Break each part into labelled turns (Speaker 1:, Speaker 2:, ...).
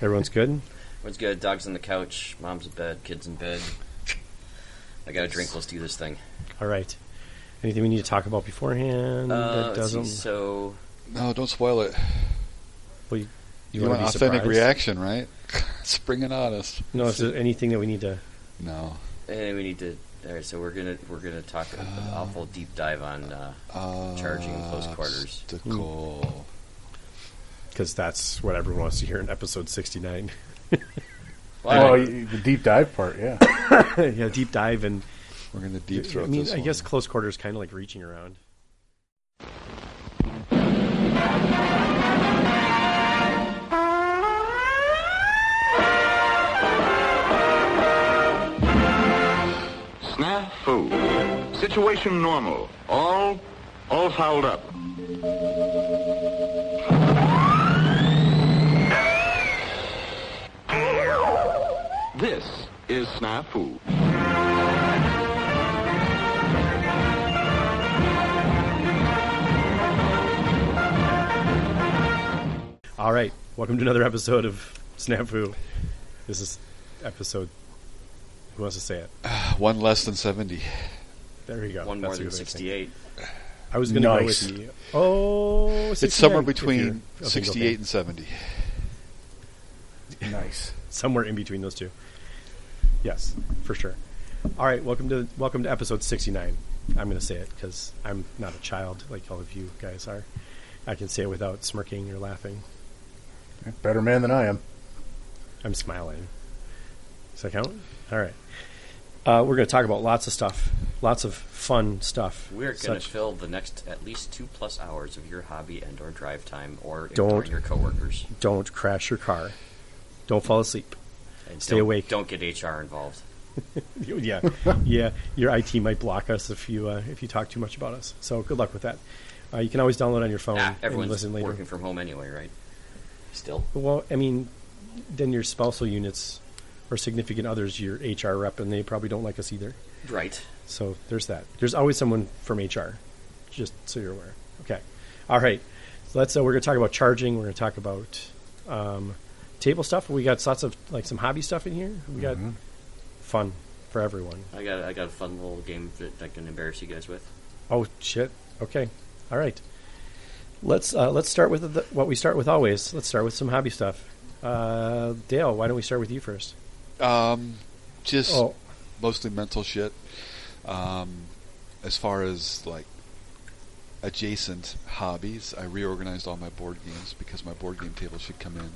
Speaker 1: Everyone's good.
Speaker 2: What's good? Dog's on the couch. Mom's in bed. Kids in bed. I got a drink. Let's do this thing.
Speaker 1: All right. Anything we need to talk about beforehand
Speaker 2: Uh,
Speaker 1: that
Speaker 2: let's see,
Speaker 1: doesn't?
Speaker 2: so
Speaker 3: No, don't spoil it.
Speaker 1: well, you,
Speaker 3: You,
Speaker 1: wanna
Speaker 3: want
Speaker 1: be
Speaker 3: authentic
Speaker 1: surprised?
Speaker 3: reaction, right? Springing on us.
Speaker 1: No, is there anything that we need to?
Speaker 3: No.
Speaker 2: eh, we need to. All right, so we're gonna we're gonna talk an awful deep dive on. Uh,
Speaker 3: Uh,
Speaker 2: Charging close quarters.
Speaker 1: Hmm.
Speaker 3: Obstacle.
Speaker 1: Because that's what everyone wants to hear in episode sixty-nine.
Speaker 4: Well,
Speaker 1: Oh,
Speaker 2: well, I-
Speaker 4: y Oh, the deep dive part, yeah.
Speaker 1: yeah, deep dive and
Speaker 3: We're going to deep throat
Speaker 1: I mean,
Speaker 3: this
Speaker 1: I guess
Speaker 3: one.
Speaker 1: close quarters kind of like reaching around.
Speaker 5: Snafu. Situation normal. All, all fouled up. This is Snafu.
Speaker 1: All right, welcome to another episode of Snafu. This is episode. Who wants to say it?
Speaker 3: One less than 70.
Speaker 1: There you go.
Speaker 2: one more
Speaker 1: That's a
Speaker 2: than
Speaker 1: good way to say it.
Speaker 2: sixty-eight.
Speaker 1: I was going to
Speaker 4: Nice.
Speaker 1: go with the oh, 69,
Speaker 3: It's somewhere
Speaker 1: if you're
Speaker 3: between
Speaker 1: a single
Speaker 3: 68
Speaker 1: fan.
Speaker 3: and 70.
Speaker 4: nice.
Speaker 1: somewhere in between those two. Yes, for sure. All right, welcome to welcome to episode sixty nine. I'm going to say it because I'm not a child like all of you guys are. I can say it without smirking or laughing.
Speaker 4: Better man than I am.
Speaker 1: I'm smiling. Does that count? All right. Uh, we're going to talk about lots of stuff, lots of fun stuff.
Speaker 2: We're gonna
Speaker 1: such-
Speaker 2: fill the next at least two plus hours of your hobby and/or drive time, or
Speaker 1: Don't.
Speaker 2: ignoring your coworkers.
Speaker 1: don't crash your car. Don't fall asleep.
Speaker 2: And
Speaker 1: Stay
Speaker 2: don't-
Speaker 1: awake.
Speaker 2: Don't get HR involved.
Speaker 1: yeah, yeah. Your IT might block us if you uh, if you talk too much about us. So good luck with that. Uh, you can always download on your phone
Speaker 2: Ah,
Speaker 1: and
Speaker 2: everyone's
Speaker 1: listen later.
Speaker 2: working from home anyway, right? Still,
Speaker 1: Well, I mean, then your spousal units or significant others, your HR rep, and they probably don't like us either.
Speaker 2: right?
Speaker 1: So there's that. There's always someone from HR, just so you're aware. Okay. All right. So let's. Uh, we're going to talk about charging. We're going to talk about um, table stuff. We got lots of like some hobby stuff in here. We
Speaker 2: Mm-hmm.
Speaker 1: got fun for everyone.
Speaker 2: I got I got a fun little game that I can embarrass you guys with.
Speaker 1: Oh shit. Okay. All right. Let's uh, let's start with the, what we start with always. Let's start with some hobby stuff. Uh, Dale, why don't we start with you first?
Speaker 3: Um, just
Speaker 1: Oh,
Speaker 3: mostly mental shit. Um, as far as like adjacent hobbies, I reorganized all my board games because my board game table should come in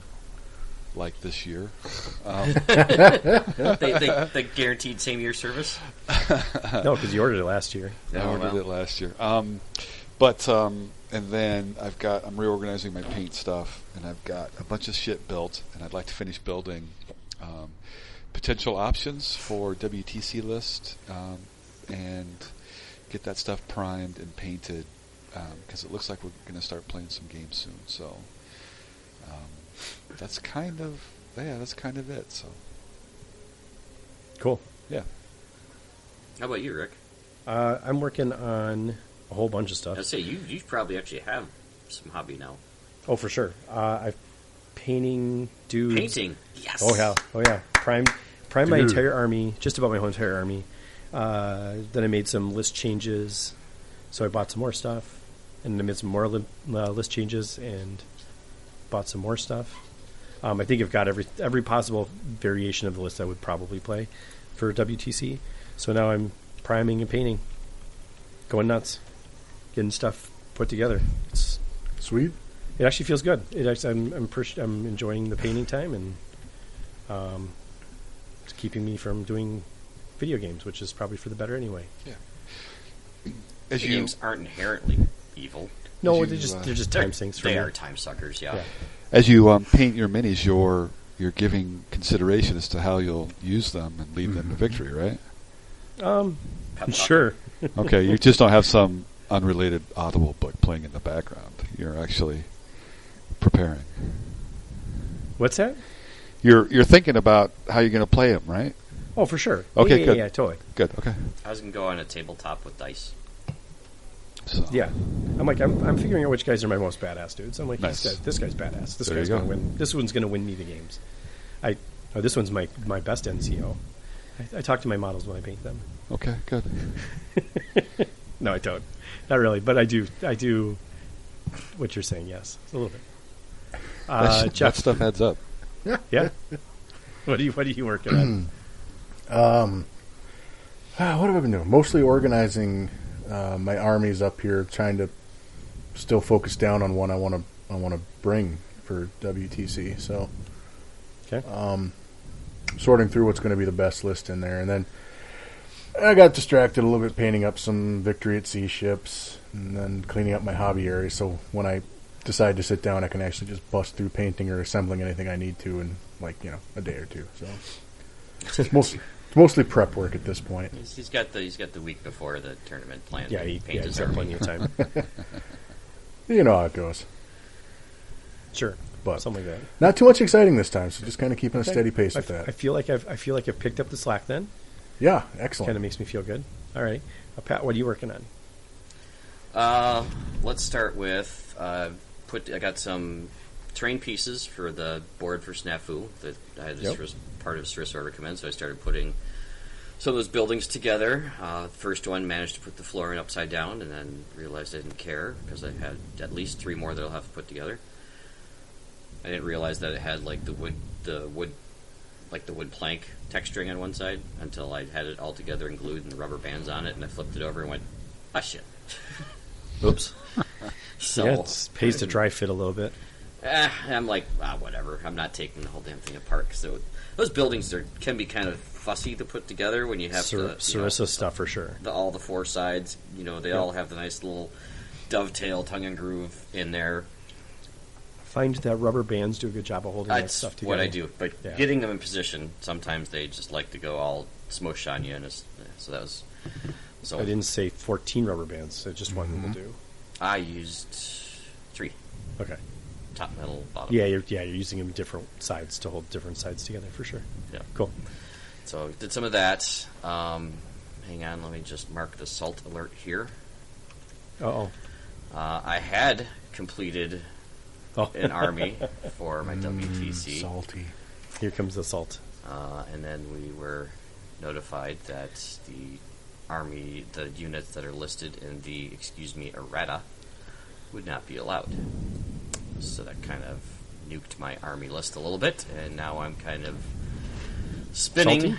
Speaker 3: like this year. Um,
Speaker 2: they, they, they guaranteed same year service.
Speaker 1: no, because you ordered it last year.
Speaker 3: I
Speaker 2: Oh,
Speaker 3: ordered
Speaker 2: wow.
Speaker 3: it last year. Um, but um, and then I've got I'm reorganizing my paint stuff, and I've got a bunch of shit built, and I'd like to finish building um, potential options for WTC list, um, and get that stuff primed and painted because it looks like we're going to start playing some games soon. So um, that's kind of yeah, that's kind of it. So
Speaker 1: Cool.
Speaker 3: yeah,
Speaker 2: How about you, Rick?
Speaker 1: Uh, I'm working on a whole bunch of
Speaker 2: I'd
Speaker 1: stuff.
Speaker 2: say you you probably actually have some hobby now.
Speaker 1: Oh, for sure. Uh, I've painting dudes.
Speaker 2: Painting. Yes.
Speaker 1: Hmm. Oh yeah. Oh yeah. Primed. Primed my
Speaker 4: Dude.
Speaker 1: entire army. Just about my whole entire army. Uh, then I made some list changes. So I bought some more stuff, and I made some more li- uh, list changes and bought some more stuff. Um, I think I've got every every possible variation of the list I would probably play for WTC. So now I'm priming and painting, going nuts, getting stuff put together. It's
Speaker 4: Sweet.
Speaker 1: it actually feels good. It actually, I'm I'm, pers- I'm enjoying the painting time and um, it's keeping me from doing video games, which is probably for the better anyway.
Speaker 3: as
Speaker 2: The
Speaker 3: you
Speaker 2: games aren't inherently evil.
Speaker 1: No,
Speaker 3: you,
Speaker 1: they're just
Speaker 3: uh,
Speaker 1: they're just
Speaker 2: They're-
Speaker 1: time sinks for
Speaker 2: They
Speaker 1: me.
Speaker 2: are time suckers. Yeah.
Speaker 1: Yeah.
Speaker 3: As you um, paint your minis, you're you're giving consideration as to how you'll use them and lead them
Speaker 1: Mm-hmm.
Speaker 3: to victory, right?
Speaker 2: Pep talk.
Speaker 1: Um, Sure.
Speaker 3: Okay, you just don't have some unrelated audible book playing in the background. You're actually preparing.
Speaker 1: What's that?
Speaker 3: You're you're thinking about how you're going to play them, right?
Speaker 1: Oh, for sure.
Speaker 3: Okay,
Speaker 1: yeah, yeah,
Speaker 3: good.
Speaker 1: yeah, totally.
Speaker 3: Good. Okay.
Speaker 2: I was gonna go on a tabletop with dice.
Speaker 3: So
Speaker 1: Yeah, I'm like I'm, I'm figuring out which guys are my most badass dudes. I'm like
Speaker 3: Nice.
Speaker 1: this, guy, this guy's badass. This
Speaker 3: There
Speaker 1: guy's
Speaker 3: you go.
Speaker 1: gonna win. This one's gonna win me the games. I oh, this one's my my best NCO. I, I talk to my models when I paint them.
Speaker 3: Okay, good.
Speaker 1: No, I don't. Not really, but I do. I do. What you're saying, yes, a little bit.
Speaker 3: That
Speaker 1: Uh,
Speaker 3: shit- that
Speaker 1: Jeff,
Speaker 3: stuff adds up.
Speaker 1: yeah. What are you What are you working on?
Speaker 6: Ah, what have I been doing? Mostly organizing uh, my armies up here, trying to still focus down on one I want to I want to bring for WTC. So,
Speaker 1: Okay.
Speaker 6: um, sorting through what's going to be the best list in there, and then I got distracted a little bit painting up some Victory at Sea ships, and then cleaning up my hobby area. So when I decide to sit down, I can actually just bust through painting or assembling anything I need to in like you know a day or two. So it's mostly it's mostly prep work at this point.
Speaker 2: He's, he's got the he's got the week before the tournament planned.
Speaker 1: yeah,
Speaker 2: He
Speaker 1: you, yeah,
Speaker 2: painted
Speaker 1: you've got
Speaker 2: army.
Speaker 1: plenty of time.
Speaker 6: You know how it goes.
Speaker 1: Sure,
Speaker 6: But-
Speaker 1: something like that.
Speaker 6: Not too much exciting this time, so just kind of keeping a
Speaker 1: Okay.
Speaker 6: steady pace
Speaker 1: I,
Speaker 6: with
Speaker 1: I
Speaker 6: that.
Speaker 1: feel like I've I feel like I've picked up the slack. Then
Speaker 6: Yeah,
Speaker 1: kind of
Speaker 6: excellent.
Speaker 1: makes me feel good. All right, uh, Pat, what are you working on?
Speaker 2: Uh, let's start with uh, put. I got some terrain pieces for the board for Snafu that I just
Speaker 1: Yep.
Speaker 2: was part of Swiss Order Command, so I started putting some of those buildings together. Uh, first one managed to put the floor in upside down, and then realized I didn't care because I had at least three more that I'll have to put together. I didn't realize that it had like the wood, the wood, like the wood plank texturing on one side until I had it all together and glued and the rubber bands on it, and I flipped it over and went, ah shit, oops. so
Speaker 1: yeah, it pays to dry fit a little bit.
Speaker 2: Eh, I'm like, ah, whatever. I'm not taking the whole damn thing apart. So those buildings are can be kind of fussy to put together when you have
Speaker 1: Sar-
Speaker 2: to, you know,
Speaker 1: Sarissa stuff for sure.
Speaker 2: the, all the four sides. You know, they all have the nice little dovetail, tongue and groove in there.
Speaker 1: Find that rubber bands do a good job of holding that
Speaker 2: That's
Speaker 1: stuff together.
Speaker 2: what I do. But
Speaker 1: Yeah.
Speaker 2: getting them in position, sometimes they just like to go all smush on you, and it's, so that was. So
Speaker 1: I didn't say 14 rubber bands. So just one
Speaker 6: Mm-hmm.
Speaker 1: will do.
Speaker 2: I used three
Speaker 1: Okay.
Speaker 2: top metal, bottom.
Speaker 1: Yeah, you're, yeah, you're using them different sides to hold different sides together for sure.
Speaker 2: Yeah.
Speaker 1: Cool.
Speaker 2: So did some of that. Um, hang on, let me just mark the salt alert here.
Speaker 1: Uh-oh.
Speaker 2: Uh, I had completed
Speaker 1: Oh, Mm,
Speaker 2: an army for my WTC,
Speaker 6: Salty.
Speaker 1: here comes the salt.
Speaker 2: uh, and then we were notified that the army, the units that are listed in the excuse me errata, would not be allowed. So that kind of nuked my army list a little bit, and now I'm kind of spinning.
Speaker 1: Salty?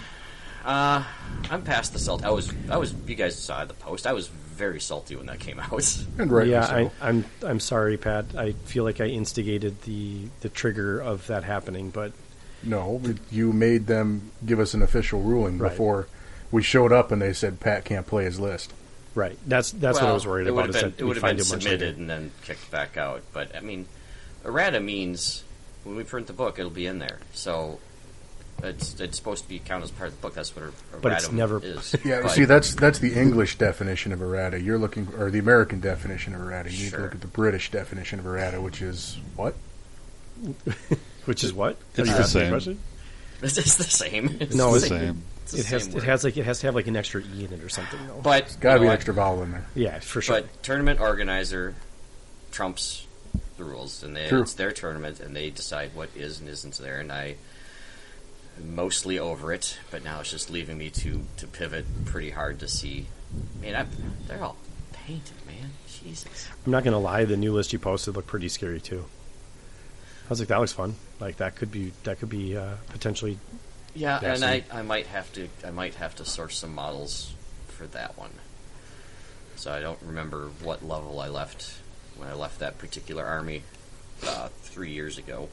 Speaker 2: Uh, I'm past the salt. I was, I was. You guys saw the post. I was very salty when that came out.
Speaker 6: And rightly
Speaker 1: yeah,
Speaker 6: so.
Speaker 1: I, I'm I'm sorry, Pat. I feel like I instigated the the trigger of that happening, but
Speaker 6: no, but you made them give us an official ruling
Speaker 1: Right.
Speaker 6: before we showed up, and they said Pat can't play his list.
Speaker 1: right. That's that's what I
Speaker 2: Well,
Speaker 1: was worried
Speaker 2: it
Speaker 1: about.
Speaker 2: would've
Speaker 1: is
Speaker 2: Been,
Speaker 1: that
Speaker 2: it
Speaker 1: we
Speaker 2: would have
Speaker 1: find
Speaker 2: been
Speaker 1: it much later.
Speaker 2: submitted and then kicked back out. But I mean, errata means when we print the book, it'll be in there. So it's it's supposed to be counted as part of the book. That's what er- errata
Speaker 1: But it's never-
Speaker 2: is.
Speaker 6: Yeah,
Speaker 2: But
Speaker 6: see, that's that's the English definition of errata. You're looking, or the American definition of errata. You need to
Speaker 2: Sure.
Speaker 6: look at the British definition of errata, which is what?
Speaker 1: Which is what?
Speaker 3: It's the
Speaker 1: Are you asking
Speaker 3: same.
Speaker 1: a question?
Speaker 2: it's just the same. It's
Speaker 1: No,
Speaker 2: the
Speaker 1: it's
Speaker 2: same.
Speaker 3: same.
Speaker 2: It's the
Speaker 1: It has
Speaker 2: same
Speaker 1: it
Speaker 2: word.
Speaker 1: has like it has to have like an extra e in it or something. Though.
Speaker 2: But
Speaker 6: Got to
Speaker 2: you know,
Speaker 6: be an
Speaker 2: I-
Speaker 6: extra vowel in there.
Speaker 1: yeah, for sure.
Speaker 2: But tournament organizer trumps the rules, and they,
Speaker 6: True.
Speaker 2: it's their tournament, and they decide what is and isn't there. And I am mostly over it, but now it's just leaving me to to pivot pretty hard to see. Man, I, they're all painted, man. Jesus.
Speaker 1: I'm not gonna lie, the new list you posted looked pretty scary too. I was like, that looks fun. Like that could be that could be uh, potentially
Speaker 2: Yeah,
Speaker 1: Yeah,
Speaker 2: and
Speaker 1: so-
Speaker 2: I, I might have to I might have to source some models for that one. So I don't remember what level I left when I left that particular army uh, three years ago.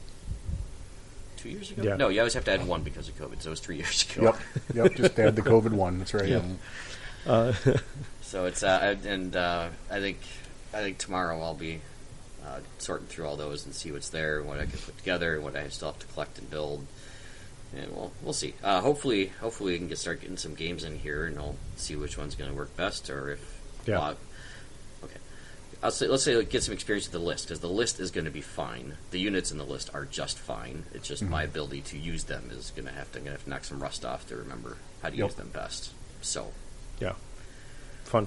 Speaker 2: Two years ago?
Speaker 1: Yeah.
Speaker 2: No, you always have to add one because of COVID. So it was three years ago.
Speaker 6: Yep, yep. Just add the COVID one. That's right.
Speaker 3: Yeah.
Speaker 2: So it's uh, I- and uh, I think I think tomorrow I'll be uh, sorting through all those and see what's there and what I can put together and what I still have to collect and build. And we'll we'll see. Uh, hopefully, hopefully we can get start getting some games in here and I'll see which one's going to work best or if
Speaker 1: Yeah.
Speaker 2: well, okay. I'll say, let's say like, get some experience with the list because the list is going to be fine. The units in the list are just fine. It's just my ability to use them is going to have to I'm going to have to knock some rust off to remember how to
Speaker 6: Yep.
Speaker 2: use them best. So
Speaker 1: yeah fun.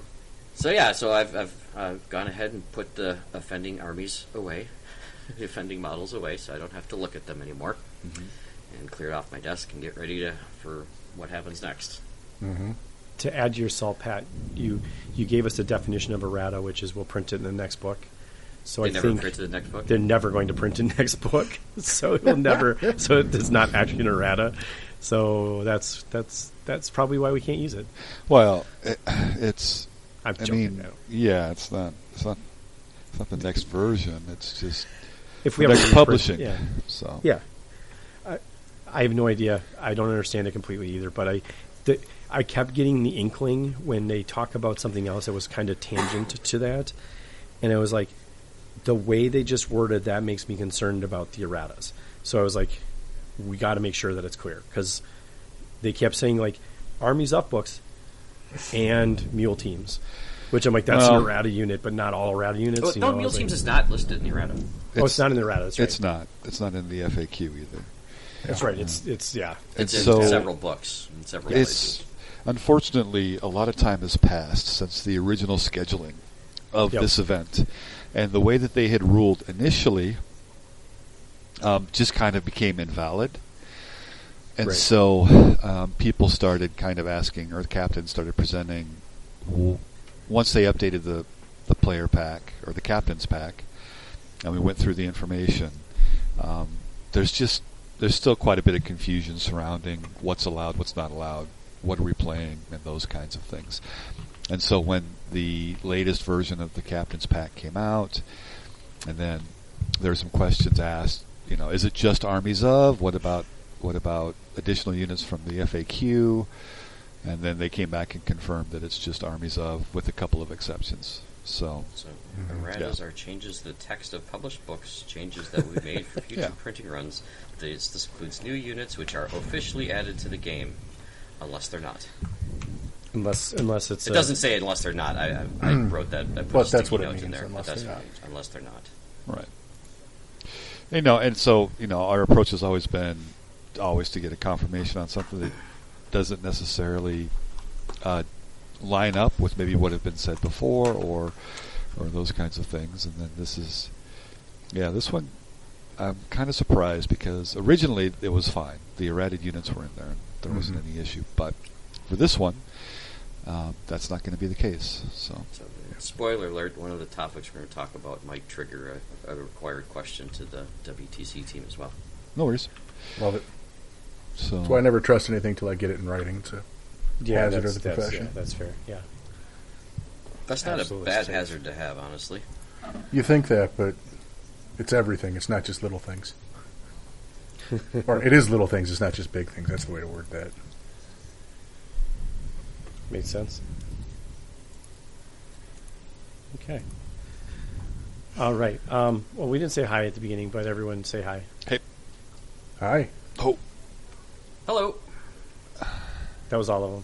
Speaker 2: so yeah, so I've I've uh, gone ahead and put the offending armies away, the offending models away, so I don't have to look at them anymore. and clear it off my desk and get ready to for what happens next.
Speaker 4: Mm-hmm.
Speaker 1: to add to your salt, Pat, you you gave us a definition of errata, which is we'll print it in the next book. So
Speaker 2: They
Speaker 1: I
Speaker 2: never
Speaker 1: think
Speaker 2: printed the next book.
Speaker 1: they're never going to print a next book, so it will never. so it's not actually an errata. So that's that's that's probably why we can't use it.
Speaker 3: Well, it, it's.
Speaker 1: I'm
Speaker 3: I
Speaker 1: joking.
Speaker 3: mean,
Speaker 1: though.
Speaker 3: yeah, it's not. It's not. It's not the next version. It's just
Speaker 1: if
Speaker 3: the
Speaker 1: ever
Speaker 3: next
Speaker 1: use print-
Speaker 3: publishing.
Speaker 1: yeah,
Speaker 3: So
Speaker 1: yeah. I, I have no idea. I don't understand it completely either. But I, the, I kept getting the inkling when they talk about something else that was kind of tangent to that, and it was like, the way they just worded that makes me concerned about the erratas. So I was like, we got to make sure that it's clear because they kept saying like, armies up books and mule teams. Which I'm like, that's
Speaker 3: Well-
Speaker 1: an errata unit, but not all errata units.
Speaker 2: Oh,
Speaker 1: you
Speaker 2: no,
Speaker 1: know, I
Speaker 2: Mule
Speaker 1: was like-
Speaker 2: Teams is not listed in the errata.
Speaker 1: Oh, it's not in the errata. That's right.
Speaker 3: It's not. It's not in the FAQ either.
Speaker 1: That's right. It's it's yeah.
Speaker 3: And
Speaker 2: It's in
Speaker 3: so
Speaker 2: several books and several
Speaker 3: it's
Speaker 2: places.
Speaker 3: unfortunately a lot of time has passed since the original scheduling of
Speaker 1: Yep.
Speaker 3: this event, and the way that they had ruled initially um, just kind of became invalid. And
Speaker 1: Right.
Speaker 3: so um, people started kind of asking, or the captain started presenting, w- once they updated the, the player pack or the captain's pack, and we went through the information. Um, there's just there's still quite a bit of confusion surrounding what's allowed, what's not allowed, what are we playing, and those kinds of things. And so when the latest version of the captain's pack came out, and then there were some questions asked. You know, is it just armies of? What about what about additional units from the FAQ? And then they came back and confirmed that it's just armies of, with a couple of exceptions. So
Speaker 2: So
Speaker 1: Mm-hmm.
Speaker 2: erratas are changes to the text of published books, changes that we made for future
Speaker 3: Yeah.
Speaker 2: printing runs. This, this includes new units which are officially added to the game, unless they're not.
Speaker 1: Unless unless it's
Speaker 2: It
Speaker 1: a-
Speaker 2: doesn't say unless they're not. I, I, I wrote that. I put
Speaker 4: Hmm. But
Speaker 2: a
Speaker 4: that's
Speaker 2: sticky
Speaker 4: what it
Speaker 2: note in
Speaker 4: means,
Speaker 2: there.
Speaker 4: unless
Speaker 2: but that's
Speaker 4: they're
Speaker 2: what it means, unless they're not.
Speaker 3: Right. You know, and so you know, our approach has always been always to get a confirmation on something that doesn't necessarily uh, line up with maybe what had been said before, or or those kinds of things. And then this is, yeah, this one I'm kind of surprised because originally it was fine. The errated units were in there; and there wasn't any issue. But for this one, um, that's not going to be the case. So
Speaker 2: So, uh, spoiler alert: one of the topics we're going to talk about might trigger a, a required question to the WTC team as well.
Speaker 3: no worries.
Speaker 4: Love it.
Speaker 3: So
Speaker 6: Oh.
Speaker 4: That's why I never trust anything till I get it in writing. So
Speaker 1: yeah,
Speaker 4: hazard
Speaker 1: that's,
Speaker 4: of the
Speaker 1: that's-
Speaker 4: profession.
Speaker 1: yeah, that's fair. Yeah.
Speaker 2: That's not
Speaker 1: Absolute
Speaker 2: a bad
Speaker 1: change.
Speaker 2: hazard to have, honestly.
Speaker 4: you think that, but it's everything. It's not just little things. or it is little things. It's not just big things. That's the way to word that.
Speaker 1: Makes sense. Okay. All right. Um, well, we didn't say hi at the beginning, but everyone say hi.
Speaker 4: Hi.
Speaker 3: oh,
Speaker 2: Hello.
Speaker 1: That was all of them.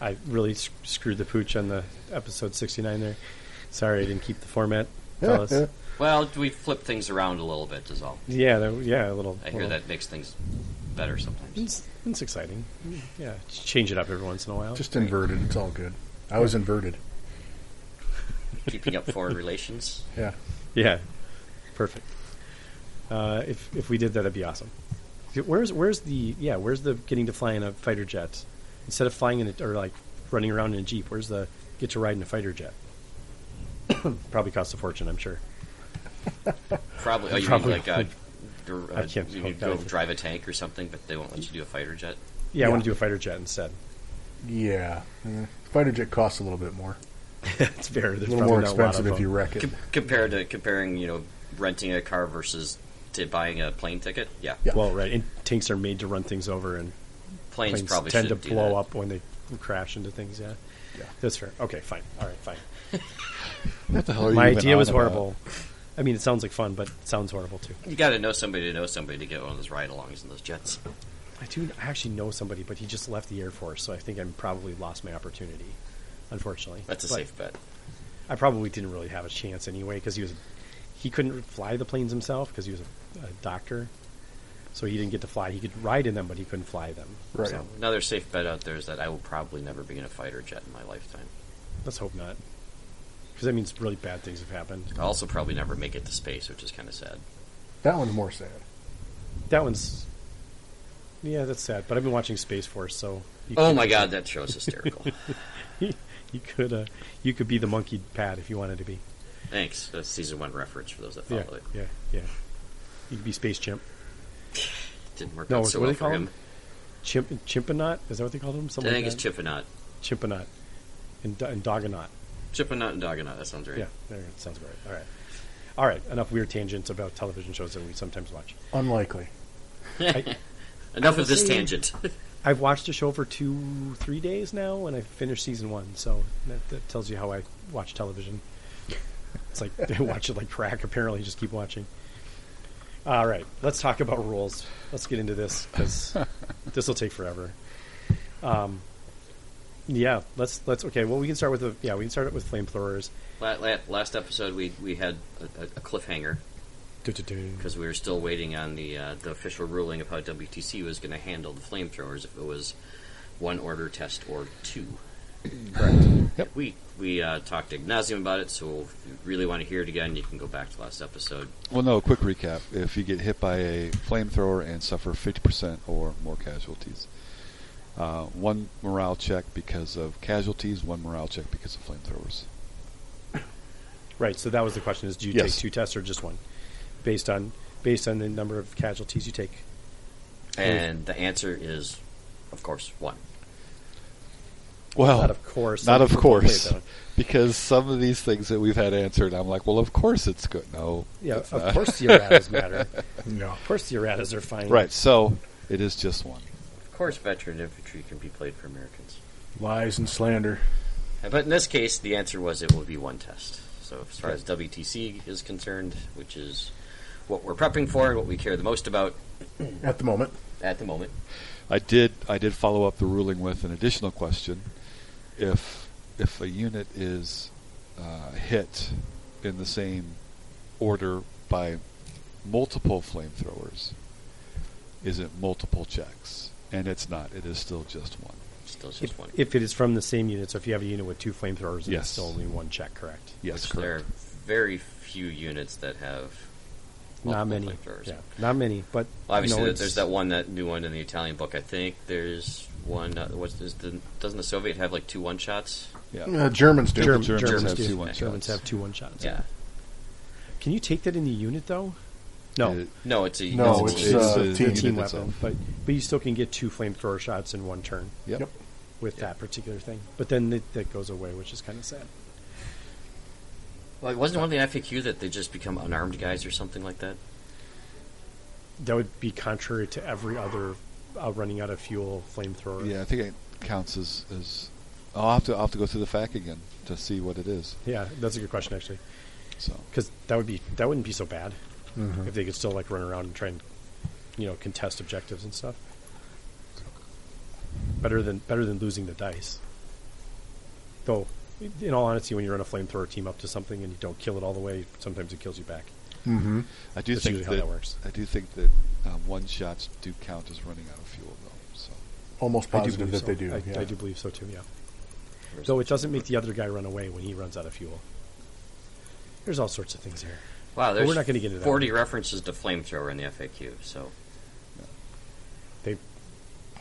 Speaker 1: I really s- screwed the pooch on the episode 69 there. Sorry, I didn't keep the format. fellas.
Speaker 2: Well, we flip things around a little bit, is all.
Speaker 1: yeah, that, yeah, a little.
Speaker 2: I hear
Speaker 1: little-
Speaker 2: that makes things better sometimes.
Speaker 1: It's, it's exciting. Yeah, just change it up every once in a while.
Speaker 4: Just inverted. It's all good. I was inverted.
Speaker 2: Keeping up foreign relations.
Speaker 4: Yeah.
Speaker 1: Yeah, perfect. Uh, if if we did that, that'd be awesome. Where's where's the yeah? Where's the getting to fly in a fighter jet instead of flying in a, or like running around in a jeep? Where's the get to ride in a fighter jet? Probably costs a fortune, I'm sure.
Speaker 2: Probably. Oh, you
Speaker 1: Probably
Speaker 2: mean like uh, dr-
Speaker 1: I
Speaker 2: uh,
Speaker 1: can't
Speaker 2: you
Speaker 1: think
Speaker 2: could go
Speaker 1: of it.
Speaker 2: drive a tank or something, but they won't let you do a fighter jet.
Speaker 1: Yeah, I want
Speaker 4: Yeah.
Speaker 1: to do a fighter jet instead.
Speaker 4: Yeah. Mm. Fighter jet costs a little bit more.
Speaker 1: it's fair. There's
Speaker 4: a little
Speaker 1: probably
Speaker 4: more
Speaker 1: not lot
Speaker 4: expensive
Speaker 1: of
Speaker 4: if you
Speaker 1: them.
Speaker 4: wreck it.
Speaker 2: Com- compared to comparing, you know, renting a car versus to buying a plane ticket. Yeah,
Speaker 4: Yeah.
Speaker 1: Well, right, and tanks are made to run things over, and
Speaker 2: planes,
Speaker 1: planes
Speaker 2: probably
Speaker 1: tend to
Speaker 2: should do
Speaker 1: blow
Speaker 2: that.
Speaker 1: up when they crash into things. Yeah,
Speaker 4: Yeah.
Speaker 1: that's fair. Okay, fine. All right, fine.
Speaker 3: what the hell? Are
Speaker 1: My
Speaker 3: you even
Speaker 1: idea
Speaker 3: on
Speaker 1: was
Speaker 3: about?
Speaker 1: horrible. I mean, it sounds like fun, but it sounds horrible too.
Speaker 2: You got to know somebody to know somebody to get one of those ride-alongs in those jets.
Speaker 1: I do. I actually know somebody, but he just left the Air Force, so I think I probably lost my opportunity. Unfortunately,
Speaker 2: That's a
Speaker 1: But
Speaker 2: safe bet.
Speaker 1: I probably didn't really have a chance anyway because he was he couldn't fly the planes himself because he was a, a doctor, so he didn't get to fly. He could ride in them, but he couldn't fly them.
Speaker 4: Right.
Speaker 1: So
Speaker 2: Another safe bet out there is that I will probably never be in a fighter jet in my lifetime.
Speaker 1: let's hope not, because that means really bad things have happened.
Speaker 2: I'll also probably never make it to space, which is kind of sad.
Speaker 4: That one's more sad.
Speaker 1: That one's Yeah, that's sad. But I've been watching Space Force, so you
Speaker 2: Oh
Speaker 1: could-
Speaker 2: my god, that show's hysterical.
Speaker 1: you could uh, you could be the monkey Pat if you wanted to be.
Speaker 2: Thanks. That's season one reference for those that
Speaker 1: Yeah,
Speaker 2: followed it.
Speaker 1: yeah, yeah. You could be Space Chimp,
Speaker 2: Didn't work
Speaker 1: No,
Speaker 2: out so
Speaker 1: what do
Speaker 2: well
Speaker 1: they call
Speaker 2: for him.
Speaker 1: him? Chimp, Chimpanaut. Is that what they called him?
Speaker 2: I
Speaker 1: Something
Speaker 2: think
Speaker 1: like
Speaker 2: it's Chimpanaut.
Speaker 1: Chimp- Chimpanaut and, Do- and Dogonaut.
Speaker 2: Chimpanaut and Dogonaut, that sounds right.
Speaker 1: Yeah, there it sounds right. All right, all right. Enough weird tangents about television shows that we sometimes watch.
Speaker 4: Unlikely.
Speaker 2: Enough of
Speaker 1: was
Speaker 2: this
Speaker 1: saying-
Speaker 2: tangent.
Speaker 1: I've watched the show for two, three days now, and I finished season one. So that, that tells you how I watch television. It's like they watch it like crack. Apparently, just keep watching. All right, let's talk about rules. Let's get into this because this will take forever. Um, yeah, let's let's okay. Well, we can start with the yeah. We can start it with flame throwers.
Speaker 2: La- la- Last episode, we, we had a, a cliffhanger because we were still waiting on the uh, the official ruling of how WTC was going to handle the flamethrowers if it was one order test or two. We we uh, talked to Ignazium about it, so if you really want to hear it again, you can go back to last episode.
Speaker 3: Well, no. Quick recap: If you get hit by a flamethrower and suffer fifty percent or more casualties, uh, one morale check because of casualties, one morale check because of flamethrowers.
Speaker 1: Right. So that was the question: Is do you
Speaker 3: Yes.
Speaker 1: take two tests or just one, based on based on the number of casualties you take?
Speaker 2: And the answer is, of course, one.
Speaker 3: Well,
Speaker 1: Not of course.
Speaker 3: Oh, not
Speaker 1: Some
Speaker 3: of
Speaker 1: people play it
Speaker 3: course.
Speaker 1: that way.
Speaker 3: because some of these things that we've had answered, I'm like, well, of course it's good. No,
Speaker 1: Yeah,
Speaker 3: it's
Speaker 1: of
Speaker 3: not.
Speaker 1: course the erratas matter.
Speaker 4: No.
Speaker 1: Of course the erratas are fine.
Speaker 3: right. So it is just one.
Speaker 2: Of course, veteran infantry can be played for Americans.
Speaker 4: Lies and slander.
Speaker 2: Uh, But in this case, the answer was it will be one test. So as far as WTC is concerned, which is what we're prepping for and what we care the most about
Speaker 4: At the moment.
Speaker 2: at the moment,
Speaker 3: I did. I did follow up the ruling with an additional question: if if a unit is uh, hit in the same order by multiple flamethrowers, is it multiple checks? And it's not. It is still just one.
Speaker 2: still just
Speaker 1: If,
Speaker 2: one.
Speaker 1: if it is from the same unit, so if you have a unit with two flamethrowers, then
Speaker 3: Yes.
Speaker 1: it's still only one check, correct?
Speaker 3: Yes,
Speaker 2: There are
Speaker 3: correct.
Speaker 2: very few units that have
Speaker 1: not
Speaker 2: multiple
Speaker 1: many.
Speaker 2: flamethrowers.
Speaker 1: Yeah, not many. But
Speaker 2: Well, obviously,
Speaker 1: you know,
Speaker 2: there-
Speaker 1: it's-
Speaker 2: there's that one, that new one in the Italian book. I think there's one. Uh, what's is the, doesn't the Soviet have like two one shots?
Speaker 3: Yeah.
Speaker 4: Uh, Germans do.
Speaker 1: Germ-
Speaker 3: The Germans have
Speaker 1: do.
Speaker 3: two one
Speaker 1: Germans
Speaker 3: shots.
Speaker 1: have two one shots.
Speaker 2: Yeah.
Speaker 1: Can you take that in the unit though? No,
Speaker 3: It-
Speaker 2: No, it's a
Speaker 4: No,
Speaker 3: It's
Speaker 4: it's,
Speaker 3: a- it's
Speaker 4: uh,
Speaker 3: a
Speaker 4: team.
Speaker 3: unit
Speaker 1: team weapon,
Speaker 3: itself.
Speaker 1: but but you still can get two flamethrower shots in one turn
Speaker 3: Yep.
Speaker 4: Yep.
Speaker 1: with that particular thing. But then it, that goes away, which is kind of sad.
Speaker 2: Well, it wasn't one of the FAQ that they just become unarmed guys or something like that.
Speaker 1: That would be contrary to every other uh, running out of fuel flamethrower.
Speaker 3: Yeah, I think it counts as, as I'll have to I'll have to go through the fact again to see what it is.
Speaker 1: Yeah, that's a good question actually,
Speaker 3: So
Speaker 1: because that would be that wouldn't be so bad
Speaker 4: Mm-hmm.
Speaker 1: if they could still like run around and try and you know contest objectives and stuff. Better than better than losing the dice. Though, in all honesty, when you run a flamethrower team up to something and you don't kill it all the way, sometimes it kills you back.
Speaker 4: Mm-hmm.
Speaker 3: I do
Speaker 1: That's
Speaker 3: think
Speaker 1: usually how that works.
Speaker 3: I do think that um, one shots do count as running out of fuel though. So
Speaker 4: Almost
Speaker 1: I do
Speaker 4: positive
Speaker 1: believe
Speaker 4: that
Speaker 1: so.
Speaker 4: they do.
Speaker 1: I,
Speaker 4: yeah.
Speaker 1: I do believe so too. Yeah. Though it doesn't make the other guy run away when he runs out of fuel. There's all sorts of things here.
Speaker 2: Wow,
Speaker 1: But
Speaker 2: there's
Speaker 1: we're not gonna get into that
Speaker 2: 40 references to flamethrower in the FAQ, so
Speaker 1: They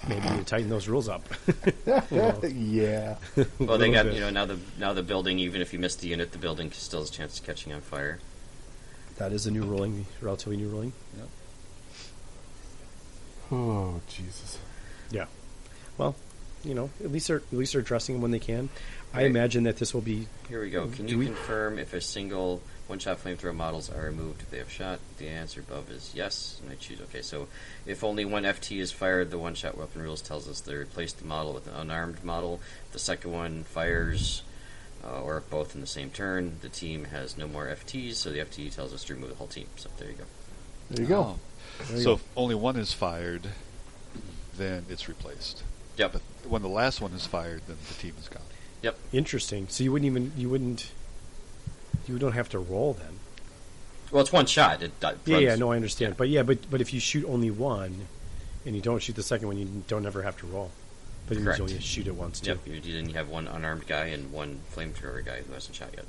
Speaker 1: maybe need to tighten those rules up.
Speaker 4: yeah.
Speaker 2: well they
Speaker 1: Little
Speaker 2: got
Speaker 1: bit.
Speaker 2: you know now the now the building even if you miss the unit the building still has a chance of catching on fire.
Speaker 1: That is a new ruling, relatively new ruling.
Speaker 4: Oh, Jesus.
Speaker 1: Yeah. Well, you know, at least they're at least they're addressing them when they can. I
Speaker 2: Right.
Speaker 1: imagine that this will be
Speaker 2: Here Hmm. we go. Can
Speaker 1: Do
Speaker 2: you
Speaker 1: we-
Speaker 2: confirm if a single one-shot flamethrower models are removed if they have shot? The answer above is yes, and I choose okay. So if only one FT is fired, the one-shot weapon rules tells us they replace the model with an unarmed model. If the second one fires, uh, or if both in the same turn, the team has no more FTs, so the FT tells us to remove the whole team. So there you go.
Speaker 4: There you go.
Speaker 3: Oh. so if only one is fired, then it's replaced.
Speaker 2: Yep.
Speaker 3: But when the last one is fired, then the team is gone.
Speaker 1: interesting. So you wouldn't even you wouldn't you don't have to roll then.
Speaker 2: Well, it's one shot. It, di-
Speaker 1: Yeah, yeah,
Speaker 2: runs-
Speaker 1: no, I understand. But yeah, but but if you shoot only one and you don't shoot the second one, you don't ever have to roll. But it means
Speaker 2: Correct.
Speaker 1: you only shoot it once too.
Speaker 2: Yep, you, you didn't have one unarmed guy and one flamethrower guy who hasn't shot yet.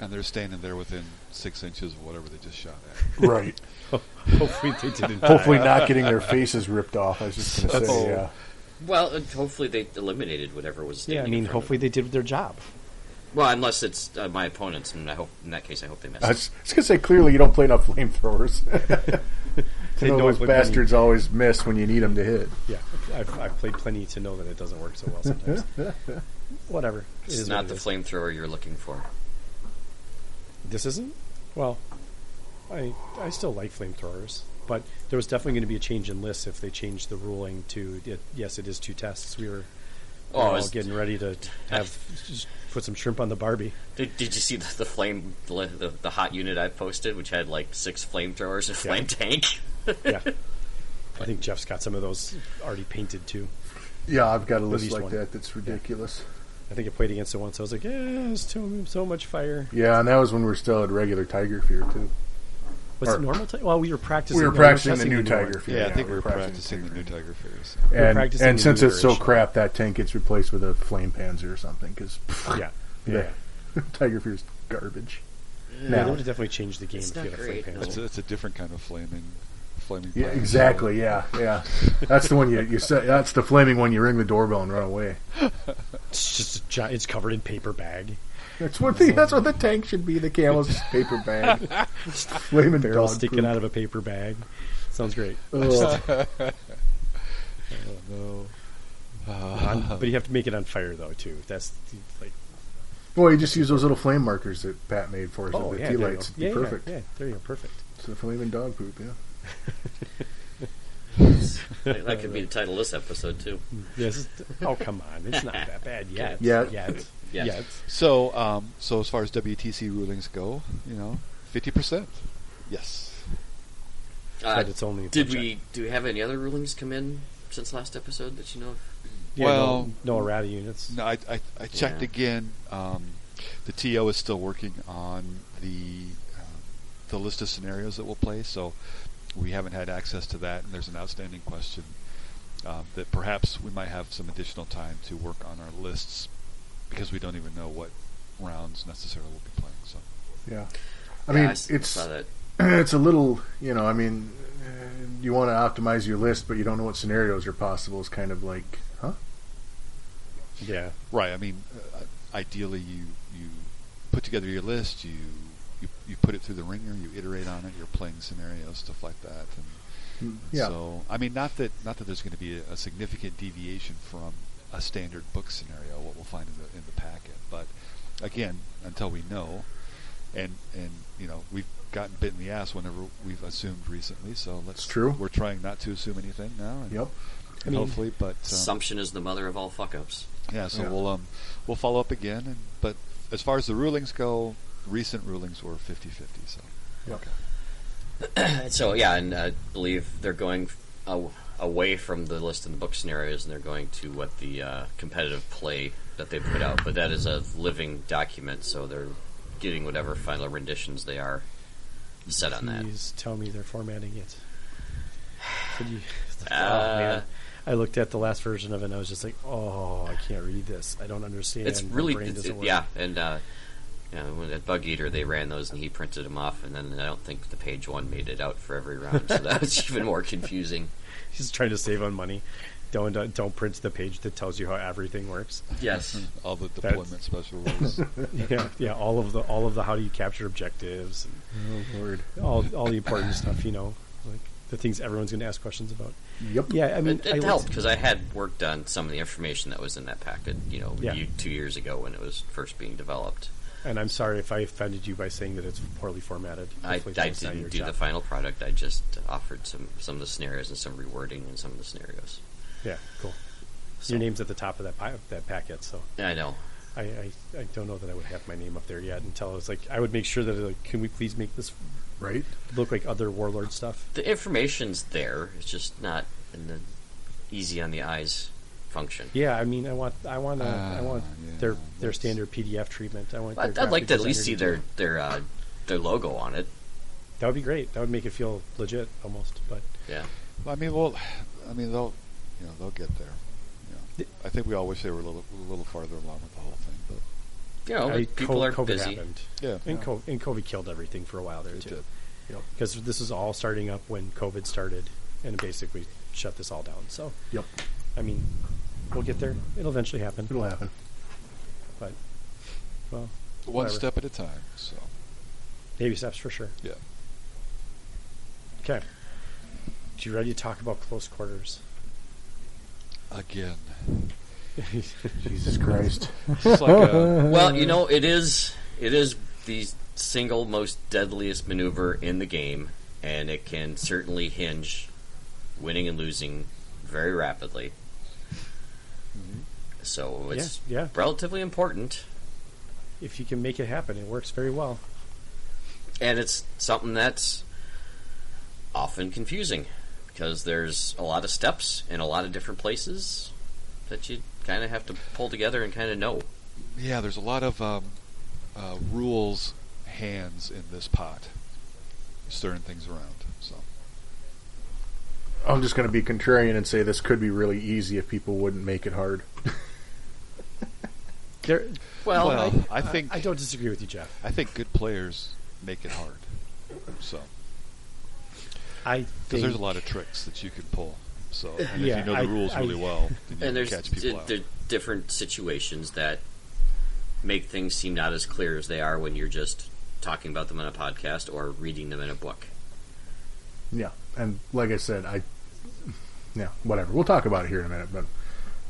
Speaker 3: and they're standing there within six inches of whatever they just shot
Speaker 6: Right.
Speaker 1: Hopefully they didn't.
Speaker 6: Hopefully, not getting their faces ripped off. I was just going to
Speaker 1: So-
Speaker 6: say, yeah.
Speaker 2: Well, and hopefully they eliminated whatever was.
Speaker 1: Yeah, I
Speaker 2: standing in
Speaker 1: mean,
Speaker 2: front of
Speaker 1: hopefully they did their job.
Speaker 2: them. Well, unless it's uh, my opponents, and I hope in that case I hope they missed.
Speaker 6: I was, I was going to say, clearly, you don't play enough flamethrowers.
Speaker 1: They
Speaker 6: to know
Speaker 1: don't
Speaker 6: those
Speaker 1: look
Speaker 6: bastards always miss when you need them to hit.
Speaker 1: Yeah, I've, I've played plenty to know that it doesn't work so well sometimes. Whatever. It
Speaker 2: it's
Speaker 1: is
Speaker 2: not
Speaker 1: what it
Speaker 2: the
Speaker 1: is.
Speaker 2: flamethrower you're looking for.
Speaker 1: This isn't? Well, I I still like flamethrowers, but there was definitely going to be a change in lists if they changed the ruling to it, yes, it is two tests. We were we were
Speaker 2: Oh,
Speaker 1: all
Speaker 2: is-
Speaker 1: getting ready to t- have just put some shrimp on the Barbie.
Speaker 2: Did, did you see the, the flame, the, the, the hot unit I posted, which had like six flamethrowers and a flame tank?
Speaker 1: Yeah. I think Jeff's got some of those already painted too.
Speaker 6: Yeah, I've got a list
Speaker 1: least
Speaker 6: like
Speaker 1: one.
Speaker 6: that that's ridiculous.
Speaker 1: I think I played against it once. I was like, yeah, there's too, so much fire.
Speaker 6: Yeah, and that was when we were still at regular Tiger Fear, too.
Speaker 1: Was
Speaker 6: Or-
Speaker 1: it normal? Ti- well, we were practicing.
Speaker 6: We were practicing the
Speaker 1: testing
Speaker 6: new
Speaker 1: one.
Speaker 6: Tiger Fear.
Speaker 3: at. Yeah, I think we were practicing
Speaker 6: Tiger
Speaker 3: the
Speaker 6: Fear.
Speaker 3: new Tiger Fears.
Speaker 1: were
Speaker 6: and,
Speaker 1: practicing
Speaker 6: and
Speaker 1: the
Speaker 6: since
Speaker 1: new
Speaker 6: it's so
Speaker 1: iteration.
Speaker 6: crap, that tank gets replaced with a flame panzer or something because
Speaker 1: Yeah.
Speaker 6: yeah. Tiger Fear's garbage.
Speaker 1: Yeah,
Speaker 6: Now.
Speaker 1: they would have definitely changed the game
Speaker 2: It's
Speaker 1: if
Speaker 2: not
Speaker 1: you had a flame
Speaker 2: great,
Speaker 1: panel.
Speaker 3: It's a, it's a different kind of flaming, flaming.
Speaker 6: Yeah,
Speaker 3: pie.
Speaker 6: exactly. Yeah, yeah. That's the one you you set. That's the flaming one. You ring the doorbell and run away.
Speaker 1: It's just a giant, it's covered in paper bag.
Speaker 6: That's what the that's what the tank should be. The camel's just paper bag, flaming
Speaker 1: Barrel
Speaker 6: dog
Speaker 1: sticking
Speaker 6: poop.
Speaker 1: out of a paper bag. Sounds great.
Speaker 6: Ugh.
Speaker 2: Uh,
Speaker 3: No.
Speaker 1: On- but you have to make it on fire though too. That's like
Speaker 6: Well, you just use those little flame markers that Pat made for us.
Speaker 1: oh
Speaker 6: the
Speaker 1: yeah,
Speaker 6: tea
Speaker 1: there you
Speaker 6: lights.
Speaker 1: go.
Speaker 6: It'd
Speaker 1: yeah,
Speaker 6: be
Speaker 1: yeah,
Speaker 6: perfect.
Speaker 1: Yeah, there you go, perfect.
Speaker 6: So flaming dog poop. Yeah.
Speaker 2: That that could be the title of this episode too.
Speaker 6: Hmm.
Speaker 1: Yes. Oh come on, it's not that bad yet.
Speaker 6: Yet.
Speaker 1: yet,
Speaker 2: Yes.
Speaker 1: yet.
Speaker 3: So, um, so as far as WTC rulings go, you know, fifty percent. Yes.
Speaker 2: Uh,
Speaker 1: But it's only.
Speaker 2: did we do we have any other rulings come in since last episode that you know? of?
Speaker 1: Yeah,
Speaker 3: Well-
Speaker 1: no, no errata units.
Speaker 3: No, I, I, I checked
Speaker 2: Yeah.
Speaker 3: again. Um, the TO is still working on the uh, the list of scenarios that we'll play, so we haven't had access to that. And there's an outstanding question um, that perhaps we might have some additional time to work on our lists because we don't even know what rounds necessarily we'll be playing. So
Speaker 6: Yeah. I
Speaker 2: Yeah,
Speaker 6: mean,
Speaker 2: I s-
Speaker 6: it's
Speaker 2: saw that.
Speaker 6: it's a little, you know, I mean, uh, you want to optimize your list, but you don't know what scenarios are possible. It's kind of like, huh?
Speaker 1: Yeah,
Speaker 3: right, I mean, uh, ideally you you put together your list, you you, you put it through the ringer, you iterate on it, you're playing scenarios, stuff like that, and
Speaker 6: Yeah.
Speaker 3: So I mean, not that not that there's going to be a, a significant deviation from a standard book scenario, what we'll find in the in the packet. But again, until we know, and and you know, we've gotten bit in the ass whenever we've assumed recently. So let's
Speaker 6: It's true.
Speaker 3: We're trying not to assume anything now. And,
Speaker 6: Yep.
Speaker 3: and
Speaker 1: I mean,
Speaker 3: hopefully, but um,
Speaker 2: Assumption is the mother of all fuck ups.
Speaker 3: yeah. So
Speaker 6: Yeah.
Speaker 3: we'll um we'll follow up again. And but as far as the rulings go, recent rulings were 50-50, So
Speaker 2: So yeah, and I believe they're going uh, away from the list in the book scenarios, and they're going to what the uh, competitive play that they put out. But that is a living document, so they're getting whatever final renditions they are set on that.
Speaker 1: please tell me they're formatting it. Could you- it's like, oh,
Speaker 2: Uh,
Speaker 1: man. I looked at the last version of it and I was just like, oh, I can't read this. I don't understand.
Speaker 2: It's
Speaker 1: My
Speaker 2: really
Speaker 1: brain
Speaker 2: it's,
Speaker 1: doesn't work.
Speaker 2: yeah, and uh, you know, when at Bug Eater they ran those and he printed them off, and then I don't think the page one made it out for every round, so that was even more confusing.
Speaker 1: He's trying to save on money. Don't uh, don't print the page that tells you how everything works.
Speaker 6: Hmm.
Speaker 2: Yes,
Speaker 3: all the
Speaker 1: That's-
Speaker 3: deployment special rules.
Speaker 1: Yeah, yeah. All of the all of the how do you capture objectives,
Speaker 6: Oh Lord.
Speaker 1: and all all the important stuff. You know, like the things everyone's going to ask questions about.
Speaker 6: Yep.
Speaker 1: Yeah, I mean,
Speaker 2: it,
Speaker 1: I
Speaker 2: it
Speaker 1: looked-
Speaker 2: helped because I had worked on some of the information that was in that packet, you know,
Speaker 1: Yeah.
Speaker 2: you, two years ago when it was first being developed.
Speaker 1: And I'm sorry if I offended you by saying that it's poorly formatted.
Speaker 2: I,
Speaker 1: Hopefully
Speaker 2: I
Speaker 1: that's not your
Speaker 2: didn't do
Speaker 1: job.
Speaker 2: the final product. I just offered some some of the scenarios and some rewording in some of the scenarios.
Speaker 1: Yeah, cool.
Speaker 2: So-
Speaker 1: Your name's at the top of that pi- that packet, so
Speaker 2: I know.
Speaker 1: I, I I don't know that I would have my name up there yet until I was like I would make sure that like, can we please make this
Speaker 6: Right.
Speaker 1: look like other warlord stuff.
Speaker 2: The information's there. It's just not in the easy on the eyes function.
Speaker 1: Yeah, I mean, I want, I want, uh, I
Speaker 3: Ah,
Speaker 1: want
Speaker 3: yeah,
Speaker 1: their their
Speaker 3: that's-
Speaker 1: standard PDF treatment. I want.
Speaker 2: I'd,
Speaker 1: their
Speaker 2: I'd like
Speaker 1: graphic
Speaker 2: to at least see
Speaker 1: designer
Speaker 2: their
Speaker 1: do
Speaker 2: their uh, their logo on it.
Speaker 1: it. That would be great. That would make it feel legit almost. But
Speaker 2: Yeah.
Speaker 3: Well, I mean, well, I mean, they'll, you know, they'll get there. You know. I think we all wish they were a little, a little farther along with the whole thing, but
Speaker 2: you know,
Speaker 1: I-
Speaker 2: Oh, people
Speaker 1: co-
Speaker 2: are
Speaker 1: COVID
Speaker 2: busy.
Speaker 1: happened.
Speaker 3: Yeah.
Speaker 1: And,
Speaker 3: Yeah.
Speaker 1: co- and COVID killed everything for a while there
Speaker 3: It
Speaker 1: too.
Speaker 3: did.
Speaker 1: You know, because this is all starting up when COVID started, and basically shut this all down. So,
Speaker 6: Yep,
Speaker 1: I mean, we'll get there. It'll eventually happen.
Speaker 6: it'll happen.
Speaker 1: But, well,
Speaker 3: One
Speaker 1: Whatever.
Speaker 3: step at a time. So
Speaker 1: baby steps for sure.
Speaker 3: yeah.
Speaker 1: Okay. You ready to talk about close quarters?
Speaker 3: Again,
Speaker 6: Jesus Christ.
Speaker 3: it's like uh, a,
Speaker 2: Well, you know, it is it is the single most deadliest maneuver in the game, and it can certainly hinge winning and losing very rapidly. So it's
Speaker 1: Yeah, yeah.
Speaker 2: relatively important,
Speaker 1: If you can make it happen, it works very well.
Speaker 2: and it's something that's often confusing because there's a lot of steps in a lot of different places that you kind of have to pull together and kind of know.
Speaker 3: yeah. There's a lot of um, uh, rules hands in this pot, stirring things around. So
Speaker 6: I'm just going to be contrarian and say this could be really easy if people wouldn't make it hard.
Speaker 1: There,
Speaker 2: Well,
Speaker 3: Well, I,
Speaker 1: I,
Speaker 3: think
Speaker 1: I don't disagree with you, Jeff.
Speaker 3: I think good players make it hard. So
Speaker 1: I
Speaker 3: because
Speaker 1: think
Speaker 3: there's a lot of tricks that you can pull. So and
Speaker 1: Yeah,
Speaker 3: if you know
Speaker 1: I-
Speaker 3: the rules
Speaker 1: I-
Speaker 3: really well, then you
Speaker 2: and
Speaker 3: can
Speaker 2: there's
Speaker 3: catch
Speaker 2: d-
Speaker 3: people out.
Speaker 2: there- different situations that make things seem not as clear as they are when you're just talking about them on a podcast or reading them in a book.
Speaker 6: Yeah, and like I said, I yeah, whatever. We'll talk about it here in a minute, but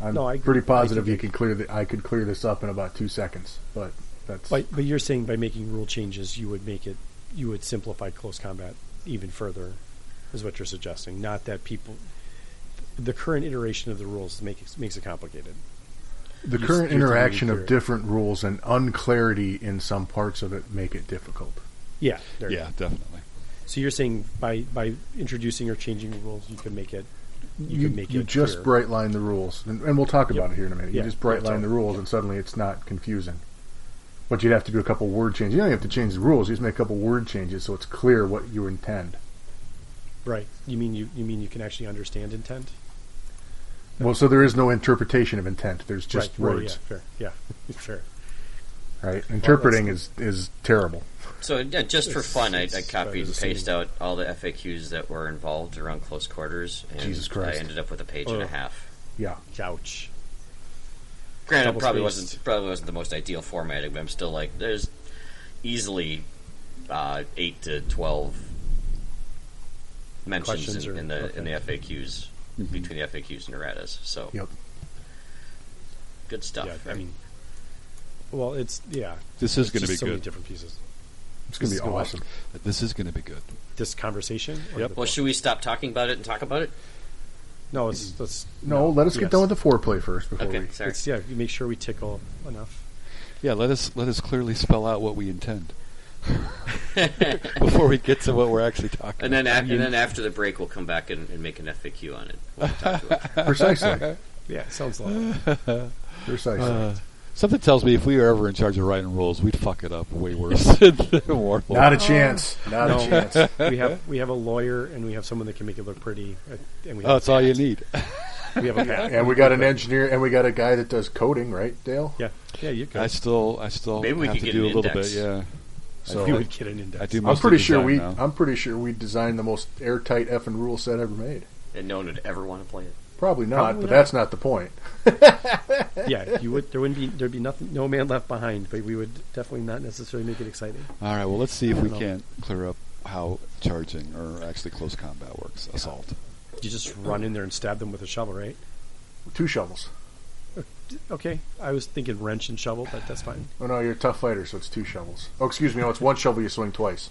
Speaker 6: I'm
Speaker 1: No, I agree.
Speaker 6: pretty
Speaker 1: I
Speaker 6: positive
Speaker 1: think I-
Speaker 6: you can clear the, I could clear this up in about two seconds. But that's
Speaker 1: But, but you're saying by making rule changes, you would make it, you would simplify close combat even further, is what you're suggesting. Not that people, the current iteration of the rules make it, makes it complicated.
Speaker 6: the
Speaker 1: you-
Speaker 6: current
Speaker 1: you have to
Speaker 6: interaction
Speaker 1: clear
Speaker 6: of
Speaker 1: it.
Speaker 6: different rules and unclarity in some parts of it make it difficult.
Speaker 1: Yeah. There you
Speaker 3: yeah,
Speaker 1: go.
Speaker 3: definitely.
Speaker 1: So you're saying by by introducing or changing rules, you can make it, you,
Speaker 6: You,
Speaker 1: can make
Speaker 6: you
Speaker 1: it
Speaker 6: just
Speaker 1: clearer.
Speaker 6: bright line the rules, and, and we'll talk
Speaker 1: Yep.
Speaker 6: about it here in a minute.
Speaker 1: Yeah,
Speaker 6: You just bright
Speaker 1: that's all.
Speaker 6: line the rules, and suddenly it's not confusing. But you'd have to do a couple word changes. You don't have to change the rules. You just make a couple word changes so it's clear what you intend.
Speaker 1: right. You mean you you mean you can actually understand intent?
Speaker 6: Well, so there is no interpretation of intent. There's just
Speaker 1: right,
Speaker 6: words.
Speaker 1: Right, yeah, fair. Yeah. fair.
Speaker 6: right? Interpreting is is terrible.
Speaker 2: So yeah, just for
Speaker 1: It's-
Speaker 2: fun, I,
Speaker 1: it's
Speaker 2: I
Speaker 1: about
Speaker 2: copied and
Speaker 1: the same.
Speaker 2: pasted out all the FAQs that were involved around close quarters, and
Speaker 6: Jesus Christ.
Speaker 2: I ended up with a page and a
Speaker 1: Ugh.
Speaker 2: half.
Speaker 6: Yeah,
Speaker 1: Ouch.
Speaker 2: Granted,
Speaker 1: Double
Speaker 2: probably
Speaker 1: spaced.
Speaker 2: wasn't probably wasn't the most ideal formatting, but I'm still like there's easily uh, eight to twelve mentions
Speaker 1: Questions
Speaker 2: in,
Speaker 1: or-
Speaker 2: in the in the
Speaker 1: okay.
Speaker 2: FAQs between the FAQs and erratas. So
Speaker 6: Yep.
Speaker 2: good stuff.
Speaker 1: yeah. I
Speaker 2: right?
Speaker 1: mean, well, it's yeah.
Speaker 3: This is
Speaker 1: It's
Speaker 3: going to
Speaker 1: just
Speaker 3: be
Speaker 1: so many
Speaker 3: good.
Speaker 1: different pieces.
Speaker 6: it's
Speaker 1: This
Speaker 6: gonna be
Speaker 1: is gonna be
Speaker 6: awesome.
Speaker 3: This is going to be good.
Speaker 1: This conversation. or
Speaker 3: Yep.
Speaker 1: the
Speaker 2: well,
Speaker 1: book?
Speaker 2: should we stop talking about it and talk about it?
Speaker 1: No, it's let's
Speaker 6: No, let us get
Speaker 1: yes.
Speaker 6: done with the foreplay first before
Speaker 2: Okay,
Speaker 6: we.
Speaker 2: sorry.
Speaker 1: It's, yeah, you make sure we tickle enough.
Speaker 3: Yeah, let us let us clearly spell out what we intend before we get to what we're actually talking.
Speaker 2: And then
Speaker 3: about.
Speaker 2: af- and then after the break, we'll come back and, and make an FAQ on it. We'll talk to it.
Speaker 6: Precisely,
Speaker 1: Yeah, it sounds like
Speaker 6: precisely.
Speaker 3: Uh, something tells me if we were ever in charge of writing rules, we'd fuck it up way worse Oh, than Warhol.
Speaker 6: not a chance. Not a
Speaker 1: No.
Speaker 6: chance.
Speaker 1: we have we have a lawyer and we have someone that can make it look pretty, uh, and we
Speaker 3: Oh,
Speaker 1: have,
Speaker 3: that's all you need.
Speaker 1: we have a patent.
Speaker 6: And we got an engineer, and we got a guy that does coding, right, Dale?
Speaker 1: Yeah, yeah, you
Speaker 3: I
Speaker 1: could.
Speaker 3: still, I still
Speaker 2: Maybe we
Speaker 3: have
Speaker 2: could
Speaker 3: to
Speaker 2: get
Speaker 3: do a
Speaker 2: an
Speaker 3: little
Speaker 2: index.
Speaker 3: bit. Yeah,
Speaker 6: So
Speaker 1: you would get an index.
Speaker 3: I do.
Speaker 6: I'm
Speaker 3: most of
Speaker 6: pretty
Speaker 3: the
Speaker 6: sure
Speaker 3: design
Speaker 6: we.
Speaker 3: now.
Speaker 6: I'm pretty sure we designed the most airtight effing rule set ever made.
Speaker 2: And no one would ever want to play it.
Speaker 6: Probably not,
Speaker 1: Probably
Speaker 6: but
Speaker 1: not.
Speaker 6: that's not the point.
Speaker 1: Yeah, you would. There wouldn't be there'd be nothing, no man left behind. But we would definitely not necessarily make it exciting.
Speaker 3: All right. Well, let's see if
Speaker 1: I
Speaker 3: we
Speaker 1: don't know.
Speaker 3: can't clear up how charging or actually close combat works. Assault.
Speaker 1: You just run in there and stab them with a shovel, right?
Speaker 6: Two shovels.
Speaker 1: Okay, I was thinking wrench and shovel, but that's fine.
Speaker 6: Oh no, you're a tough fighter, so it's two shovels. Oh, excuse me, no, it's one shovel. You swing twice.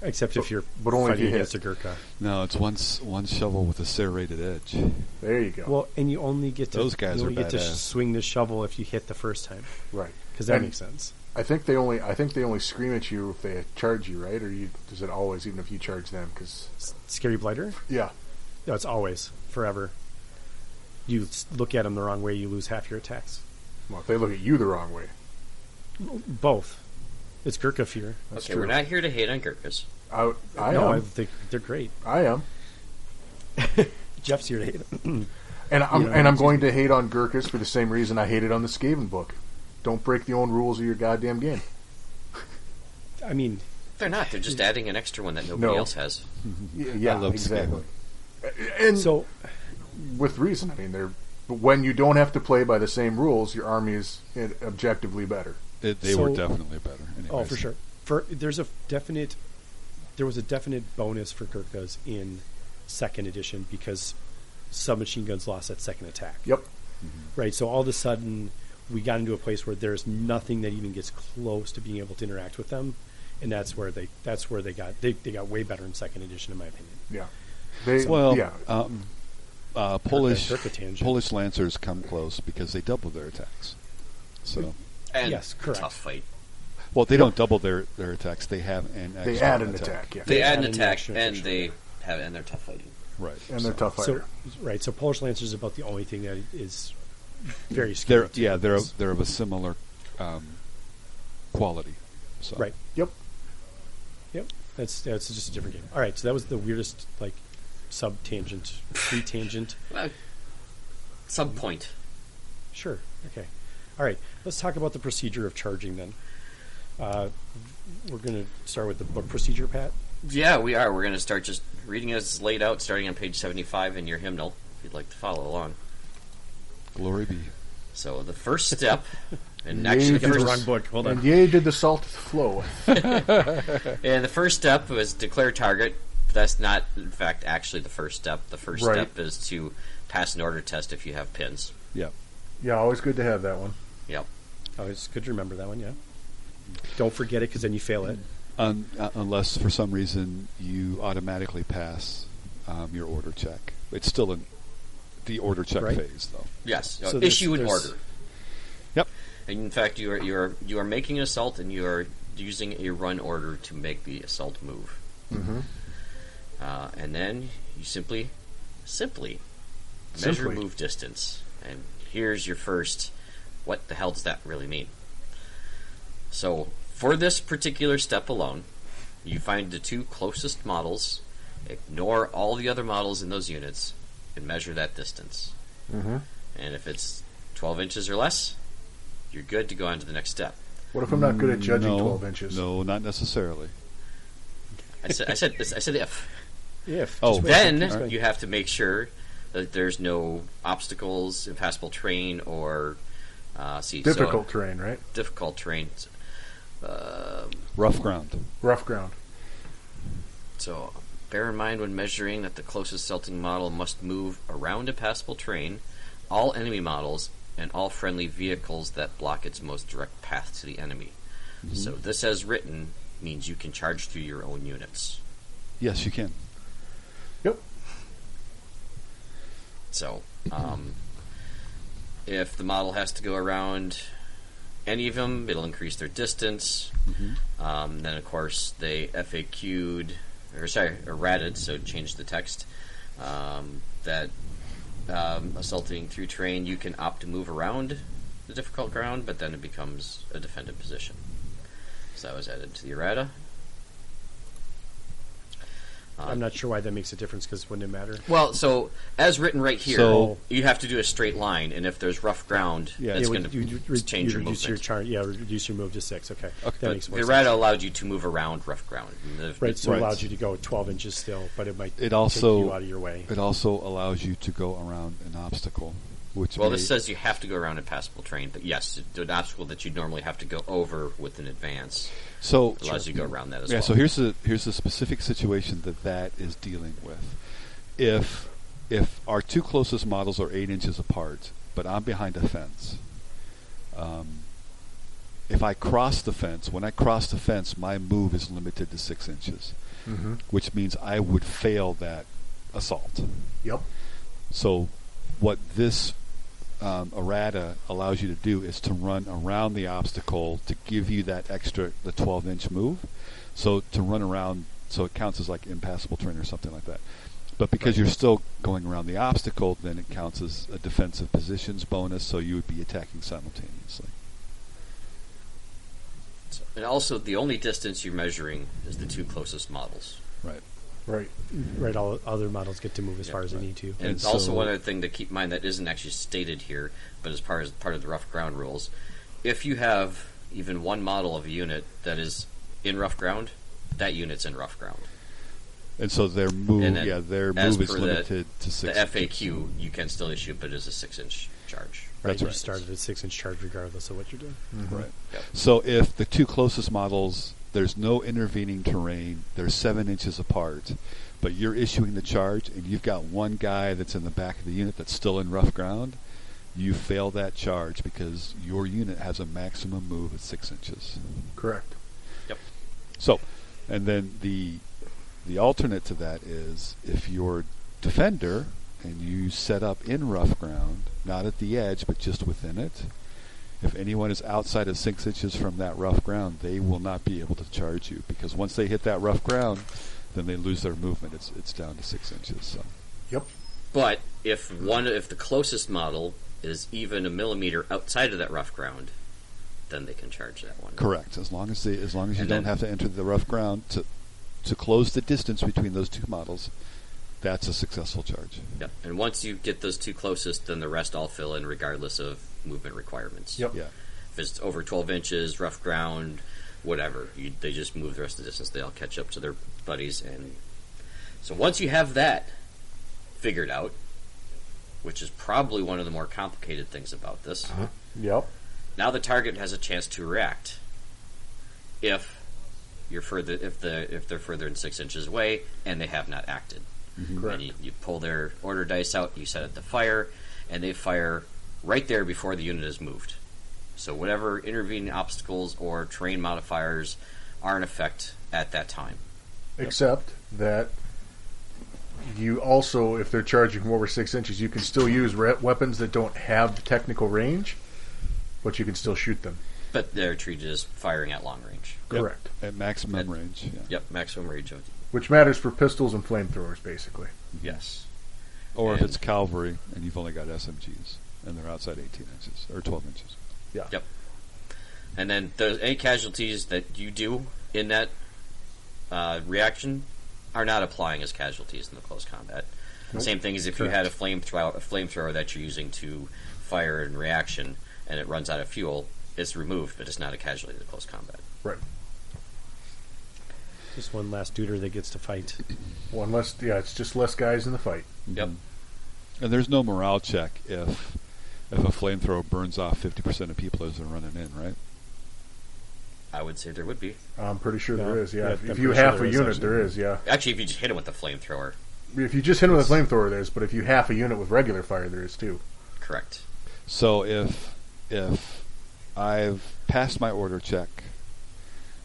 Speaker 1: Except if you're
Speaker 6: but only if
Speaker 1: fighting
Speaker 6: you hit.
Speaker 1: against a Gurkha.
Speaker 3: No, it's one s- one shovel with a serrated edge.
Speaker 6: There you go.
Speaker 1: Well, and you only get to
Speaker 3: Those guys
Speaker 1: you only
Speaker 3: are
Speaker 1: get to
Speaker 3: badass.
Speaker 1: swing the shovel if you hit the first time
Speaker 6: right.
Speaker 1: because that
Speaker 6: And-
Speaker 1: makes sense.
Speaker 6: I think they only. I think they only scream at you if they charge you, right? Or you does it always, even if you charge them? Because
Speaker 1: S- Scary blighter.
Speaker 6: yeah,
Speaker 1: No, it's always forever. You s- look at them the wrong way, you lose half your attacks.
Speaker 6: well, if they look at you the wrong way,
Speaker 1: Both. It's Gurkha fear.
Speaker 6: that's
Speaker 2: okay,
Speaker 6: true.
Speaker 2: we're not here to hate on Gurkhas.
Speaker 6: I, I
Speaker 1: no, I
Speaker 6: am.
Speaker 1: think they're great.
Speaker 6: I am.
Speaker 1: Jeff's here to hate them.
Speaker 6: And I'm
Speaker 1: Yeah,
Speaker 6: and I'm
Speaker 1: it's
Speaker 6: going to hate on Gurkhas for the same reason I hated on the Skaven book.
Speaker 4: Don't break the own rules of your goddamn game.
Speaker 1: I mean,
Speaker 2: They're not. They're just adding an extra one that nobody
Speaker 4: No.
Speaker 2: else has.
Speaker 4: Y- Yeah,
Speaker 1: love
Speaker 4: exactly. And
Speaker 1: so
Speaker 4: with reason. I mean, they're when you don't have to play by the same rules, your army is eh, objectively better.
Speaker 3: It, they
Speaker 1: So-
Speaker 3: were definitely better.
Speaker 1: oh,
Speaker 3: anyways.
Speaker 1: for sure. For there's a definite, there was a definite bonus for Gurkhas in second edition because submachine guns lost that second attack.
Speaker 4: Yep.
Speaker 1: right? So all of a sudden, we got into a place where there's nothing that even gets close to being able to interact with them, and that's where they that's where they got they, they got way better in second edition, in my opinion.
Speaker 4: Yeah. They
Speaker 3: Well,
Speaker 4: yeah.
Speaker 3: um, uh, Polish
Speaker 1: Circa tangent.
Speaker 3: Polish lancers come close because they double their attacks. So,
Speaker 2: And
Speaker 1: Yes, correct.
Speaker 2: Tough fight.
Speaker 3: well, they don't double their, their attacks. They have an extra
Speaker 4: They add an attack, yeah.
Speaker 2: They,
Speaker 1: They
Speaker 2: add
Speaker 1: add
Speaker 2: an
Speaker 1: an
Speaker 2: attack,
Speaker 1: extra
Speaker 2: and
Speaker 1: fish.
Speaker 2: they have, and they're tough fighting.
Speaker 3: right?
Speaker 4: and they're
Speaker 3: so-
Speaker 4: tough fighter.
Speaker 1: So right, so Polish Lancer is about the only thing that is very scary.
Speaker 3: They're
Speaker 1: to
Speaker 3: yeah, they're
Speaker 1: us.
Speaker 3: they're of a similar um, quality. So.
Speaker 1: right.
Speaker 4: yep.
Speaker 1: Yep, that's that's just a different game. All right, so that was the weirdest like sub tangent, pre tangent.
Speaker 2: Well, some point.
Speaker 1: Sure. Okay. All right. Let's talk about the procedure of charging then. Uh, we're going to start with the book procedure, Pat.
Speaker 2: Yeah, we are. We're going to start just reading as it's laid out, starting on page 75 in your hymnal, if you'd like to follow along.
Speaker 3: Glory be.
Speaker 2: So the first step, and
Speaker 4: Yeah,
Speaker 2: actually
Speaker 4: you
Speaker 2: the
Speaker 4: can
Speaker 2: first,
Speaker 4: run
Speaker 1: book. Hold
Speaker 4: And yea, did the salt flow?
Speaker 2: and the first step was declare target. But that's not, in fact, actually the first step. The first
Speaker 4: Right.
Speaker 2: step is to pass an order test if you have pins.
Speaker 3: Yeah.
Speaker 4: Yeah, always good to have that one.
Speaker 2: Yep.
Speaker 1: Oh, it's good to remember that one, yeah. Don't forget it because then you fail it.
Speaker 3: Un, uh, unless for some reason you automatically pass um, your order check, it's still in the order check
Speaker 1: Right.
Speaker 3: phase, though.
Speaker 2: Yes.
Speaker 1: So
Speaker 2: uh,
Speaker 1: there's-
Speaker 2: issue an
Speaker 1: there's-
Speaker 2: order.
Speaker 3: Yep.
Speaker 2: And in fact, you are you are you are making an assault, and you are using a run order to make the assault move. Mm-hmm. Uh, and then you simply, simply, measure
Speaker 4: Simply.
Speaker 2: move distance. And here's your first. What the hell does that really mean? So for this particular step alone, you find the two closest models, ignore all the other models in those units, and measure that distance. Mm-hmm. And if it's 12 inches or less, you're good to go on to the next step.
Speaker 4: What if I'm not good at judging
Speaker 3: No,
Speaker 4: twelve inches?
Speaker 3: No, not necessarily.
Speaker 2: I said, I said, this, I said if.
Speaker 1: If.
Speaker 3: Oh,
Speaker 1: just wait. Just
Speaker 2: Then
Speaker 1: wait.
Speaker 2: you have to make sure that there's no obstacles, impassable terrain, or uh, see, so
Speaker 4: Difficult terrain, right?
Speaker 2: difficult terrain. Um,
Speaker 3: Rough ground.
Speaker 4: Rough ground.
Speaker 2: So bear in mind when measuring that the closest Celtic model must move around a passable terrain, all enemy models, and all friendly vehicles that block its most direct path to the enemy.
Speaker 4: Mm-hmm.
Speaker 2: So this as written means you can charge through your own units.
Speaker 3: Yes, you can.
Speaker 4: Yep.
Speaker 2: So um, if the model has to go around any of them, it'll increase their distance. Um, then of course they FAQ'd or sorry, or ratted, so change the text. Um, that um, assaulting through terrain, you can opt to move around the difficult ground, but then it becomes a defended position. So that was added to the errata.
Speaker 1: I'm not sure why that makes a difference because wouldn't it matter?
Speaker 2: Well, so as written right here,
Speaker 3: So-
Speaker 2: you have to do a straight line, and if there's rough ground,
Speaker 3: Yeah.
Speaker 2: that's
Speaker 1: yeah,
Speaker 2: going
Speaker 1: would- you, you,
Speaker 2: to
Speaker 1: re-
Speaker 2: change
Speaker 1: you
Speaker 2: your
Speaker 1: reduce
Speaker 2: movement.
Speaker 1: your charge. Yeah, reduce your move to six. Okay.
Speaker 3: Okay.
Speaker 1: That
Speaker 2: but
Speaker 1: makes
Speaker 2: the
Speaker 1: more sense.
Speaker 2: errata allowed you to move around rough ground. And the-
Speaker 1: Right, so
Speaker 3: Right.
Speaker 1: it allows you to go 12 inches still, but it might
Speaker 3: It also
Speaker 1: take you out of your way.
Speaker 3: It also allows you to go around an obstacle, which
Speaker 2: Well,
Speaker 3: may-
Speaker 2: this says you have to go around a passable terrain, but yes, it- an obstacle that you'd normally have to go over with an advance
Speaker 3: so
Speaker 2: allows you to go around that as
Speaker 3: yeah.
Speaker 2: well.
Speaker 3: So here's the here's the specific situation that that is dealing with. If if our two closest models are eight inches apart, but I'm behind a fence, um, if I cross the fence, when I cross the fence, my move is limited to six inches,
Speaker 4: Mm-hmm.
Speaker 3: which means I would fail that assault.
Speaker 4: Yep.
Speaker 3: So, what this um, errata allows you to do is to run around the obstacle to give you that extra, the 12 inch move. So, to run around, so it counts as like impassable terrain or something like that. But because you're still going around the obstacle, then it counts as a defensive positions bonus, so you would be attacking simultaneously.
Speaker 2: and also, the only distance you're measuring is the two closest models.
Speaker 3: Right.
Speaker 4: Right.
Speaker 1: Right, all other models get to move as
Speaker 2: Yeah,
Speaker 1: far as
Speaker 2: right.
Speaker 1: they need to.
Speaker 2: And
Speaker 3: And
Speaker 2: it's also
Speaker 3: so-
Speaker 2: one other thing to keep in mind that isn't actually stated here, but as part as part of the rough ground rules, if you have even one model of a unit that is in rough ground, that unit's in rough ground.
Speaker 3: And so their move,
Speaker 2: And then,
Speaker 3: yeah, their
Speaker 2: as
Speaker 3: move is
Speaker 2: per the-
Speaker 3: limited to six.
Speaker 2: the FAQ you can still issue, but it's a six-inch charge.
Speaker 3: That's
Speaker 1: you
Speaker 3: right.
Speaker 1: started at six inch charge regardless of what you're doing.
Speaker 3: Right.
Speaker 2: Yep.
Speaker 3: So if the two closest models, there's no intervening terrain, they're seven inches apart, but you're issuing the charge and you've got one guy that's in the back of the unit that's still in rough ground, you fail that charge because your unit has a maximum move at six inches.
Speaker 4: Correct.
Speaker 3: So, and then the the alternate to that is if you're defender and you set up in rough ground, not at the edge but just within it, if anyone is outside of six inches from that rough ground, they will not be able to charge you because once they hit that rough ground, then they lose their movement. It's it's down to six inches. So
Speaker 4: Yep.
Speaker 2: But if one, if the closest model is even a millimeter outside of that rough ground, then they can charge that one.
Speaker 3: correct. As long as they, as long as you
Speaker 2: And
Speaker 3: don't
Speaker 2: then-
Speaker 3: have to enter the rough ground to to close the distance between those two models, that's a successful charge.
Speaker 2: Yep. And once you get those two closest, then the rest all fill in regardless of movement requirements.
Speaker 4: Yep.
Speaker 3: Yeah.
Speaker 2: If it's over 12 inches, rough ground, whatever, you, they just move the rest of the distance. They all catch up to their buddies. And so once you have that figured out, which is probably one of the more complicated things about this,
Speaker 4: Yep.
Speaker 2: now the target has a chance to react. If you're further, if the if they're further than six inches away and they have not acted,
Speaker 4: Correct.
Speaker 2: and you, you pull their order dice out, you set it to fire, and they fire right there before the unit is moved. So whatever intervening obstacles or terrain modifiers are in effect at that time.
Speaker 4: Except that you also, if they're charging from over six inches, you can still use re- weapons that don't have the technical range, but you can still shoot them.
Speaker 2: But they're treated as firing at long range.
Speaker 3: Yep.
Speaker 4: Correct.
Speaker 3: At maximum
Speaker 2: At-
Speaker 3: range. Yeah.
Speaker 2: Yep, maximum range of
Speaker 4: Which matters for pistols and flamethrowers, basically.
Speaker 2: yes.
Speaker 3: Or if
Speaker 2: And-
Speaker 3: it's cavalry and you've only got SMGs and they're outside 18 inches or 12 inches.
Speaker 2: And then the, any casualties that you do in that uh, reaction are not applying as casualties in the close combat. Same thing as if you had a flamethrower, a flamethrower that you're using to fire in reaction, and it runs out of fuel. It's removed, but it's not a casualty to the close combat.
Speaker 1: Just one last duder that gets to fight.
Speaker 4: One less, yeah, it's just less guys in the fight.
Speaker 2: Yep.
Speaker 3: And there's no morale check if if a flamethrower burns off 50% of people as they're running in, right?
Speaker 2: I would say there would be
Speaker 4: I'm pretty sure
Speaker 1: Yeah.
Speaker 4: there is, yeah.
Speaker 1: Yeah,
Speaker 4: if
Speaker 1: I'm
Speaker 4: if you
Speaker 1: pretty sure
Speaker 4: half
Speaker 1: there
Speaker 4: a
Speaker 1: is,
Speaker 4: unit,
Speaker 1: actually.
Speaker 4: there is, yeah.
Speaker 2: actually if you just hit him with a flamethrower.
Speaker 4: If you just hit him with a flamethrower, there is, but if you half a unit with regular fire, there is too.
Speaker 2: Correct.
Speaker 3: So if if I've passed my order check,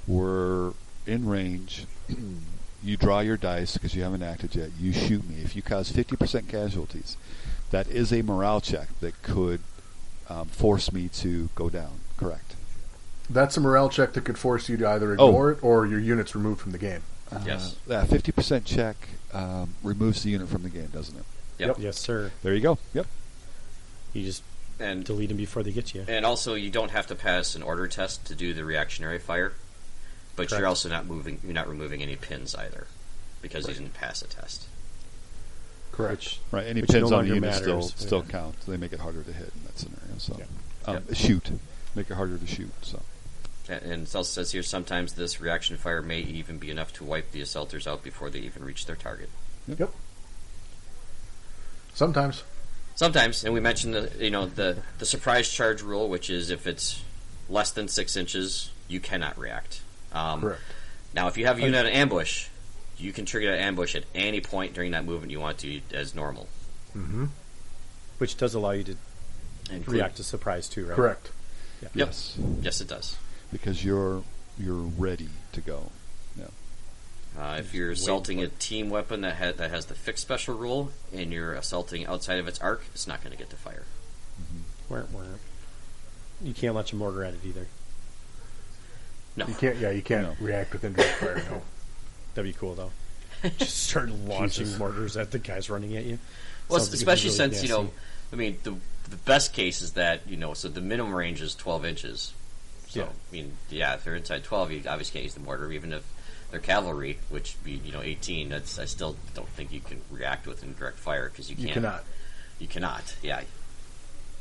Speaker 3: we're in range. you draw your dice because you haven't acted yet. You shoot me. If you cause fifty percent casualties, that is a morale check that could um, force me to go down. Correct.
Speaker 4: That's a morale check that could force you to either
Speaker 1: Oh.
Speaker 4: ignore it or your unit's removed from the game.
Speaker 2: Yes.
Speaker 3: Uh, That fifty percent check um, removes the unit from the game, doesn't it?
Speaker 2: Yep.
Speaker 1: Yes, sir.
Speaker 3: There you go. Yep.
Speaker 1: You just
Speaker 2: And
Speaker 1: delete them before they get you.
Speaker 2: and also you don't have to pass an order test to do the reactionary fire, but
Speaker 1: Correct.
Speaker 2: you're also not moving. You're not removing any pins either, because you didn't pass a test.
Speaker 1: Correct.
Speaker 3: Right. Any
Speaker 1: Which no
Speaker 3: pins on
Speaker 1: longer
Speaker 3: the unit still
Speaker 1: matters,
Speaker 3: still
Speaker 1: yeah.
Speaker 3: count. They make it harder to hit in that scenario. So
Speaker 1: Yeah.
Speaker 3: Um, shoot, make it harder to shoot. So
Speaker 2: And- And it also says here sometimes this reaction fire may even be enough to wipe the assaulters out before they even reach their target.
Speaker 4: Sometimes.
Speaker 2: Sometimes, and we mentioned the you know the the surprise charge rule, which is if it's less than six inches, you cannot react. Um,
Speaker 4: Correct.
Speaker 2: Now, if you have a unit on ambush, you can trigger that ambush at any point during that movement you want to as normal.
Speaker 4: Mm-hmm.
Speaker 1: Which does allow you to
Speaker 2: And
Speaker 1: react to surprise too, right?
Speaker 4: Correct.
Speaker 2: Yep.
Speaker 3: yes,
Speaker 2: Yes, it does.
Speaker 3: because you're you're ready to go.
Speaker 2: Uh, if you're assaulting a team weapon that ha- that has the fixed special rule, and you're assaulting outside of its arc, it's not going to get to fire.
Speaker 1: Wah, wah. You can't launch a mortar at it either.
Speaker 2: No,
Speaker 4: You can't. Yeah, you can't react with indirect fire. No.
Speaker 1: That'd be cool though. Just start launching
Speaker 4: Jesus.
Speaker 1: mortars at the guys running at you. Sounds like
Speaker 2: Well,
Speaker 1: it'd be
Speaker 2: especially
Speaker 1: really
Speaker 2: since you know,
Speaker 1: nasty.
Speaker 2: I mean, the the best case is that you know, so the minimum range is twelve inches. So
Speaker 1: Yeah.
Speaker 2: I mean, yeah, if they're inside twelve, you obviously can't use the mortar, even if they're cavalry, which would be you know eighteen. That's I still don't think you can react with indirect fire because you
Speaker 4: You
Speaker 2: can't.
Speaker 4: cannot.
Speaker 2: You cannot. Yeah.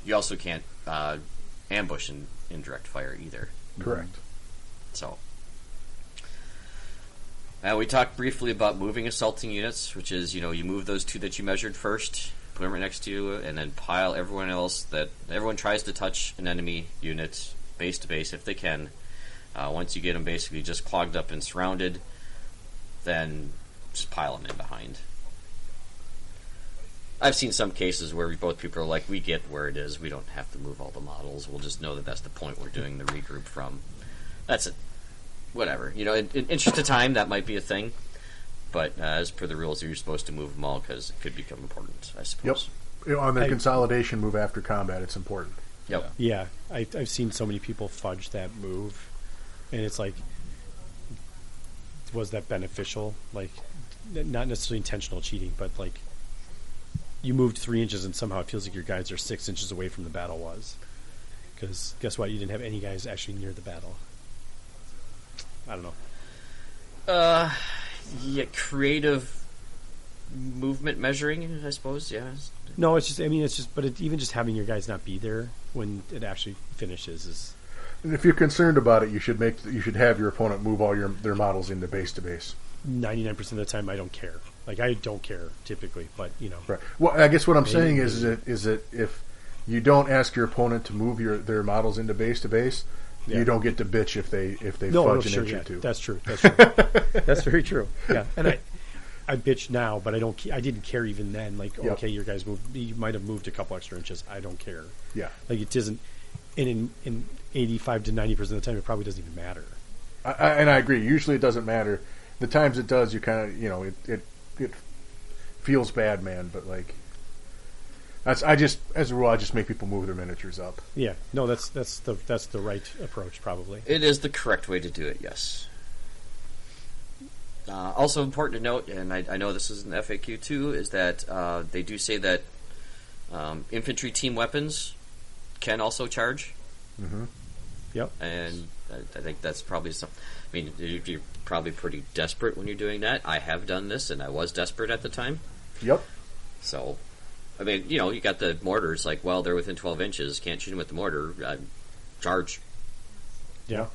Speaker 2: You also can't uh, ambush in, in direct fire either.
Speaker 6: Correct.
Speaker 2: So, uh, we talked briefly about moving assaulting units, which is you know you move those two that you measured first, put them right next to you, and then pile everyone else that everyone tries to touch an enemy unit base to base if they can. Uh, once you get them basically just clogged up and surrounded, then just pile them in behind. I've seen some cases where we both people are like, we get where it is. We don't have to move all the models. We'll just know that that's the point we're doing the regroup from. That's it. Whatever. You know, in, in interest of time, that might be a thing. But uh, as per the rules, you're supposed to move them all because it could become important, I suppose.
Speaker 6: You know, on their
Speaker 1: I-
Speaker 6: consolidation move after combat, it's important.
Speaker 2: Yep.
Speaker 1: Yeah, I, I've seen so many people fudge that move, and it's like, was that beneficial? Like, n- not necessarily intentional cheating, but like, you moved three inches, and somehow it feels like your guys are six inches away from the battle was. Because guess what? You didn't have any guys actually near the battle. I don't know.
Speaker 2: Uh, Yeah, creative movement measuring, I suppose. Yeah.
Speaker 1: No, it's just. I mean, it's just. But it, even just having your guys not be there when it actually finishes is.
Speaker 6: And if you're concerned about it, you should make you should have your opponent move all your their models into base to base.
Speaker 1: 99% of the time I don't care. Like I don't care typically, but you know.
Speaker 6: Right. Well, I guess what I'm saying is that is that if you don't ask your opponent to move your their models into base to base,
Speaker 1: Yeah.
Speaker 6: you don't get to bitch if they if they
Speaker 1: No, no,
Speaker 6: fudge an
Speaker 1: sure,
Speaker 6: inch
Speaker 1: yeah,
Speaker 6: or two.
Speaker 1: that's true. That's true. that's very true. Yeah, and I, I bitch now, but I don't. ca- I didn't care even then. Like,
Speaker 6: Yep.
Speaker 1: okay, your guys moved. You might have moved a couple extra inches. I don't care.
Speaker 6: yeah.
Speaker 1: Like it doesn't. And in in eighty five to ninety percent of the time, it probably doesn't even matter.
Speaker 6: I, I, and I agree. Usually it doesn't matter. The times it does, you kind of you know it it it feels bad, man. But like, that's I just as a rule, I just make people move their miniatures up.
Speaker 1: Yeah. No, that's that's the that's the right approach probably.
Speaker 2: It is the correct way to do it, yes. Uh, also important to note, and I, I know this is an FAQ too, is that uh, they do say that um, infantry team weapons can also charge,
Speaker 1: Yep.
Speaker 2: and I, I think that's probably some. I mean, you- you're probably pretty desperate when you're doing that. I have done this, and I was desperate at the time.
Speaker 6: Yep.
Speaker 2: So, I mean, you know, you got the mortars. Like, well, they're within 12 inches. Can't shoot them with the mortar. Uh, charge.
Speaker 1: Yeah.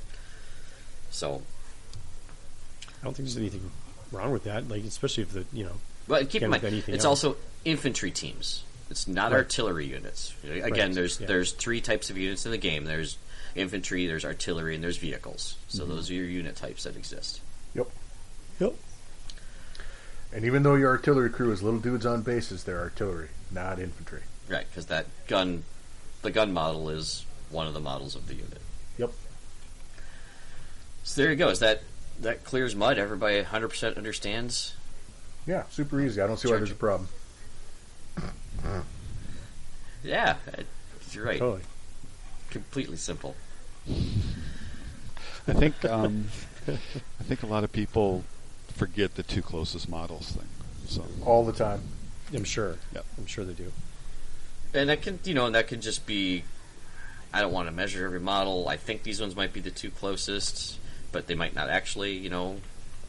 Speaker 2: So,
Speaker 1: I don't think there's anything wrong with that. Like especially if the you know
Speaker 2: Well, keep in
Speaker 1: Can't
Speaker 2: mind,
Speaker 1: have anything
Speaker 2: it's
Speaker 1: else.
Speaker 2: also infantry teams. It's not
Speaker 1: Right.
Speaker 2: artillery units. Again,
Speaker 1: Right,
Speaker 2: there's
Speaker 1: yeah.
Speaker 2: there's three types of units in the game. There's infantry, there's artillery, and there's vehicles. So
Speaker 1: Mm-hmm.
Speaker 2: those are your unit types that exist.
Speaker 6: Yep.
Speaker 1: Yep.
Speaker 6: And even though your artillery crew is little dudes on bases, they're artillery, not infantry.
Speaker 2: Right, because that gun, the gun model is one of the models of the unit.
Speaker 6: Yep.
Speaker 2: So there you go. Is that that clears mud? Everybody 100% understands.
Speaker 6: Yeah, super easy. I don't see why there's a problem.
Speaker 2: Yeah, I- you're right.
Speaker 1: totally.
Speaker 2: Completely simple.
Speaker 3: I think um, I think a lot of people forget the two closest models thing. So
Speaker 6: All the time.
Speaker 1: I'm sure.
Speaker 3: Yep.
Speaker 1: I'm sure they do.
Speaker 2: and that can you know that can just be i don't want to measure every model i think these ones might be the two closest but they might not actually you know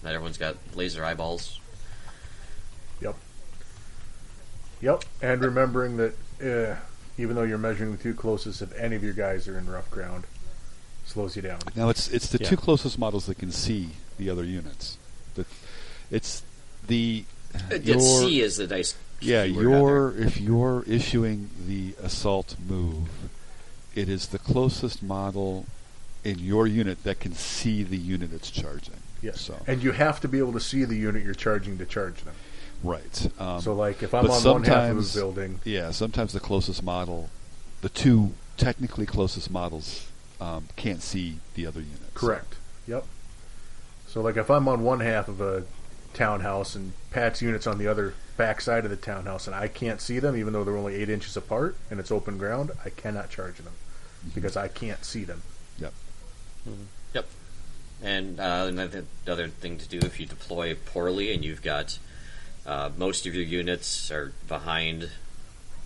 Speaker 2: not everyone's got laser eyeballs
Speaker 6: Yep. Yep. And remembering that uh, even though you're measuring the two closest, if any of your guys are in rough ground, slows you down.
Speaker 3: now it's it's the
Speaker 1: Yeah.
Speaker 3: two closest models that can see the other units. The, it's the
Speaker 2: that
Speaker 3: Uh, your-
Speaker 2: c is the nice
Speaker 3: yeah
Speaker 2: keyword out
Speaker 3: your if you're issuing the assault move, it is the closest model in your unit that can see the unit it's charging.
Speaker 6: Yes.
Speaker 3: So
Speaker 6: And you have to be able to see the unit you're charging to charge them.
Speaker 3: right. Um,
Speaker 6: so, like, if I'm
Speaker 3: but
Speaker 6: on one half of
Speaker 3: sometimes-
Speaker 6: a building,
Speaker 3: Yeah, sometimes the closest model, the two technically closest models, um, can't see the other units.
Speaker 6: correct. Yep. So, like, if I'm on one half of a townhouse and Pat's unit's on the other back side of the townhouse and I can't see them, even though they're only eight inches apart and it's open ground, I cannot charge them
Speaker 3: Mm-hmm.
Speaker 6: because I can't see them.
Speaker 3: Yep.
Speaker 2: Yep. And uh, another another thing to do if you deploy poorly and you've got uh, most of your units are behind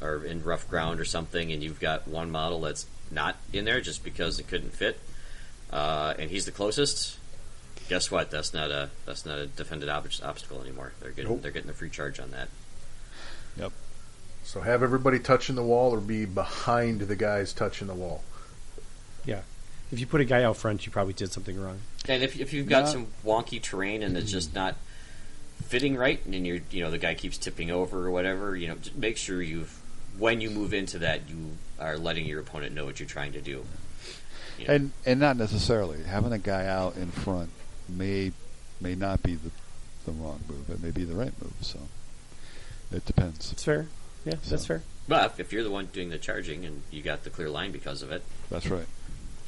Speaker 2: or in rough ground or something, and you've got one model that's not in there just because it couldn't fit, uh, and he's the closest. Guess what? That's not a that's not a defended ob- obstacle anymore. They're getting
Speaker 6: Nope.
Speaker 2: they're getting a free charge on that.
Speaker 3: Yep.
Speaker 6: So have everybody touching the wall or be behind the guys touching the wall.
Speaker 1: Yeah. If you put a guy out front, you probably did something wrong.
Speaker 2: And if, if you've got
Speaker 3: Yeah.
Speaker 2: some wonky terrain and it's just not fitting right, and then you're you know the guy keeps tipping over or whatever, you know, just make sure you've when you move into that, you are letting your opponent know what you're trying to do. Yeah.
Speaker 3: And and not necessarily having a guy out in front may may not be the the wrong move. It may be the right move. So it depends.
Speaker 1: That's fair. Yeah, that's
Speaker 3: So-
Speaker 1: fair.
Speaker 2: But if you're the one doing the charging and you got the clear line because of it,
Speaker 3: That's right.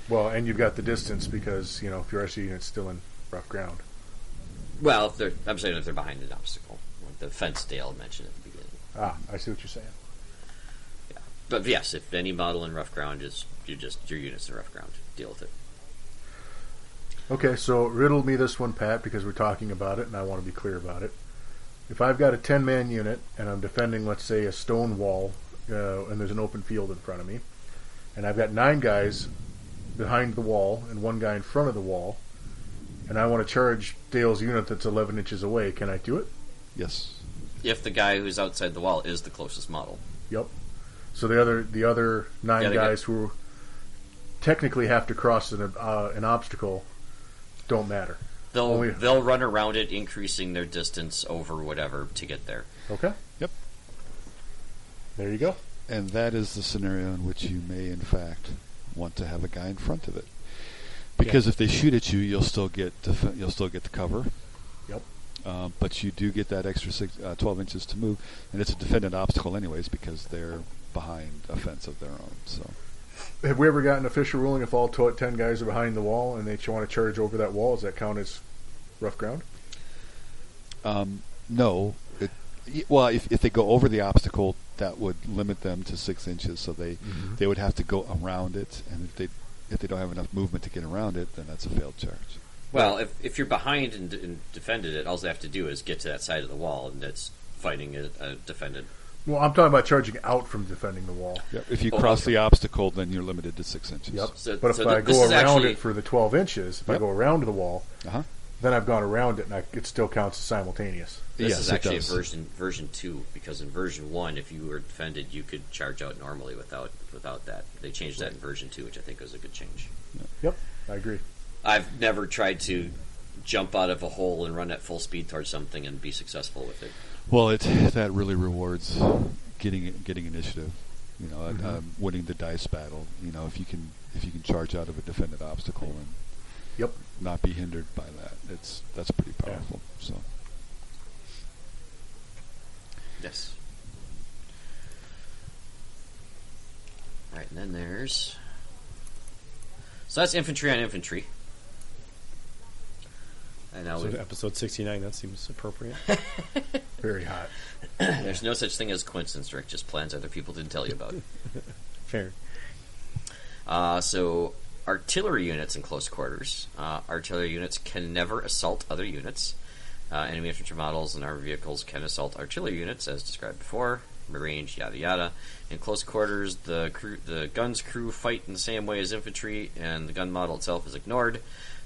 Speaker 6: Well, and you've got the distance because you know if your SU unit's still in rough ground.
Speaker 2: well, if they're I'm saying if they're behind an obstacle, like the fence Dale mentioned at the beginning.
Speaker 6: Ah, I see what you're saying.
Speaker 2: But yes, if any model in rough ground is you just your units in rough ground, deal with it.
Speaker 6: Okay, so riddle me this one, Pat, because we're talking about it and I want to be clear about it. If I've got a 10 man unit and I'm defending, let's say, a stone wall uh, and there's an open field in front of me, and I've got nine guys behind the wall and one guy in front of the wall, and I want to charge Dale's unit that's 11 inches away, can I do it?
Speaker 3: Yes.
Speaker 2: If the guy who's outside the wall is the closest model,
Speaker 6: Yep. So the other the other nine
Speaker 2: The other guy-
Speaker 6: guys who technically have to cross an, uh, an obstacle don't matter.
Speaker 2: they'll
Speaker 6: Only-
Speaker 2: they'll run around it, increasing their distance over whatever to get there.
Speaker 6: Okay.
Speaker 3: Yep.
Speaker 6: There you go.
Speaker 3: And that is the scenario in which you may, in fact, want to have a guy in front of it, because if they shoot at you, you'll still get def- you'll still get the cover.
Speaker 6: Yep.
Speaker 3: Um, but you do get that extra six, uh, 12 inches to move, and it's a defendant obstacle anyways because they're behind a fence of their own. So
Speaker 6: Have we ever gotten an official ruling if all to- ten guys are behind the wall and they want to charge over that wall? Does that count as rough ground?
Speaker 3: um, no, it, y- well, if, if they go over the obstacle, that would limit them to six inches, so they they would have to go around it, and if they if they don't have enough movement to get around it, then that's a failed charge.
Speaker 2: Well, if, if you're behind and, and defended it, all they have to do is get to that side of the wall, and that's fighting a, a defendant.
Speaker 6: Well, I'm talking about charging out from defending the wall.
Speaker 3: If you
Speaker 2: Oh,
Speaker 3: cross
Speaker 2: okay.
Speaker 3: the obstacle, then you're limited to six inches.
Speaker 6: Yep.
Speaker 2: So-
Speaker 6: but if
Speaker 2: so
Speaker 6: I
Speaker 2: th- this
Speaker 6: go
Speaker 2: is
Speaker 6: around
Speaker 2: actually-
Speaker 6: it for the 12 inches, if I
Speaker 3: Yep.
Speaker 6: go around the wall,
Speaker 3: Uh-huh.
Speaker 6: then I've gone around it and I, it still counts as simultaneous.
Speaker 2: This
Speaker 3: Yes,
Speaker 2: is
Speaker 3: it
Speaker 2: actually
Speaker 3: does.
Speaker 2: version version two because in version one, if you were defended, you could charge out normally without without that. They changed that in version two, which I think was a good change.
Speaker 6: Yep, I agree.
Speaker 2: I've never tried to jump out of a hole and run at full speed towards something and be successful with it.
Speaker 3: Well, it that really rewards getting getting initiative. You know, and, um, winning the dice battle. You know, if you can if you can charge out of a defended obstacle and
Speaker 6: Yep.
Speaker 3: not be hindered by that, it's that's pretty
Speaker 6: Yeah.
Speaker 3: powerful. So
Speaker 2: Yes. Right, and then there's. So that's infantry on infantry. And now
Speaker 1: So
Speaker 2: we've-
Speaker 1: episode 69, that seems appropriate.
Speaker 6: Very hot.
Speaker 2: there's no such thing as coincidence, Rick. Just plans other people didn't tell you about.
Speaker 1: fair.
Speaker 2: Uh, so, artillery units in close quarters. Uh, artillery units can never assault other units. Uh, enemy infantry models and armored vehicles can assault artillery units, as described before. Range, yada yada. In close quarters, the crew, the gun's crew fight in the same way as infantry, and the gun model itself is ignored.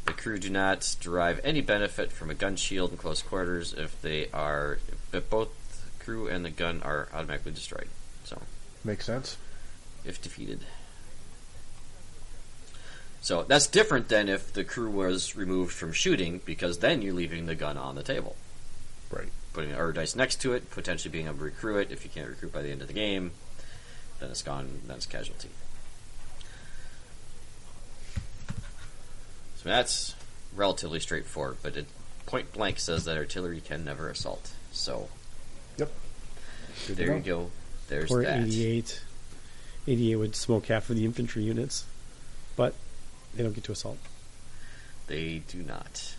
Speaker 2: The crew do not derive any benefit from a gun shield in close quarters if they are if both the crew and the gun are automatically destroyed. So
Speaker 6: Makes sense.
Speaker 2: if defeated. So that's different than if the crew was removed from shooting, because then you're leaving the gun on the table.
Speaker 6: Right.
Speaker 2: Putting an error dice next to it, potentially being able to recruit it. If you can't recruit by the end of the game, then it's gone, then it's casualty. So that's relatively straightforward, but it point blank says that artillery can never assault. So
Speaker 6: Good to
Speaker 2: there you
Speaker 6: know.
Speaker 2: go. There's
Speaker 1: Or
Speaker 2: that.
Speaker 1: 88. 88 would smoke half of the infantry units, but they don't get to assault.
Speaker 2: They do not.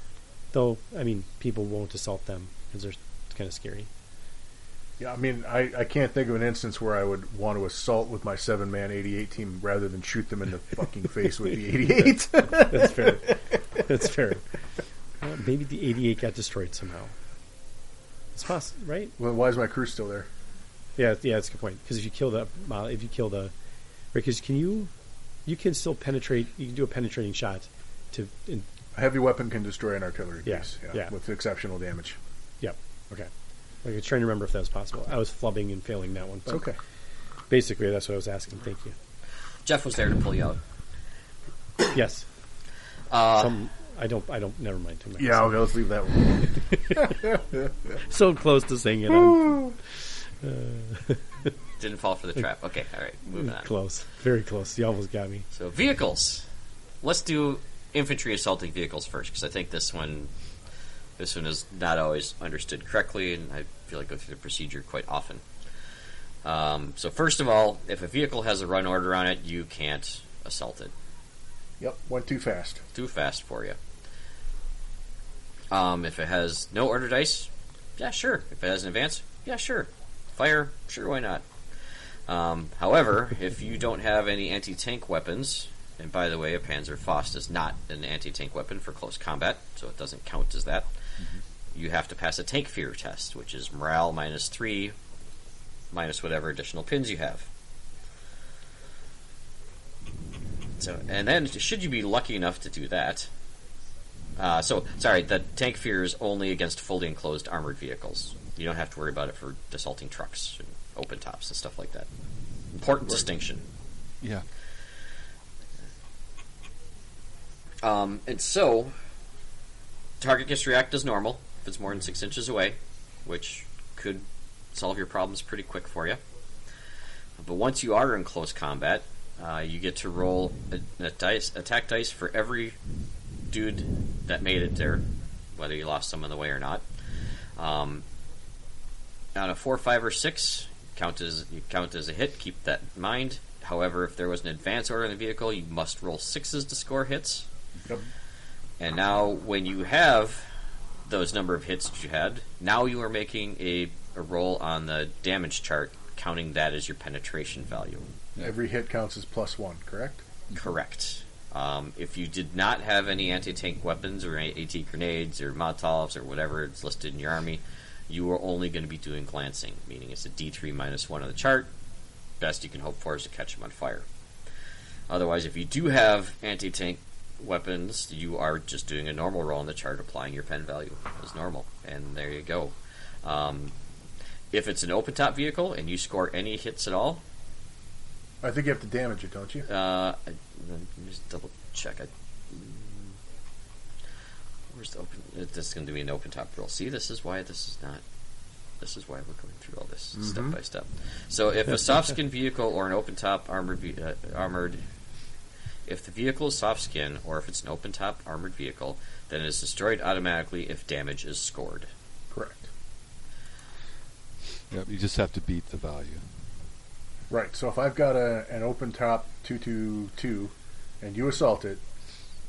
Speaker 1: Though, I mean, people won't assault them because they're kind of scary.
Speaker 6: Yeah, I mean, I, I can't think of an instance where I would want to assault with my seven man 88 team rather than shoot them in the fucking face with the 88.
Speaker 1: That's fair. That's fair. Well, maybe the 88 got destroyed somehow. It's possible, right?
Speaker 6: well, why is my crew still there?
Speaker 1: Yeah, yeah, that's a good point. Because if you kill the, uh, if you kill the, because can you, you can still penetrate. You can do a penetrating shot, to, in,
Speaker 6: A heavy weapon can destroy an artillery
Speaker 1: Yeah,
Speaker 6: piece
Speaker 1: yeah.
Speaker 6: with exceptional damage.
Speaker 1: yep, okay. Like, I was trying to remember if that was possible. I was flubbing and failing that one.
Speaker 6: It's
Speaker 1: But
Speaker 6: okay.
Speaker 1: Basically, that's what I was asking. Thank you.
Speaker 2: Jeff was there to pull you out.
Speaker 1: Yes.
Speaker 2: Uh,
Speaker 1: Some I don't I don't never mind too much.
Speaker 4: Yeah, okay, let's leave that one.
Speaker 1: So close to saying it. I'm uh,
Speaker 2: didn't fall for the trap. Okay, all right, moving on.
Speaker 1: close. Very close. You almost got me.
Speaker 2: So vehicles. Let's do infantry assaulting vehicles first, because I think this one, this one is not always understood correctly, and I feel like I go through the procedure quite often. Um, so first of all, if a vehicle has a run order on it, you can't assault it.
Speaker 4: Yep, went too fast.
Speaker 2: Too fast for you. Um, if it has no order dice, yeah, sure. If it has an advance, yeah, sure. Fire, sure, why not? Um, however, if you don't have any anti tank weapons, and by the way, a Panzer Faust is not an anti tank weapon for close combat, so it doesn't count as that, you have to pass a tank fear test, which is morale minus three, minus whatever additional pins you have. So, and then should you be lucky enough to do that? Uh, so, sorry, the tank fear is only against fully enclosed armored vehicles. You don't have to worry about it for assaulting trucks and open tops and stuff like that. Important distinction.
Speaker 3: Yeah.
Speaker 2: Um, and so, target gets react as normal if it's more than six inches away, which could solve your problems pretty quick for you. But once you are in close combat, uh, you get to roll a, a dice, attack dice for every dude that made it there, whether you lost some on the way or not. Um, on a four, five, or six, count as you count as a hit. Keep that in mind. However, if there was an advance order in the vehicle, you must roll sixes to score hits.
Speaker 4: Yep.
Speaker 2: And now, when you have those number of hits that you had, now you are making a, a roll on the damage chart, counting that as your penetration value.
Speaker 4: Every hit counts as plus one, correct?
Speaker 2: Correct. Um, if you did not have any anti-tank weapons or any AT grenades or Molotovs or whatever is listed in your army, you are only going to be doing glancing, meaning it's a D3 minus one on the chart. Best you can hope for is to catch them on fire. Otherwise, if you do have anti-tank weapons, you are just doing a normal roll on the chart, applying your pen value as normal, and there you go. Um, if it's an open-top vehicle and you score any hits at all,
Speaker 4: I think you have to damage it, don't you?
Speaker 2: uh, I, let me just double check. I, mm, where's the open? uh, This is going to be an open top roll. See, this is why this is not. This is why we're going through all this step by step. So, if a soft skin vehicle or an open top armored ve- uh, armored, if the vehicle is soft skin or if it's an open top armored vehicle, then it is destroyed automatically if damage is scored.
Speaker 4: Correct.
Speaker 3: Yep. You just have to beat the value.
Speaker 4: Right. So if I've got a, an open top two two two, and you assault it,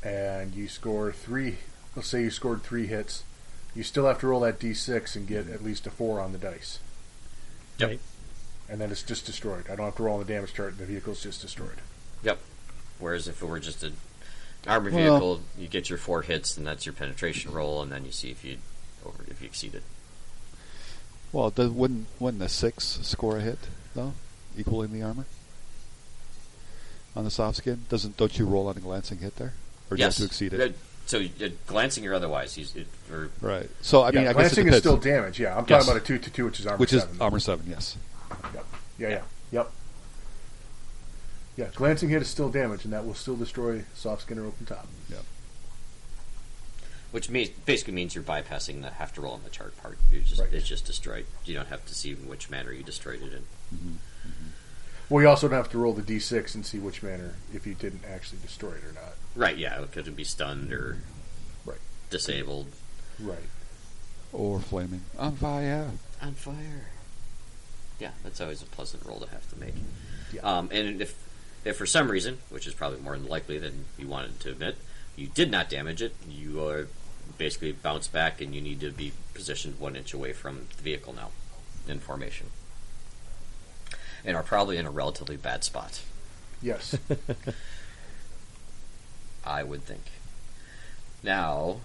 Speaker 4: and you score three, let's say you scored three hits, you still have to roll that d6 and get at least a four on the dice,
Speaker 2: Yep.
Speaker 1: Right.
Speaker 4: and then it's just destroyed. I don't have to roll on the damage chart. The vehicle's just destroyed.
Speaker 2: Whereas if it were just an armored
Speaker 3: Well-
Speaker 2: vehicle, you get your four hits, and that's your penetration roll, and then you see if you over if you exceed it.
Speaker 3: Well, does, wouldn't wouldn't the six score a hit though, equaling the armor on the soft skin? Doesn't don't you roll on a glancing hit there, or do you have to exceed it?
Speaker 2: Uh, So uh, glancing or otherwise, he's it, or
Speaker 3: Right. So I mean,
Speaker 4: yeah,
Speaker 3: I guess it
Speaker 4: glancing is
Speaker 3: depends.
Speaker 4: still damage. Yeah, I'm
Speaker 3: Yes.
Speaker 4: talking about a two two two, which is armor
Speaker 3: which is
Speaker 4: seven.
Speaker 3: armor seven. Yes.
Speaker 4: yeah, yeah, yep. Yeah, glancing hit is still damage, and that will still destroy soft skin or open top.
Speaker 2: which means basically means you're bypassing the have to roll on the chart part. You just
Speaker 4: Right.
Speaker 2: it's just destroyed. You don't have to see in which manner you destroyed it in.
Speaker 4: Well, you also don't have to roll the d6 and see which manner if you didn't actually destroy it or not.
Speaker 2: Right? Yeah, it could be stunned or
Speaker 4: Right.
Speaker 2: disabled.
Speaker 4: Right.
Speaker 3: Or flaming on fire.
Speaker 2: on fire. Yeah, that's always a pleasant roll to have to make.
Speaker 4: Yeah.
Speaker 2: Um, and if, if for some reason, which is probably more than likely than you wanted to admit, you did not damage it, you are basically bounce back, and you need to be positioned one inch away from the vehicle now, in formation, and are probably in a relatively bad spot.
Speaker 4: Yes.
Speaker 2: I would think. Now,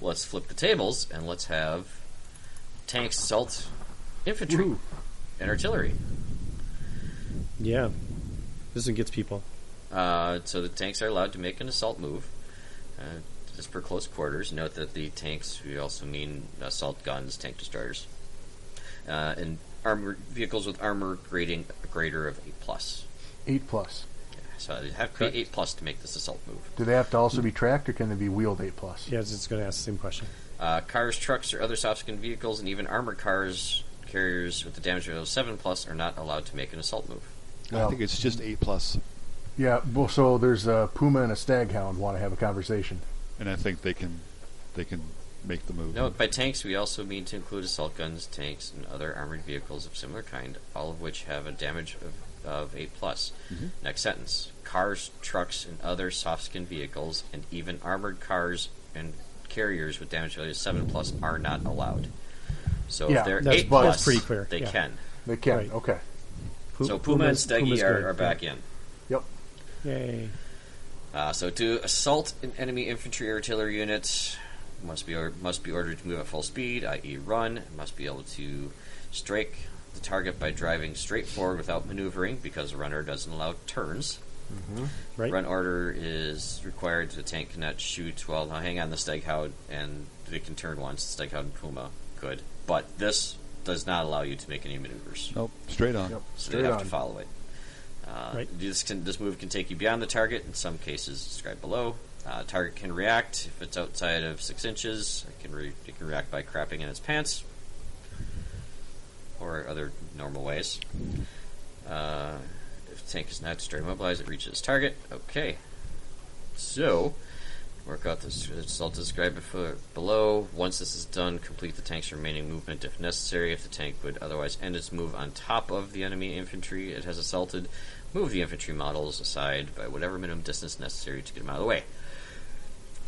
Speaker 2: let's flip the tables and let's have tanks assault infantry
Speaker 4: Woohoo.
Speaker 2: and artillery.
Speaker 1: Yeah. This one gets people.
Speaker 2: Uh, so the tanks are allowed to make an assault move. Uh, just per close quarters. Note that the tanks, we also mean assault guns, tank destroyers. Uh, and armored vehicles with armor grading greater of 8 plus.
Speaker 4: 8 plus.
Speaker 2: So it'd have to
Speaker 1: Correct.
Speaker 2: be eight plus to make this assault move.
Speaker 4: Do they have to also be tracked, or can they be wheeled eight plus?
Speaker 1: Yeah, I was just going to ask the same question.
Speaker 2: Uh, cars, trucks, or other subsequent vehicles, and even armored cars carriers with the damage ratio of seven plus are not allowed to make an assault move.
Speaker 4: Well-
Speaker 3: I think it's just eight plus,
Speaker 4: Yeah. Well, so there's a puma and a staghound want to have a conversation.
Speaker 3: and I think they can they can make the move.
Speaker 2: Note, by tanks, we also mean to include assault guns, tanks, and other armored vehicles of similar kind, all of which have a damage of, of 8 plus.
Speaker 1: Mm-hmm.
Speaker 2: Next sentence. Cars, trucks, and other soft-skinned vehicles, and even armored cars and carriers with damage value of 7 plus are not allowed. So
Speaker 4: Yeah,
Speaker 2: if they're
Speaker 1: that's-
Speaker 2: 8
Speaker 4: that's
Speaker 2: plus,
Speaker 1: pretty clear,
Speaker 2: they
Speaker 1: yeah.
Speaker 2: can.
Speaker 4: They can.
Speaker 1: Right.
Speaker 4: Okay.
Speaker 1: Pu-
Speaker 2: so Puma and
Speaker 1: Puma's-
Speaker 2: Steggy
Speaker 1: Puma's
Speaker 2: are,
Speaker 1: good,
Speaker 2: are
Speaker 1: yeah.
Speaker 2: back in.
Speaker 4: Yep.
Speaker 1: Yay.
Speaker 2: Uh, so to assault an enemy infantry or artillery unit must be or- must be ordered to move at full speed, i.e., run. Must be able to strike the target by driving straight forward without maneuvering because runner doesn't allow turns.
Speaker 1: Right?
Speaker 2: Run order is required. The tank cannot shoot. Well, now hang on, the Steghound and they can turn once. The Steghound and Puma could, but this does not allow you to make any maneuvers.
Speaker 3: Nope, straight on.
Speaker 4: Yep.
Speaker 2: So
Speaker 4: Straight
Speaker 2: they have
Speaker 4: on.
Speaker 2: to follow it. Uh,
Speaker 1: Right.
Speaker 2: This can, this move can take you beyond the target. In some cases, described below. Uh, target can react if it's outside of six inches. It can re- it can react by crapping in its pants, or other normal ways. Uh, if the tank is not destroyed, or immobilized, it reaches its target. Okay. So, work out this result described before, below. Once this is done, complete the tank's remaining movement if necessary. If the tank would otherwise end its move on top of the enemy infantry it has assaulted, move the infantry models aside by whatever minimum distance necessary to get them out of the way.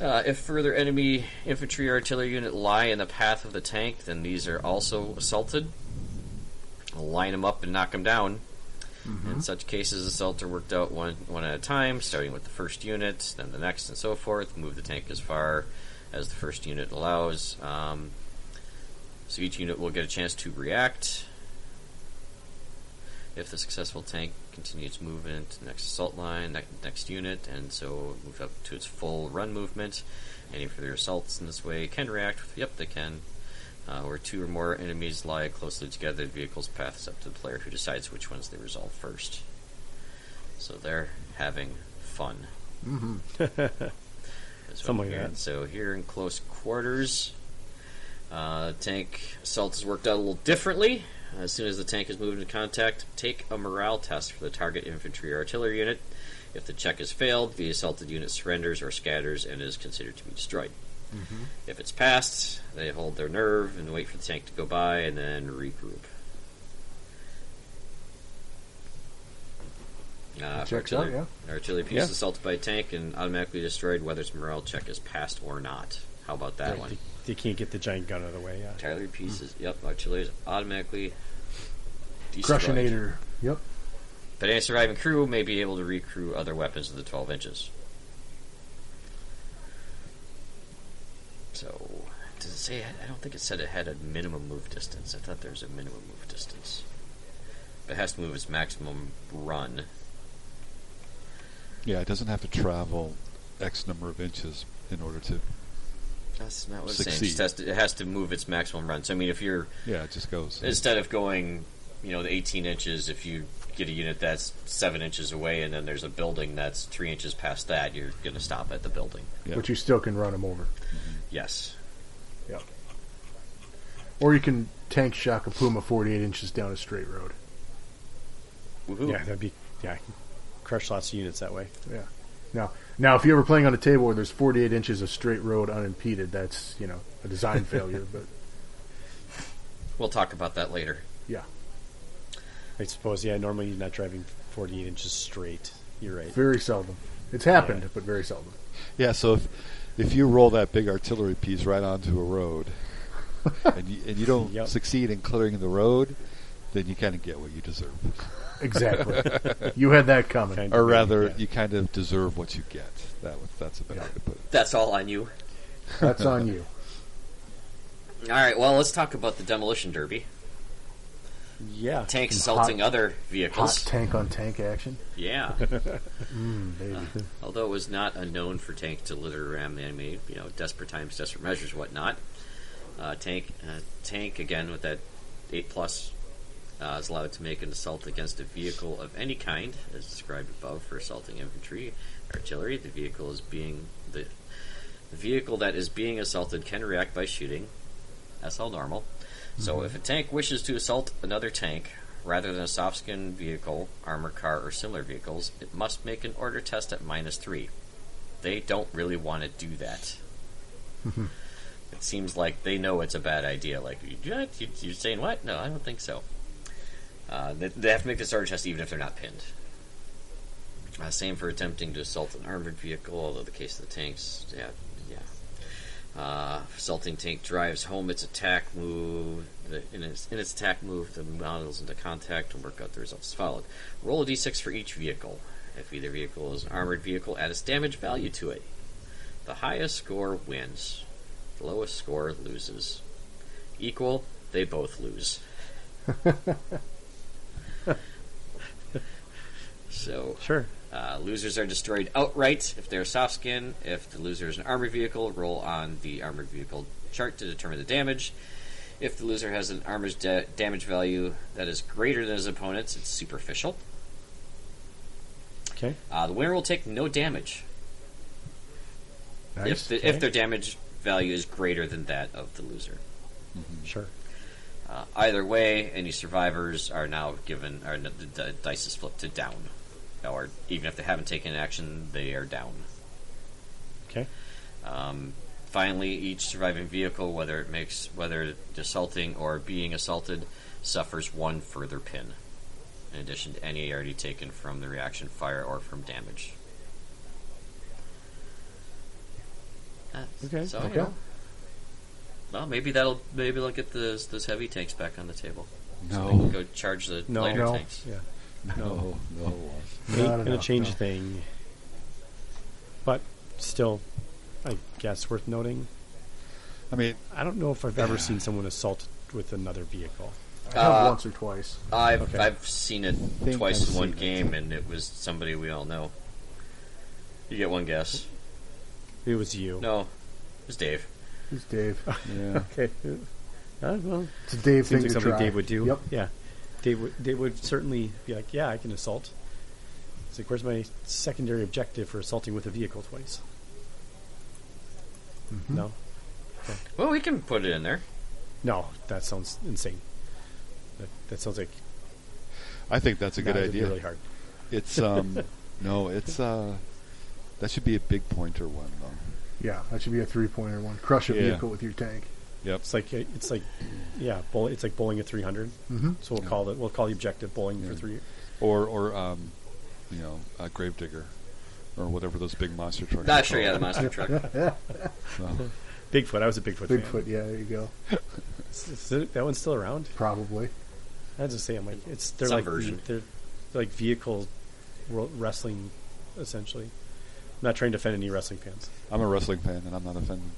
Speaker 2: Uh, if further enemy infantry or artillery unit lie in the path of the tank, then these are also assaulted. Line them up and knock them down. In such cases, assaults are worked out one, one at a time, starting with the first unit, then the next, and so forth. Move the tank as far as the first unit allows. Um, so each unit will get a chance to react. If the successful tank continues movement, next assault line, ne- next unit, and so move up to its full run movement. Any further assaults in this way can react. With, yep, they can. Uh, where two or more enemies lie closely together, the vehicle's path is up to the player who decides which ones they resolve first. So they're having fun. Mm-hmm.
Speaker 1: Something like that.
Speaker 2: So here in close quarters, uh, tank assault is worked out a little differently. As soon as the tank is moved into contact, take a morale test for the target infantry or artillery unit. If the check is failed, the assaulted unit surrenders or scatters and is considered to be destroyed.
Speaker 4: Mm-hmm.
Speaker 2: If it's passed, they hold their nerve and wait for the tank to go by and then regroup. Uh, if
Speaker 4: Checks out,
Speaker 2: artillery,
Speaker 4: yeah.
Speaker 2: an artillery piece
Speaker 1: Yeah.
Speaker 2: is assaulted by a tank and automatically destroyed whether its morale check is passed or not. How about that
Speaker 1: Right,
Speaker 2: one?
Speaker 1: They, they can't get the giant gun out of the way. Yeah.
Speaker 2: Tyler pieces. Yep, artillery is automatically destroyed.
Speaker 4: Crushinator. Yep.
Speaker 2: But any surviving crew may be able to recrew other weapons of the 12 inches. So, does it say? I don't think it said it had a minimum move distance. I thought there was a minimum move distance. But it has to move its maximum run.
Speaker 3: Yeah, it doesn't have to travel X number of inches in order to.
Speaker 2: That's not what it's saying. It,
Speaker 3: Succeed.
Speaker 2: just has to, it has to move its maximum run. So, I mean, if you're
Speaker 3: Yeah, it just goes.
Speaker 2: instead of going, you know, the 18 inches, if you get a unit that's seven inches away, and then there's a building that's three inches past that, you're going to stop at the building.
Speaker 3: Yeah.
Speaker 4: But you still can run them over,
Speaker 2: Yes.
Speaker 4: or you can tank shock a puma 48 inches down a straight road.
Speaker 2: Woohoo.
Speaker 1: Yeah, that'd be, yeah, crush lots of units that way.
Speaker 4: Yeah. Now, now, if you're ever playing on a table where there's 48 inches of straight road unimpeded, that's you know a design failure. But
Speaker 2: We'll talk about that later.
Speaker 4: yeah,
Speaker 1: I suppose, yeah, normally you're not driving 48 inches straight. You're right.
Speaker 4: very seldom. It's happened,
Speaker 1: Yeah.
Speaker 4: but very seldom.
Speaker 3: Yeah, so if if you roll that big artillery piece right onto a road, and you, and you don't
Speaker 1: Yep.
Speaker 3: succeed in clearing the road, then you kind of get what you deserve,
Speaker 4: Exactly. you had that coming.
Speaker 1: Kind
Speaker 3: or
Speaker 1: of,
Speaker 3: rather,
Speaker 1: yeah.
Speaker 3: you kind of deserve what you get. That was, that's a better way to put it.
Speaker 2: That's all on you.
Speaker 4: That's on you.
Speaker 2: All right, well, let's talk about the demolition derby.
Speaker 1: yeah.
Speaker 2: Tanks
Speaker 4: Some
Speaker 2: assaulting
Speaker 4: hot-
Speaker 2: other
Speaker 4: Hot
Speaker 2: vehicles.
Speaker 4: tank on tank action. Hmm,
Speaker 2: Yeah.
Speaker 4: Baby.
Speaker 1: Uh,
Speaker 2: Although it was not unknown for tanks to litter ram the enemy, you know, desperate times, desperate measures, whatnot. Uh, tank, uh, tank again with that eight plus uh, is allowed to make an assault against a vehicle of any kind, as described above for assaulting infantry, artillery. The vehicle is being the, the vehicle that is being assaulted can react by shooting. That's all normal. So if a tank wishes to assault another tank, rather than a soft-skin vehicle, armored car, or similar vehicles, it must make an order test at minus three. They don't really want to do that. it seems like they know it's a bad idea. Like, you do that? You- You're saying what? No, I don't think so. Uh, they, they have to make this order test even if they're not pinned. Uh, same for attempting to assault an armored vehicle, although the case of the tanks, yeah, yeah. Uh, assaulting tank drives home its attack move. The, in, its, in its attack move, the models into contact and work out the results as followed. Roll a d6 for each vehicle. If either vehicle is an armored vehicle, add its damage value to it. The highest score wins. The lowest score loses. Equal, they both lose. so
Speaker 1: Sure.
Speaker 2: uh, losers are destroyed outright if they're soft skin. If the loser is an armored vehicle, roll on the armored vehicle chart to determine the damage. If the loser has an armor's da- damage value that is greater than his opponent's, it's superficial.
Speaker 1: Okay.
Speaker 2: Uh, the winner will take no damage if, the, if their damage value is greater than that of the loser.
Speaker 1: Sure.
Speaker 2: Uh, either way, any survivors are now given, or the, the dice is flipped to down. Or even if they haven't taken action, they are down.
Speaker 1: Okay.
Speaker 2: Um, finally, each surviving vehicle, whether it makes whether assaulting or being assaulted, suffers one further pin, in addition to any already taken from the reaction fire or from damage. That's-
Speaker 1: Okay,
Speaker 2: So,
Speaker 1: okay.
Speaker 2: You know, well, maybe that'll maybe they'll get those those heavy tanks back on the table. They can
Speaker 3: No,
Speaker 2: go charge the
Speaker 1: No,
Speaker 2: lighter
Speaker 4: no.
Speaker 2: tanks.
Speaker 1: Yeah.
Speaker 3: no, no.
Speaker 1: Ain't
Speaker 4: Not
Speaker 1: gonna
Speaker 4: enough,
Speaker 1: change
Speaker 4: no.
Speaker 1: a thing. But still, I guess worth noting.
Speaker 3: I mean,
Speaker 1: I don't know if I've ever seen someone assaulted with another vehicle.
Speaker 4: I have
Speaker 2: Uh,
Speaker 4: once or twice.
Speaker 2: I've
Speaker 1: Okay.
Speaker 2: I've seen it
Speaker 4: think
Speaker 2: twice
Speaker 4: I've
Speaker 2: in one
Speaker 4: seen it.
Speaker 2: game, and it was somebody we all know. You get one guess.
Speaker 1: It was you.
Speaker 2: No, it was Dave.
Speaker 4: It's Dave.
Speaker 3: yeah.
Speaker 1: Okay. Uh, well,
Speaker 4: It's a Dave
Speaker 1: seems
Speaker 4: thing
Speaker 1: like
Speaker 4: to
Speaker 1: something
Speaker 4: try.
Speaker 1: Dave would do.
Speaker 4: Yep.
Speaker 1: Yeah. Dave would, Dave would certainly be like, yeah, I can assault. It's like, where's my secondary objective for assaulting with a vehicle twice?
Speaker 4: Mm-hmm.
Speaker 1: No?
Speaker 2: Well, we can put it in there.
Speaker 1: No, that sounds insane. That, that sounds like
Speaker 3: I think that's a
Speaker 1: that
Speaker 3: good
Speaker 1: would be
Speaker 3: idea.
Speaker 1: really hard.
Speaker 3: It's um, no, it's uh, that should be a big pointer one though.
Speaker 4: Yeah, that should be a three pointer one. Crush a
Speaker 3: Yeah.
Speaker 4: vehicle with your tank.
Speaker 3: Yep.
Speaker 1: It's like it's like yeah, bowl, it's like bowling at 300.
Speaker 4: Mm-hmm.
Speaker 1: So we'll call it we'll call the objective bowling for
Speaker 3: Yeah.
Speaker 1: three.
Speaker 3: Or or um, you know, a gravedigger, or whatever those big monster trucks.
Speaker 2: Not
Speaker 3: are
Speaker 2: sure. Yeah, the
Speaker 3: called.
Speaker 2: monster truck.
Speaker 3: So,
Speaker 1: Bigfoot. I was a Bigfoot.
Speaker 4: Bigfoot, yeah, there you go.
Speaker 1: Fan. Is- is it- that one's still around.
Speaker 4: Probably.
Speaker 1: I was just saying, like it's they're
Speaker 2: Some
Speaker 1: like
Speaker 2: version.
Speaker 1: they're they're like vehicle ro- wrestling, essentially. I'm not trying to offend any wrestling fans.
Speaker 3: I'm a wrestling fan, and I'm not offended.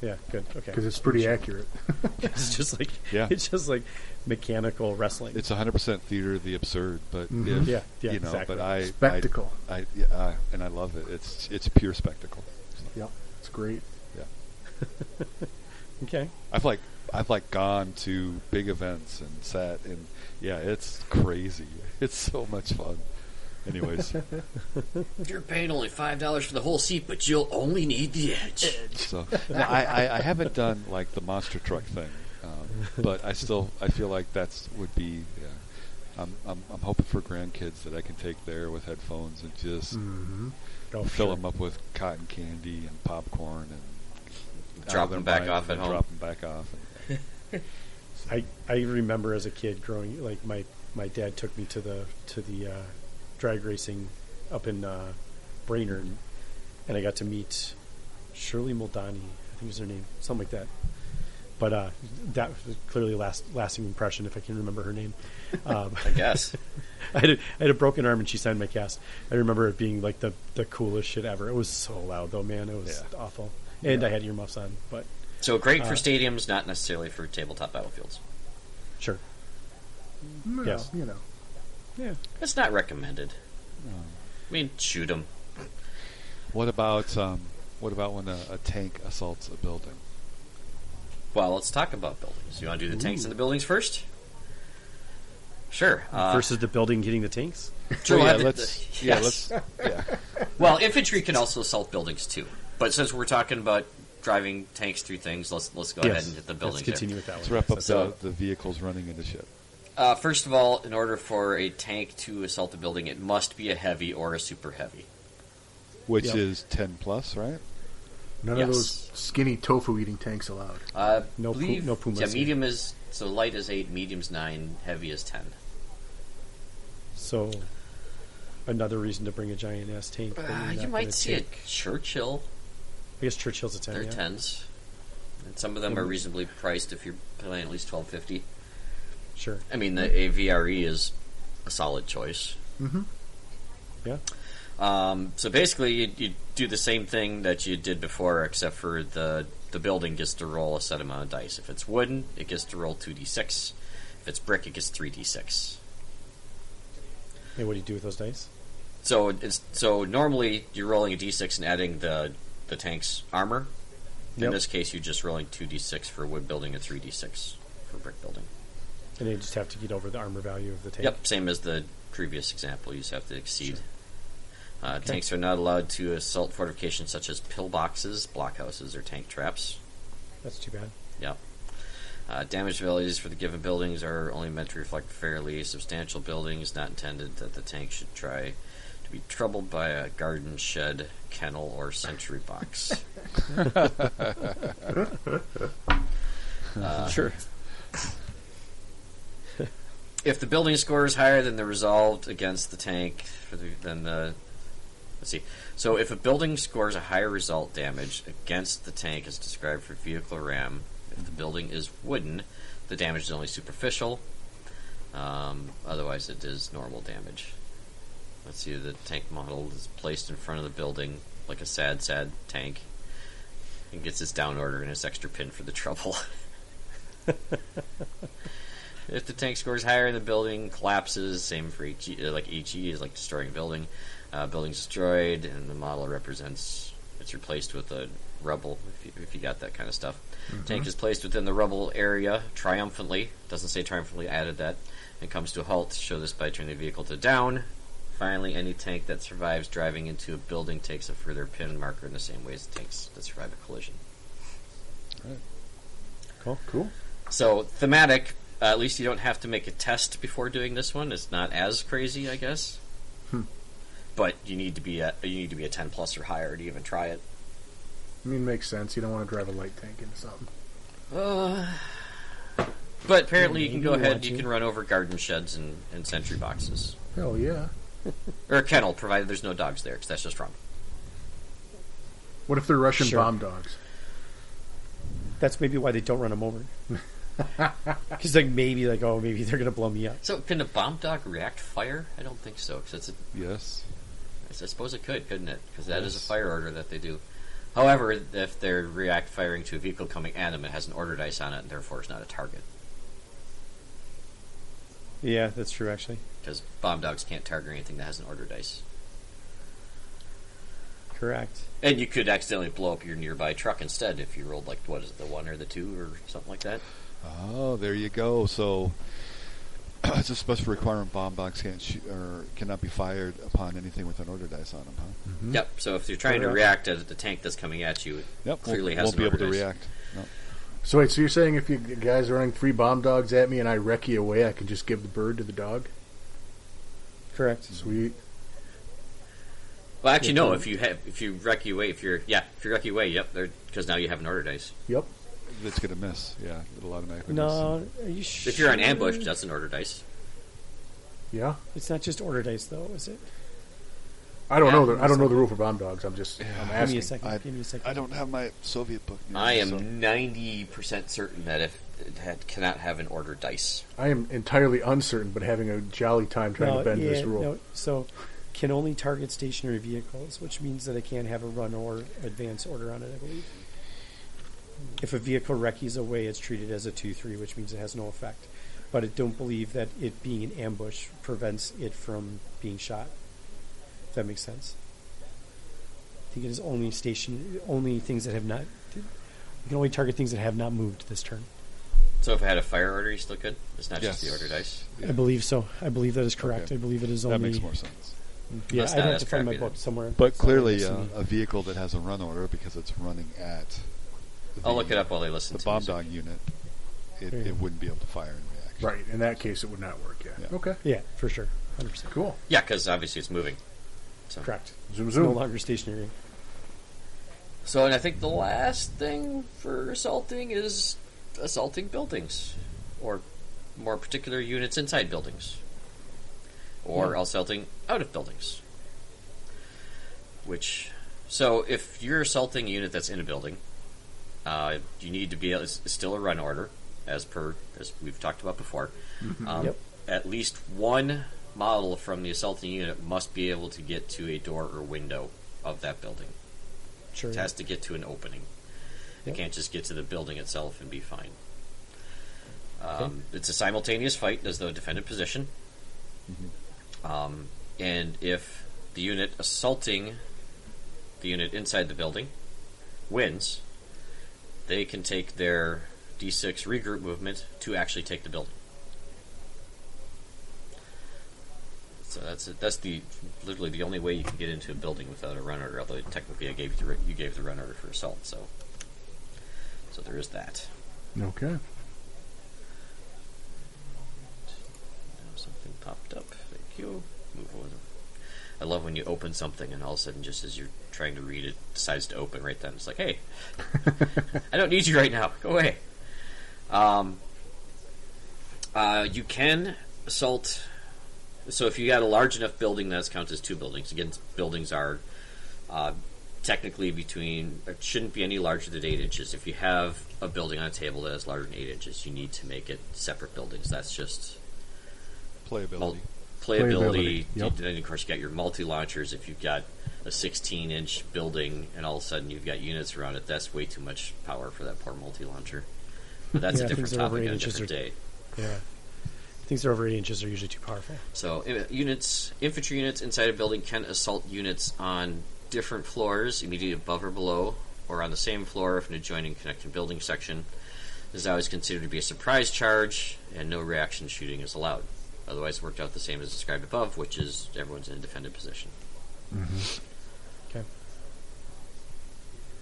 Speaker 1: Yeah, good. Okay,
Speaker 4: Because it's pretty accurate.
Speaker 1: it's just like
Speaker 3: Yeah.
Speaker 1: it's just like mechanical wrestling.
Speaker 3: It's 100 percent theater of the absurd, but
Speaker 4: Mhm.
Speaker 3: if,
Speaker 1: Mm-hmm. Yeah, yeah,
Speaker 3: you know,
Speaker 1: exactly.
Speaker 3: but I I-
Speaker 4: Spectacle.
Speaker 3: I, yeah, I- and I love it. It's it's pure spectacle.
Speaker 4: Yep. It's great.
Speaker 3: Yeah.
Speaker 1: okay,
Speaker 3: I've like I've like gone to big events and sat and yeah, it's crazy. It's so much fun. Anyways,
Speaker 2: You're paying only five dollars for the whole seat, but you'll only need the edge.
Speaker 3: so no, I, I I haven't done like the monster truck thing, um, but I still I feel like that's would be. Yeah, I'm, I'm I'm hoping for grandkids that I can take there with headphones and just
Speaker 4: Mm-hmm.
Speaker 1: oh,
Speaker 3: fill
Speaker 1: sure.
Speaker 3: them up with cotton candy and popcorn and
Speaker 2: Drop
Speaker 3: out their
Speaker 2: 'em back
Speaker 3: minds
Speaker 2: off
Speaker 3: and
Speaker 2: at home.
Speaker 3: Drop them back off. And,
Speaker 1: I I remember as a kid growing like my my dad took me to the to the uh, drag racing up in uh, Brainerd, and I got to meet Shirley Moldani. I think is her name, something like that. But uh, that was clearly last lasting impression, if I can remember her name. Um,
Speaker 2: I guess.
Speaker 1: I had, a, I had a broken arm and she signed my cast. I remember it being like the, the coolest shit ever. It was so loud though, man. It was
Speaker 3: Yeah.
Speaker 1: awful. And I had earmuffs on, but
Speaker 2: So great
Speaker 3: Uh.
Speaker 2: for stadiums, not necessarily for tabletop battlefields.
Speaker 1: sure.
Speaker 4: No,
Speaker 1: Yes.
Speaker 4: You know.
Speaker 1: Yeah.
Speaker 2: It's not recommended.
Speaker 3: Uh.
Speaker 2: I mean, shoot them.
Speaker 3: what about um, what about when a, a tank assaults a building?
Speaker 2: Well, let's talk about buildings. You want to do the tanks and the buildings first? Sure. Uh,
Speaker 1: versus the building hitting the tanks.
Speaker 2: Sure, we'll
Speaker 3: Oh, yeah,
Speaker 2: have the-
Speaker 3: let's.
Speaker 2: the-
Speaker 3: Yeah,
Speaker 2: yes.
Speaker 3: let's. Yeah.
Speaker 2: Well, infantry can also assault buildings too. But since we're talking about driving tanks through things, let's let's go ahead and hit the building.
Speaker 1: Let's continue with that
Speaker 3: Let's
Speaker 1: one.
Speaker 3: wrap up
Speaker 2: So-
Speaker 3: the, the vehicles running into ship.
Speaker 2: Uh, first of all, in order for a tank to assault the building, it must be a heavy or a super heavy.
Speaker 3: Which
Speaker 1: Yep.
Speaker 3: is 10 plus, right?
Speaker 6: None
Speaker 2: Yes.
Speaker 6: of those skinny tofu eating tanks allowed.
Speaker 2: Uh,
Speaker 1: No pu-
Speaker 2: believe,
Speaker 1: no pumas
Speaker 2: Yeah,
Speaker 1: here.
Speaker 2: medium is so light is eight, medium's nine, heavy is ten.
Speaker 1: So another reason to bring a giant ass tank. but you're
Speaker 2: Uh, you
Speaker 1: not
Speaker 2: might
Speaker 1: gonna
Speaker 2: see a
Speaker 1: take-
Speaker 2: Churchill.
Speaker 1: I guess Churchill's a ten.
Speaker 2: They're
Speaker 1: yeah.
Speaker 2: tens, and some of them are reasonably priced if you're paying at least twelve fifty.
Speaker 1: Sure.
Speaker 2: I mean, the AVRE E is a solid choice.
Speaker 6: Mm-hmm.
Speaker 1: Yeah.
Speaker 2: Um, so basically, you, you do the same thing that you did before, except for the the building gets to roll a set amount of dice. If it's wooden, it gets to roll two d six. If it's brick, it gets three d six.
Speaker 1: And what do you do with those dice?
Speaker 2: So it's so normally you're rolling a d six and adding the the tank's armor. In
Speaker 1: Yep.
Speaker 2: this case, you're just rolling two d six for wood building and three d six for brick building.
Speaker 1: And they just have to get over the armor value of the tank.
Speaker 2: Yep, same as the previous example. You just have to exceed. Uh, Tanks are not allowed to assault fortifications such as pillboxes, blockhouses, or tank traps.
Speaker 1: That's too bad.
Speaker 2: Uh, damage values for the given buildings are only meant to reflect fairly substantial buildings, not intended that the tank should try to be troubled by a garden shed, kennel, or sentry box. Uh,
Speaker 1: sure.
Speaker 2: if the building score is higher than the resolved against the tank, for the, then the let's see. So if a building scores a higher result damage against the tank as described for vehicle ram, if the building is wooden, the damage is only superficial. Um, otherwise, it is normal damage. Let's see. The tank model is placed in front of the building like a sad, sad tank. And gets its down order and its extra pin for the trouble. If the tank scores higher, the building collapses. Same for HE. uh, Like HE is like destroying a building. Uh, building's destroyed, and the model represents. It's replaced with a rubble. If you, if you got that kind of stuff, tank is placed within the rubble area triumphantly. Doesn't say triumphantly. I Added that, and comes to a halt. Show this by turning the vehicle to down. Finally, any tank that survives driving into a building takes a further pin marker in the same way as tanks that survive a collision.
Speaker 1: Cool. Cool.
Speaker 2: So thematic. Uh, at least you don't have to make a test before doing this one. It's not as crazy, I guess.
Speaker 1: Hmm.
Speaker 2: But you need to be a you need to be a ten plus or higher to even try it.
Speaker 6: I mean, makes sense. You don't want to drive a light tank into something.
Speaker 2: But apparently, you can
Speaker 1: Maybe
Speaker 2: go
Speaker 1: you
Speaker 2: ahead.
Speaker 1: want
Speaker 2: You
Speaker 1: to.
Speaker 2: can run over garden sheds and, and sentry boxes
Speaker 6: Hell yeah.
Speaker 2: or a kennel, provided there's no dogs there, because that's just wrong.
Speaker 6: What if they're Russian
Speaker 1: Sure.
Speaker 6: bomb dogs?
Speaker 1: That's maybe why they don't run them over. Because like maybe like oh maybe they're gonna blow me up.
Speaker 2: So can a bomb dog react fire? I don't think so, because it's a
Speaker 3: Yes.
Speaker 2: I s- I suppose it could, couldn't it? Because that is a
Speaker 3: Yes.
Speaker 2: fire order that they do. However, if they react firing to a vehicle coming at them, it has an order dice on it, and therefore it's not a target.
Speaker 1: Yeah, that's true actually.
Speaker 2: Because bomb dogs can't target anything that has an order dice.
Speaker 1: Correct.
Speaker 2: And you could accidentally blow up your nearby truck instead if you rolled like what is it, the one or the two or something like that.
Speaker 3: Oh, there you go. So it's a special requirement. Bomb box can't shoot or cannot be fired upon anything with an order dice on them, huh?
Speaker 2: Yep. So if you're trying to
Speaker 1: Correct.
Speaker 2: react at the tank that's coming at you, it
Speaker 3: Yep.
Speaker 2: clearly has
Speaker 3: won't, won't
Speaker 2: an
Speaker 3: be able
Speaker 2: order
Speaker 3: to
Speaker 2: dice.
Speaker 3: react. No.
Speaker 6: So wait, so you're saying if you the guys are running three bomb dogs at me and I wreck you away, I can just give the bird to the dog?
Speaker 1: Correct.
Speaker 6: Sweet.
Speaker 2: Well, actually, no. If you have, if you wreck your way, if you're yeah, if you wreck your way, yep, because now you have an order dice.
Speaker 6: Yep.
Speaker 3: It's going to miss. Yeah. It'll automatically miss.
Speaker 1: No, are you sure?
Speaker 2: If you're on ambush, that's an order dice.
Speaker 6: Yeah.
Speaker 1: It's not just order dice though, is it?
Speaker 6: I don't know.
Speaker 1: Yeah,
Speaker 6: The, I don't know the rule for bomb dogs. I'm just. I'm
Speaker 1: Give me a
Speaker 6: asking.
Speaker 1: second.
Speaker 3: I,
Speaker 1: give me a second.
Speaker 3: I don't have my Soviet book. Near
Speaker 2: I
Speaker 3: me, so-
Speaker 2: am ninety percent certain that if it had, cannot have an order dice.
Speaker 6: I am entirely uncertain, but having a jolly time trying to bend this rule.
Speaker 1: no, so can only target stationary vehicles, which means that I can't have a run or advance order on it, I believe. If a vehicle recce's away, it's treated as a 2-3, which means it has no effect. But I don't believe that it being an ambush prevents it from being shot. If that makes sense. I think it is only station, only things that have not. You can only target things that have not moved this turn.
Speaker 2: So if I had a fire order, you still could. It's not just the
Speaker 3: Yes.
Speaker 2: order dice.
Speaker 3: Yeah.
Speaker 1: I believe so. I believe that is correct.
Speaker 3: Okay.
Speaker 1: I believe it is
Speaker 3: That
Speaker 1: only.
Speaker 3: makes more sense.
Speaker 1: Yeah,
Speaker 2: That's
Speaker 1: I'd
Speaker 2: not
Speaker 1: have
Speaker 2: as
Speaker 1: to find my
Speaker 2: crappy then.
Speaker 1: book somewhere.
Speaker 3: But clearly, uh,
Speaker 1: Somewhere
Speaker 3: a vehicle that has a run order because it's running at the,
Speaker 2: I'll look it up while they listen
Speaker 3: the
Speaker 2: to
Speaker 3: bomb
Speaker 2: music.
Speaker 3: dog unit, it,
Speaker 1: Yeah.
Speaker 3: it wouldn't be able to fire in reaction.
Speaker 6: Right. In that case, it would not work. Yeah.
Speaker 3: Yeah.
Speaker 6: Okay.
Speaker 1: Yeah, for sure. 100%.
Speaker 6: Cool.
Speaker 2: Yeah, because obviously it's moving. So.
Speaker 1: Correct.
Speaker 6: Zoom
Speaker 1: It's no
Speaker 6: zoom.
Speaker 1: longer stationary.
Speaker 2: So, and I think the last thing for assaulting is assaulting buildings, or more particular units inside buildings, or assaulting out of buildings. Which, so if you're assaulting a unit that's in a building, uh, you need to be it's still a run order, as per as we've talked about before. Um,
Speaker 1: Yep.
Speaker 2: At least one model from the assaulting unit must be able to get to a door or window of that building.
Speaker 1: Sure.
Speaker 2: It has to get to an opening.
Speaker 1: Yep.
Speaker 2: It can't just get to the building itself and be fine. Um, It's a simultaneous fight as though defended position.
Speaker 1: Mm-hmm.
Speaker 2: Um, and if the unit assaulting the unit inside the building wins, they can take their D6 regroup movement to actually take the building. So that's it. That's the literally the only way you can get into a building without a run order. Although technically, I gave you the, re- you gave the run order for assault, so so there is that.
Speaker 6: Okay.
Speaker 2: Now something popped up. Thank you. Move over. I love when you open something and all of a sudden, just as you're trying to read it, decides to open right then. It's like, hey, I don't need you right now. Go away. Um, uh, you can assault. So if you got a large enough building, that's counted as two buildings. Again, buildings are uh, technically between. It shouldn't be any larger than eight inches. If you have a building on a table that is larger than eight inches, you need to make it separate buildings. That's just
Speaker 3: Playability.
Speaker 2: Mul- playability.
Speaker 6: Playability, yep.
Speaker 2: You- Then, of course, you got your multi launchers. If you've got a 16 inch building and all of a sudden you've got units around it, that's way too much power for that poor multi launcher. But that's
Speaker 1: Yeah,
Speaker 2: a different
Speaker 1: things that are over
Speaker 2: topic
Speaker 1: eight
Speaker 2: on a
Speaker 1: inches
Speaker 2: different
Speaker 1: are-
Speaker 2: day.
Speaker 1: Yeah. Things that are over eight inches are usually too powerful.
Speaker 2: So, i- units, infantry units inside a building can assault units on different floors, immediately above or below, or on the same floor if an adjoining connected building section. This is always considered to be a surprise charge, and no reaction shooting is allowed. Otherwise, it worked out the same as described above, which is everyone's in a defended position.
Speaker 1: Okay.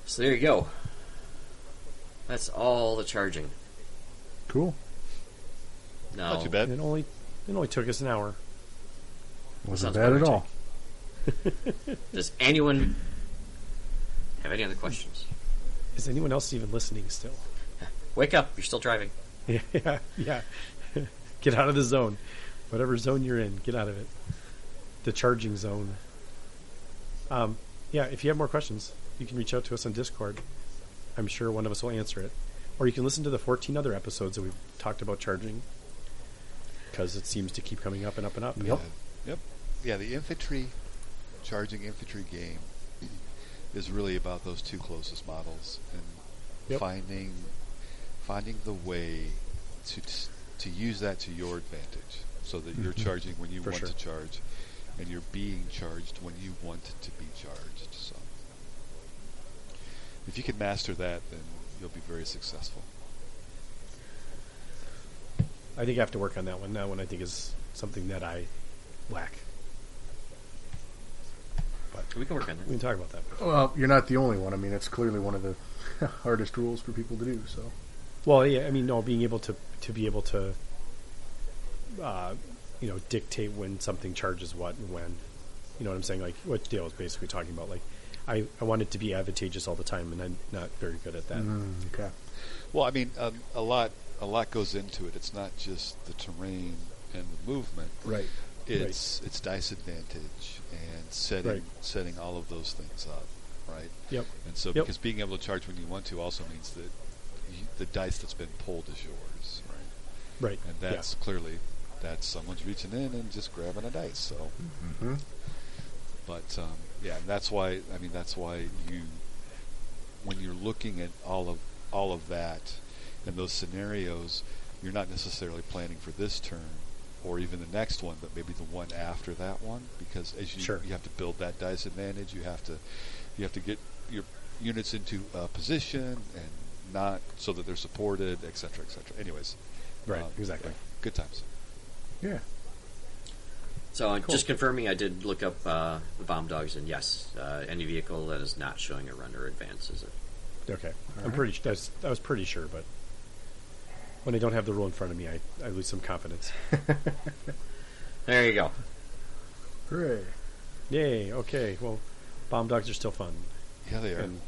Speaker 2: So there you go. That's all the charging.
Speaker 6: Cool.
Speaker 2: Now,
Speaker 3: Not too bad.
Speaker 1: And it only it only took us an hour.
Speaker 6: Wasn't
Speaker 2: Sounds
Speaker 6: bad at
Speaker 2: perfect.
Speaker 6: all.
Speaker 2: Does anyone have any other questions?
Speaker 1: Is anyone else even listening still?
Speaker 2: Wake up! You're still driving.
Speaker 1: Yeah, yeah. get out of the zone. Whatever zone you're in, get out of it. The charging zone. Um, yeah, if you have more questions, you can reach out to us on Discord. I'm sure one of us will answer it. Or you can listen to the 14 other episodes that we've talked about charging because it seems to keep coming up and up and up.
Speaker 6: Yep.
Speaker 3: Yep. Yeah, the infantry, charging infantry game is really about those two closest models and
Speaker 1: Yep.
Speaker 3: finding finding the way to to use that to your advantage so that you're charging when you
Speaker 1: Mm-hmm. For
Speaker 3: want
Speaker 1: sure.
Speaker 3: to charge and you're being charged when you want to be charged. So if you can master that then you'll be very successful.
Speaker 1: I think I have to work on that one. That one I think is something that I lack.
Speaker 2: We can work on
Speaker 1: We
Speaker 2: that.
Speaker 1: can talk about that.
Speaker 6: Well, you're not the only one. I mean, it's clearly one of the hardest rules for people to do. So.
Speaker 1: Well, yeah, I mean, no, being able to to be able to, uh, you know, dictate when something charges what and when, you know what I'm saying? Like what Dale was basically talking about. Like, I I want it to be advantageous all the time, and I'm not very good at that.
Speaker 3: Mm-hmm.
Speaker 6: Mm, Okay.
Speaker 3: Well, I mean, um, a lot, a lot goes into it. It's not just the terrain and the movement.
Speaker 6: Right.
Speaker 3: It's it's dice advantage and setting
Speaker 1: Right.
Speaker 3: setting all of those things up, right?
Speaker 1: Yep.
Speaker 3: And so,
Speaker 1: Yep.
Speaker 3: because being able to charge when you want to also means that you, the dice that's been pulled is yours, right?
Speaker 1: Right.
Speaker 3: And
Speaker 1: yeah.
Speaker 3: that's clearly that's someone's reaching in and just grabbing a dice. So,
Speaker 1: Mm-hmm.
Speaker 6: hmm
Speaker 3: but um, yeah, and that's why I mean that's why you when you're looking at all of all of that and those scenarios, you're not necessarily planning for this turn or even the next one, but maybe the one after that one because as you
Speaker 1: Sure.
Speaker 3: you have to build that dice advantage, you have to you have to get your units into uh, position and not so that they're supported, et cetera, et cetera. Anyways,
Speaker 4: Right,
Speaker 3: um,
Speaker 4: exactly.
Speaker 3: yeah, good times.
Speaker 4: Yeah.
Speaker 2: So uh, just confirming, I did look up uh, the bomb dogs, and yes, uh, any vehicle that is not showing a run or advance is a
Speaker 1: Okay, I'm pretty. I was, I was pretty sure, but when I don't have the rule in front of me, I, I lose some confidence.
Speaker 2: There you go.
Speaker 6: Hooray.
Speaker 1: Yay! Okay, well, bomb dogs are still fun
Speaker 3: Yeah, they are.
Speaker 1: and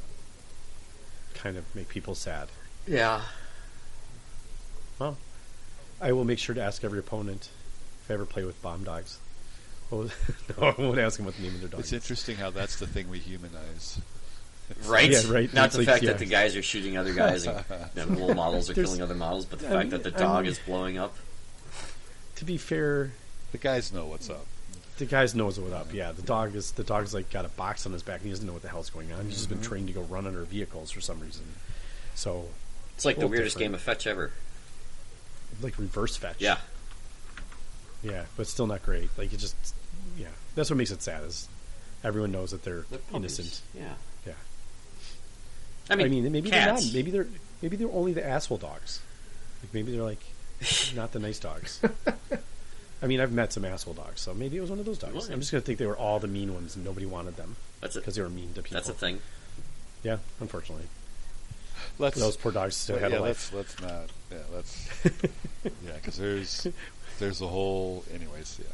Speaker 1: kind of make people sad.
Speaker 2: Yeah.
Speaker 1: Well, I will make sure to ask every opponent if I ever play with bomb dogs. What was, no, I won't ask them what the name of their dog.
Speaker 3: It's
Speaker 1: is.
Speaker 3: interesting how that's the thing we humanize.
Speaker 2: Right?
Speaker 1: Yeah, right.
Speaker 2: Not
Speaker 1: It's
Speaker 2: the
Speaker 1: like,
Speaker 2: fact
Speaker 1: yeah.
Speaker 2: that the guys are shooting other guys and the little models are
Speaker 1: There's-
Speaker 2: killing other models, but the
Speaker 1: I
Speaker 2: fact
Speaker 1: mean-
Speaker 2: that the
Speaker 1: I
Speaker 2: dog
Speaker 1: mean-
Speaker 2: is blowing up.
Speaker 1: To be fair,
Speaker 3: The guys know what's up.
Speaker 1: the guy's knows what up. Yeah, the dog is the dog's like got a box on his back and he doesn't know what the hell's going on. He's just been trained to go run under vehicles for some reason. So,
Speaker 2: It's like the
Speaker 1: Well,
Speaker 2: weirdest
Speaker 1: different.
Speaker 2: game of fetch ever.
Speaker 1: like reverse fetch.
Speaker 2: Yeah.
Speaker 1: yeah, but still not great. Like it just, yeah, that's what makes it sad is everyone knows that they're,
Speaker 2: They're puppies.
Speaker 1: innocent.
Speaker 2: Yeah.
Speaker 1: Yeah,
Speaker 2: I mean,
Speaker 1: I mean maybe
Speaker 2: cats.
Speaker 1: they're not. Maybe they're maybe they're only the asshole dogs. Like maybe they're like not the nice dogs. I mean, I've met some asshole dogs, so maybe it was one of those dogs.
Speaker 2: Really?
Speaker 1: I'm just gonna think they were all the mean ones and nobody wanted them
Speaker 2: That's a,
Speaker 1: because they were mean to people.
Speaker 2: that's a thing.
Speaker 1: Yeah, unfortunately,
Speaker 3: Let's
Speaker 1: those poor dogs still
Speaker 3: Well,
Speaker 1: had
Speaker 3: yeah,
Speaker 1: a life.
Speaker 3: Let's, let's not. Yeah, let's. yeah, because there's there's a whole. Anyways, yeah.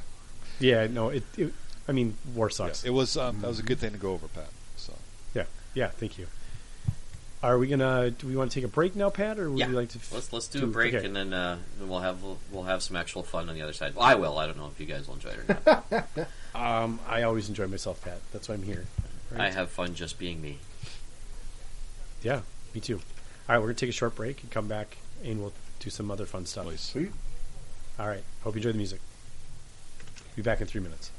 Speaker 1: Yeah, no, it. it I mean, war
Speaker 3: Yeah,
Speaker 1: sucks.
Speaker 3: It was um, that was a
Speaker 1: Mm-hmm.
Speaker 3: good thing to go over, Pat. So
Speaker 1: Yeah, yeah. Thank you. Are we gonna? Do we want to take a break now, Pat, or would
Speaker 2: Yeah.
Speaker 1: we like to? f-
Speaker 2: Let's let's do a break
Speaker 1: okay.
Speaker 2: and then uh, then we'll have we'll, we'll have some actual fun on the other side. Well, I will. I don't know if you guys will enjoy it or not.
Speaker 1: Um, I always enjoy myself, Pat. That's why I'm here.
Speaker 2: I have fun just being me.
Speaker 1: Yeah, me too. All right, we're gonna take a short break and come back, and we'll do some other fun stuff.
Speaker 3: please.
Speaker 6: Sweet.
Speaker 1: All right. Hope you enjoy the music. Be back in three minutes.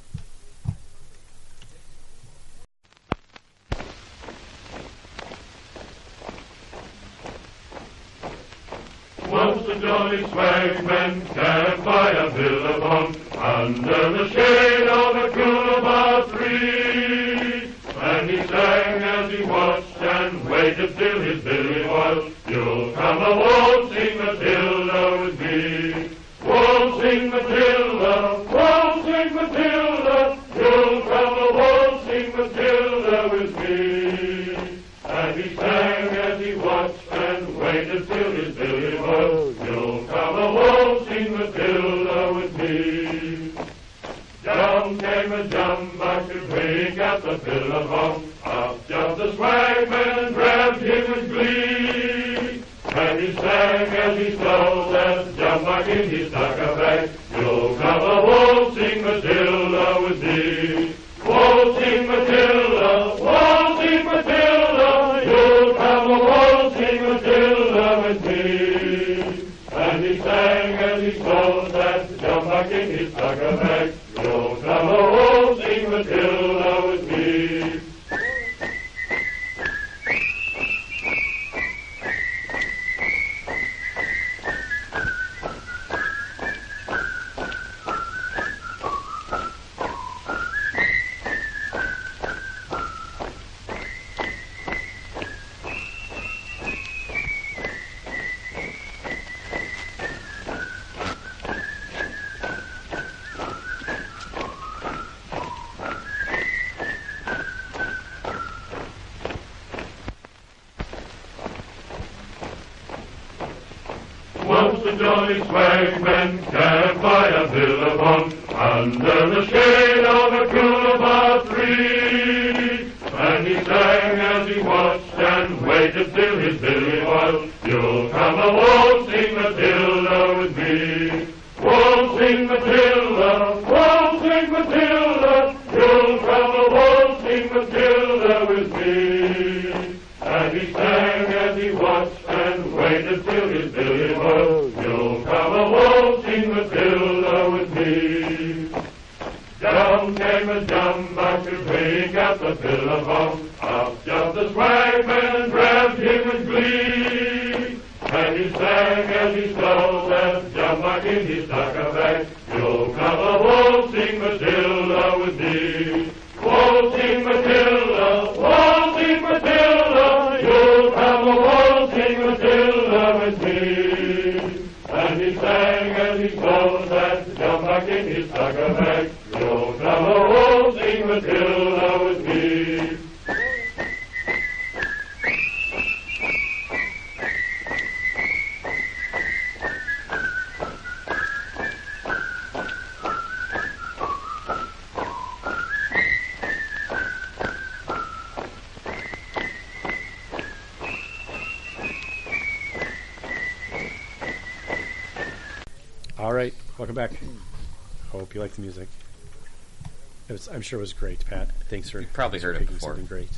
Speaker 7: Once the jolly swagman camped by a billabong under the shade of a coolabah tree. And he sang as he watched and waited till his billy boiled. You'll come a waltzing Matilda with me. Waltzing Matilda, waltzing Matilda, you'll come a waltzing Matilda with me. And he sang as he watched and waited till his billy was. You'll come a waltzing Matilda with me. Down came a jump back to drink at the billabong. Up jumped the swagman and grabbed him with glee. And he sang as he stole that jump back in his tucker bag. You'll come a waltzing Matilda with me. Waltzing Matilda, waltzing Matilda, you'll come a waltzing Matilda with me. And he sang and he told that jump back in his tucker bag. You'll come a waltzing Matilda with me. Once the jolly swagman camped by a billabong under the shade of a coolabah tree. And he sang as he watched and waited till his billy boiled. You'll come a waltzing Matilda with me. Waltzing Matilda, waltzing Matilda, you'll come a waltzing Matilda with me. And he sang as he watched and waited till his billy boiled. You'll come a waltzing Matilda with me. Down came a dumb back to drink at the billabong. Up jumped the swagman and grabbed him with glee. And he sang as he stole that jump back in his tucker bag. You'll come a waltzing Matilda with me. Waltzing Matilda, waltzing Matilda, you'll come a waltzing Matilda. Matilda with me.
Speaker 1: All right, welcome back. Hope you like the music. It was, I'm sure it was great, Pat. Thanks for
Speaker 2: You probably heard it
Speaker 1: picking
Speaker 2: before.
Speaker 1: Something great.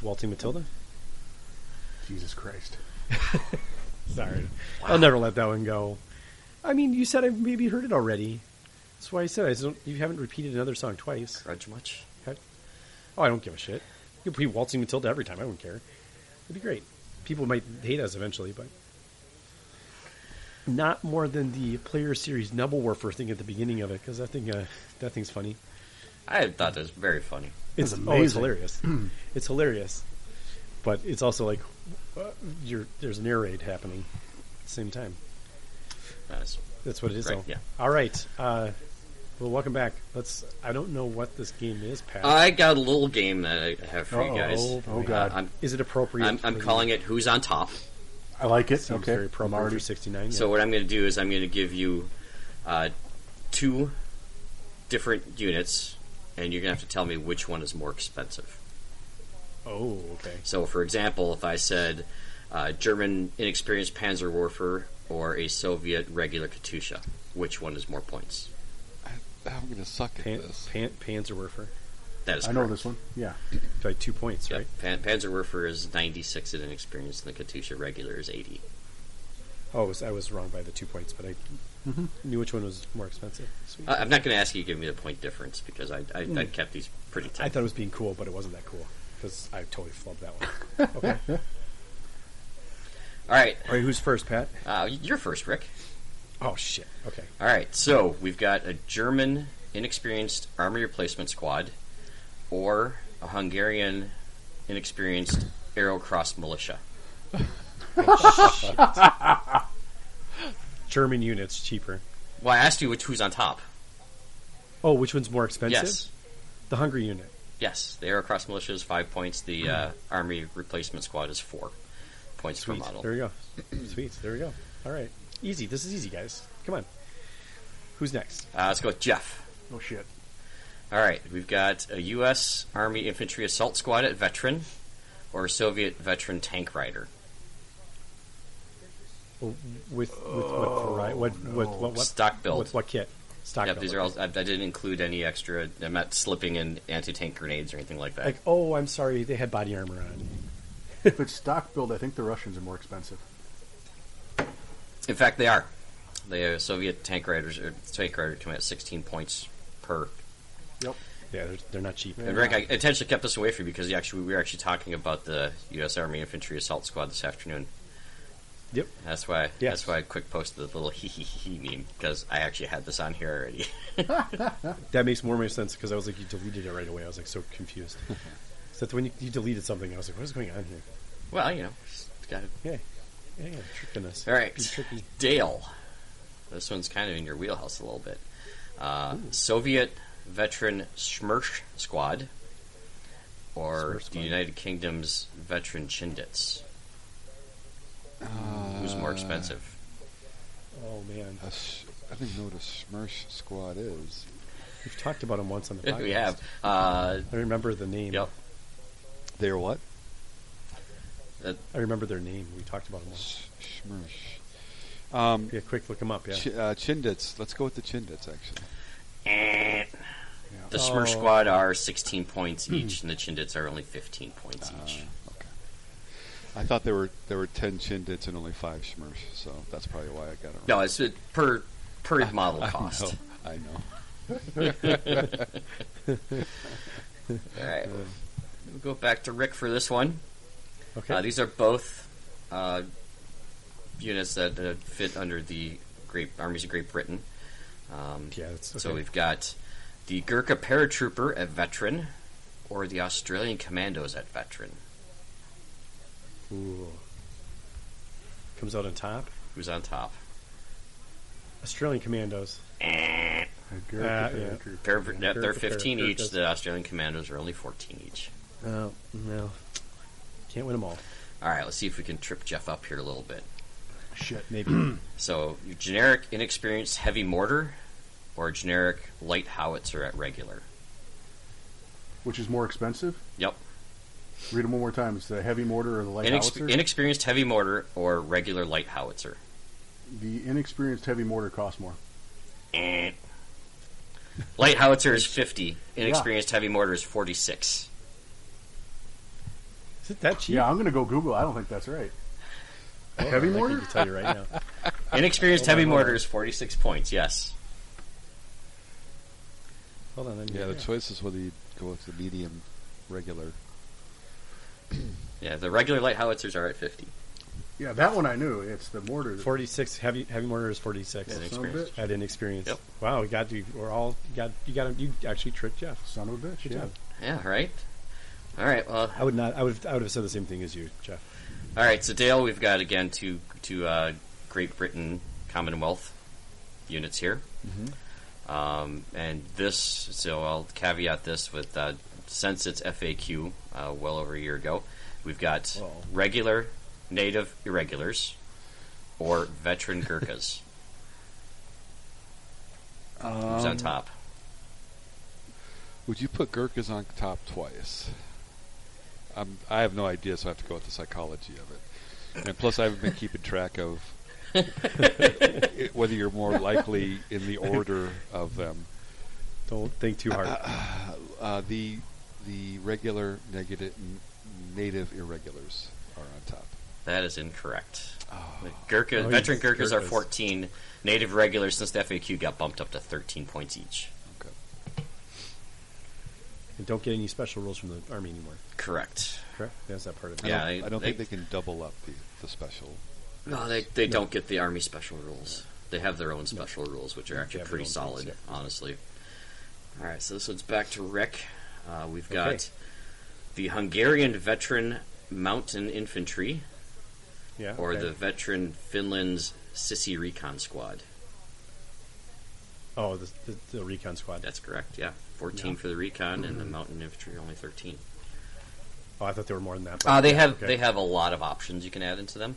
Speaker 1: Waltzing Matilda.
Speaker 6: Jesus Christ.
Speaker 1: Sorry, I'll never let that one go. I mean, you said I maybe heard it already. That's why I said I don't. You haven't repeated another song twice.
Speaker 2: Grudge much?
Speaker 1: Oh, I don't give a shit. You could be waltzing Matilda every time. I don't care. It'd be great. People might hate us eventually, but not more than the player series Nebel Warfare thing at the beginning of it because I think uh, that thing's funny.
Speaker 2: I thought that was very funny.
Speaker 1: It's oh, it's hilarious. it's hilarious, but it's also like uh, you're, there's an air raid happening at the same time.
Speaker 2: That is-
Speaker 1: That's what it is.
Speaker 2: Right,
Speaker 1: though.
Speaker 2: yeah.
Speaker 1: All right. Uh, well, welcome back. Let's. I don't know what this game is, Pat.
Speaker 2: I got a little game that I have for you guys.
Speaker 1: Uh-oh.
Speaker 4: Oh, God.
Speaker 2: Uh, I'm,
Speaker 1: is it appropriate?
Speaker 2: I'm, I'm
Speaker 1: for you?
Speaker 2: calling it Who's on Top.
Speaker 4: I like it.
Speaker 1: Seems
Speaker 4: okay.
Speaker 1: very pro
Speaker 4: I'm already-
Speaker 1: Mario 69. yeah.
Speaker 2: So what I'm going to do is I'm going to give you uh, two different units, and you're going to have to tell me which one is more expensive.
Speaker 1: oh, okay.
Speaker 2: So, for example, if I said uh, German inexperienced Panzer Warfer or a Soviet regular Katusha, which one is more points?
Speaker 3: I'm going to suck at
Speaker 1: Pan,
Speaker 3: this.
Speaker 1: pan, Panzerwerfer
Speaker 2: That is
Speaker 6: I know
Speaker 2: correct.
Speaker 6: this one. Yeah.
Speaker 1: by two points,
Speaker 2: Yeah,
Speaker 1: right?
Speaker 2: Pan- Panzerwerfer is 96 at inexperienced, and the Katusha regular is 80.
Speaker 1: Oh, I was, I was wrong by the two points, but I knew which one was more expensive. Sweet.
Speaker 2: Uh, I'm not going to ask you to give me the point difference because I, I,
Speaker 1: Hmm.
Speaker 2: I kept these pretty tight.
Speaker 1: I thought it was being cool, but it wasn't that cool because I totally flubbed that one. Okay. All
Speaker 2: All right,
Speaker 1: right, who's first, Pat?
Speaker 2: uh, you're first, Rick.
Speaker 1: Oh shit. Okay.
Speaker 2: All right, so we've got a German inexperienced army replacement squad or a Hungarian inexperienced Aerocross militia.
Speaker 1: Oh, German units cheaper.
Speaker 2: Well, I asked you which who's on top.
Speaker 1: Oh, which one's more expensive?
Speaker 2: Yes,
Speaker 1: The hungry unit.
Speaker 2: yes. The Aerocross militia is five points. The
Speaker 1: Hmm.
Speaker 2: uh, army replacement squad is four points
Speaker 1: Sweet.
Speaker 2: per model.
Speaker 1: There we go. Sweet. There we go. All right. Easy. This is easy, guys. Come on. Who's next?
Speaker 2: Uh, let's go with Jeff.
Speaker 6: Oh, shit.
Speaker 2: All right, we've got a U.S. Army infantry assault squad at veteran or a Soviet veteran tank rider.
Speaker 1: With with what variety? What what what what?
Speaker 2: Stock build.
Speaker 1: With what kit? Stock
Speaker 2: Yep,
Speaker 1: build.
Speaker 2: these are all. I, I didn't include any extra. I'm not slipping in anti-tank grenades or anything like that.
Speaker 1: Like, oh, I'm sorry, they had body armor on.
Speaker 6: if it's stock build, I think the Russians are more expensive.
Speaker 2: in fact, they are. The uh, Soviet tank riders or tank rider come at 16 points per.
Speaker 1: Yeah, they're, they're not cheap.
Speaker 2: And Rick, I intentionally kept this away from you because you actually we were actually talking about the U.S. Army Infantry Assault Squad this afternoon.
Speaker 1: Yep.
Speaker 2: That's why.
Speaker 1: Yes.
Speaker 2: That's why I quick posted the little hee hee hee hee meme because I actually had this on here already.
Speaker 1: That makes more sense because I was like, you deleted it right away. I was like so confused. so that's when you, you deleted something. I was like, what is going on here?
Speaker 2: well, you know, it's got to
Speaker 1: Yeah, yeah, tricking us.
Speaker 2: All right.
Speaker 1: Be tricky.
Speaker 2: Dale. This one's kind of in your wheelhouse a little bit. Uh, Soviet veteran Smirsh Squad, or
Speaker 1: Smersh
Speaker 2: the
Speaker 1: Squad.
Speaker 2: United Kingdom's veteran Chindits. Who's more expensive?
Speaker 1: Oh man,
Speaker 3: A s- I don't even know what a Smirsh squad is.
Speaker 1: we've talked about him once on the podcast.
Speaker 2: we have. Uh,
Speaker 1: I remember the name.
Speaker 2: yep.
Speaker 3: They're what?
Speaker 1: I remember their name. We talked about them once.
Speaker 3: S- Smirsh. Um,
Speaker 1: Yeah, quick, look them up. Yeah.
Speaker 3: Chi- uh, Chindits. Let's go with the Chindits, actually.
Speaker 2: Eh. The
Speaker 1: Oh.
Speaker 2: Smirsh Squad are 16 points
Speaker 3: Hmm.
Speaker 2: each, and the Chindits are only 15
Speaker 3: Uh,
Speaker 2: points each.
Speaker 3: I thought there were there were ten Chindits and only five Smirsh, so that's probably why I got it wrong.
Speaker 2: No, it's uh, per per model
Speaker 3: I
Speaker 2: cost.
Speaker 3: know. I know.
Speaker 2: All right. We'll go back to Rick for this one.
Speaker 1: Okay.
Speaker 2: Uh, these are both uh, units that uh, fit under the Great Armies of Great Britain. Um,
Speaker 1: yeah, that's okay.
Speaker 2: So we've got the Gurkha paratrooper at veteran, or the Australian commandos at veteran.
Speaker 1: Ooh. Comes out on top.
Speaker 2: Who's on top?
Speaker 1: Australian Commandos.
Speaker 6: Garrett,
Speaker 1: Uh,
Speaker 6: Garrett,
Speaker 1: yeah.
Speaker 6: Garrett.
Speaker 2: Pair of-
Speaker 1: Yeah,
Speaker 2: they're
Speaker 1: Kirk-
Speaker 2: 15
Speaker 1: Kirk
Speaker 2: each.
Speaker 1: does.
Speaker 2: The Australian Commandos are only 14 each.
Speaker 1: Oh, no. Can't win them all.
Speaker 2: All right, let's see if we can trip Jeff up here a little bit.
Speaker 1: Shit. Maybe.
Speaker 2: So, your generic inexperienced heavy mortar or generic light howitzer at regular?
Speaker 6: Which is more expensive?
Speaker 2: Yep.
Speaker 6: Read them one more time. It's the heavy mortar or the light
Speaker 2: Inex-
Speaker 6: howitzer.
Speaker 2: inexperienced heavy mortar or regular light howitzer?
Speaker 6: the inexperienced heavy mortar costs more.
Speaker 2: Eh. light howitzer is 50. Inexperienced heavy mortar is 46.
Speaker 1: Is it that cheap?
Speaker 6: Yeah, I'm going to go Google. I don't think that's right.
Speaker 1: Hold
Speaker 6: heavy
Speaker 1: on, I
Speaker 6: mortar?
Speaker 1: can tell you right now.
Speaker 2: Inexperienced
Speaker 1: Hold on,
Speaker 2: Uh,
Speaker 1: hold
Speaker 2: heavy
Speaker 1: on.
Speaker 2: mortar is 46 points, yes.
Speaker 1: Hold on. I'm
Speaker 3: Yeah, the choice is whether you go with the medium, regular.
Speaker 2: Yeah, the regular light howitzers are at 50.
Speaker 6: Yeah, that one I knew. It's the mortar. that-
Speaker 1: 46 heavy heavy mortar is 46
Speaker 6: Yeah.
Speaker 2: Inexperienced.
Speaker 6: bitch.
Speaker 1: at inexperience.
Speaker 2: Yep.
Speaker 1: Wow, we got you. We're all you got you got you actually tricked Jeff.
Speaker 6: Son of a bitch.
Speaker 1: Good
Speaker 6: yeah.
Speaker 1: job.
Speaker 2: Yeah, right? All right, well,
Speaker 1: I would not. I would. I would have said the same thing as you, Jeff.
Speaker 2: All right, so Dale, we've got again two two uh, Great Britain Commonwealth units here,
Speaker 1: Mm-hmm.
Speaker 2: um, and this. So I'll caveat this with uh, since it's FAQ, uh, well over a year ago, we've got
Speaker 1: Uh-oh.
Speaker 2: regular, native irregulars, or veteran Gurkhas. Who's
Speaker 1: Um,
Speaker 2: on top?
Speaker 3: Would you put Gurkhas on top twice? I'm, I have no idea, so I have to go with the psychology of it. And plus, I haven't been keeping track of it- whether you're more likely in the order of them.
Speaker 1: Don't think too hard.
Speaker 3: Uh, the the regular negative n- native irregulars are on top.
Speaker 2: That is incorrect. The Gurkha,
Speaker 1: Oh,
Speaker 2: veteran
Speaker 1: yes,
Speaker 2: Gurkhas are
Speaker 1: Gurkhas.
Speaker 2: 14. Native regulars, since the FAQ, got bumped up to 13 points each.
Speaker 1: and don't get any special rules from the army anymore.
Speaker 2: Correct.
Speaker 1: Correct. That's that part of it.
Speaker 3: I
Speaker 2: Yeah,
Speaker 3: don't,
Speaker 2: I-
Speaker 3: I don't think
Speaker 2: they-
Speaker 3: they can double up the, the special.
Speaker 2: No, they they don't get the army special rules. They have their own special rules, which are actually
Speaker 1: have their
Speaker 2: pretty
Speaker 1: own rules,
Speaker 2: solid,
Speaker 1: yeah.
Speaker 2: honestly. All right, so this one's back to Rick. Uh, we've got
Speaker 1: Okay.
Speaker 2: the Hungarian veteran mountain infantry
Speaker 1: Yeah.
Speaker 2: or
Speaker 1: okay.
Speaker 2: the veteran Finland's Sissy Recon Squad.
Speaker 1: oh the, the, the recon squad.
Speaker 2: That's correct. Yeah, Mm-hmm. fourteen for the recon, and the mountain infantry only thirteen.
Speaker 1: Oh, I thought there were more than that. but
Speaker 2: Uh, they
Speaker 1: yeah,
Speaker 2: have
Speaker 1: okay.
Speaker 2: they have a lot of options you can add into them.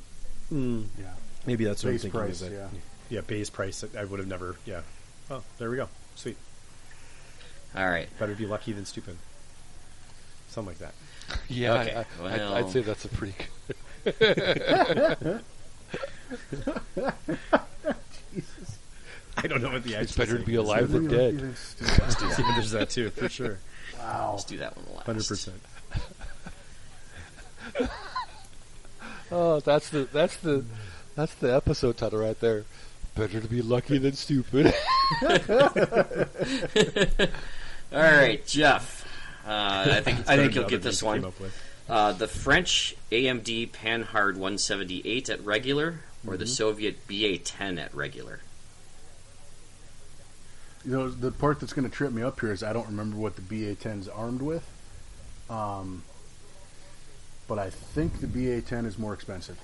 Speaker 1: Mm,
Speaker 6: Yeah.
Speaker 1: maybe that's what
Speaker 6: Base
Speaker 1: I'm thinking.
Speaker 6: price,
Speaker 1: is that-
Speaker 6: yeah.
Speaker 1: yeah, base price. I would have never. Yeah. Oh, there we go. Sweet.
Speaker 2: All right,
Speaker 1: Better be lucky than stupid. Something like that.
Speaker 3: Yeah,
Speaker 2: Okay,
Speaker 3: I, I,
Speaker 2: well-
Speaker 3: I'd, I'd say that's a pretty good.
Speaker 1: I don't know what the actual.
Speaker 3: It's better to
Speaker 1: thing
Speaker 3: be
Speaker 1: is.
Speaker 3: alive than
Speaker 6: Really
Speaker 3: dead.
Speaker 6: lucky that's-
Speaker 1: There's that too, for sure.
Speaker 6: Wow.
Speaker 2: let's do that one last.
Speaker 1: Hundred percent.
Speaker 3: Oh, that's the that's the that's the episode title right there. Better to be lucky than stupid.
Speaker 2: All right, Jeff. Uh, I think I think you'll get this one.
Speaker 1: Came up with.
Speaker 2: Uh, the French AMD Panhard 178 at regular, or the Soviet BA 10 at regular.
Speaker 6: You know, the part that's going to trip me up here is I don't remember what the BA-10's armed with. Um, but I think the BA-10 is more expensive.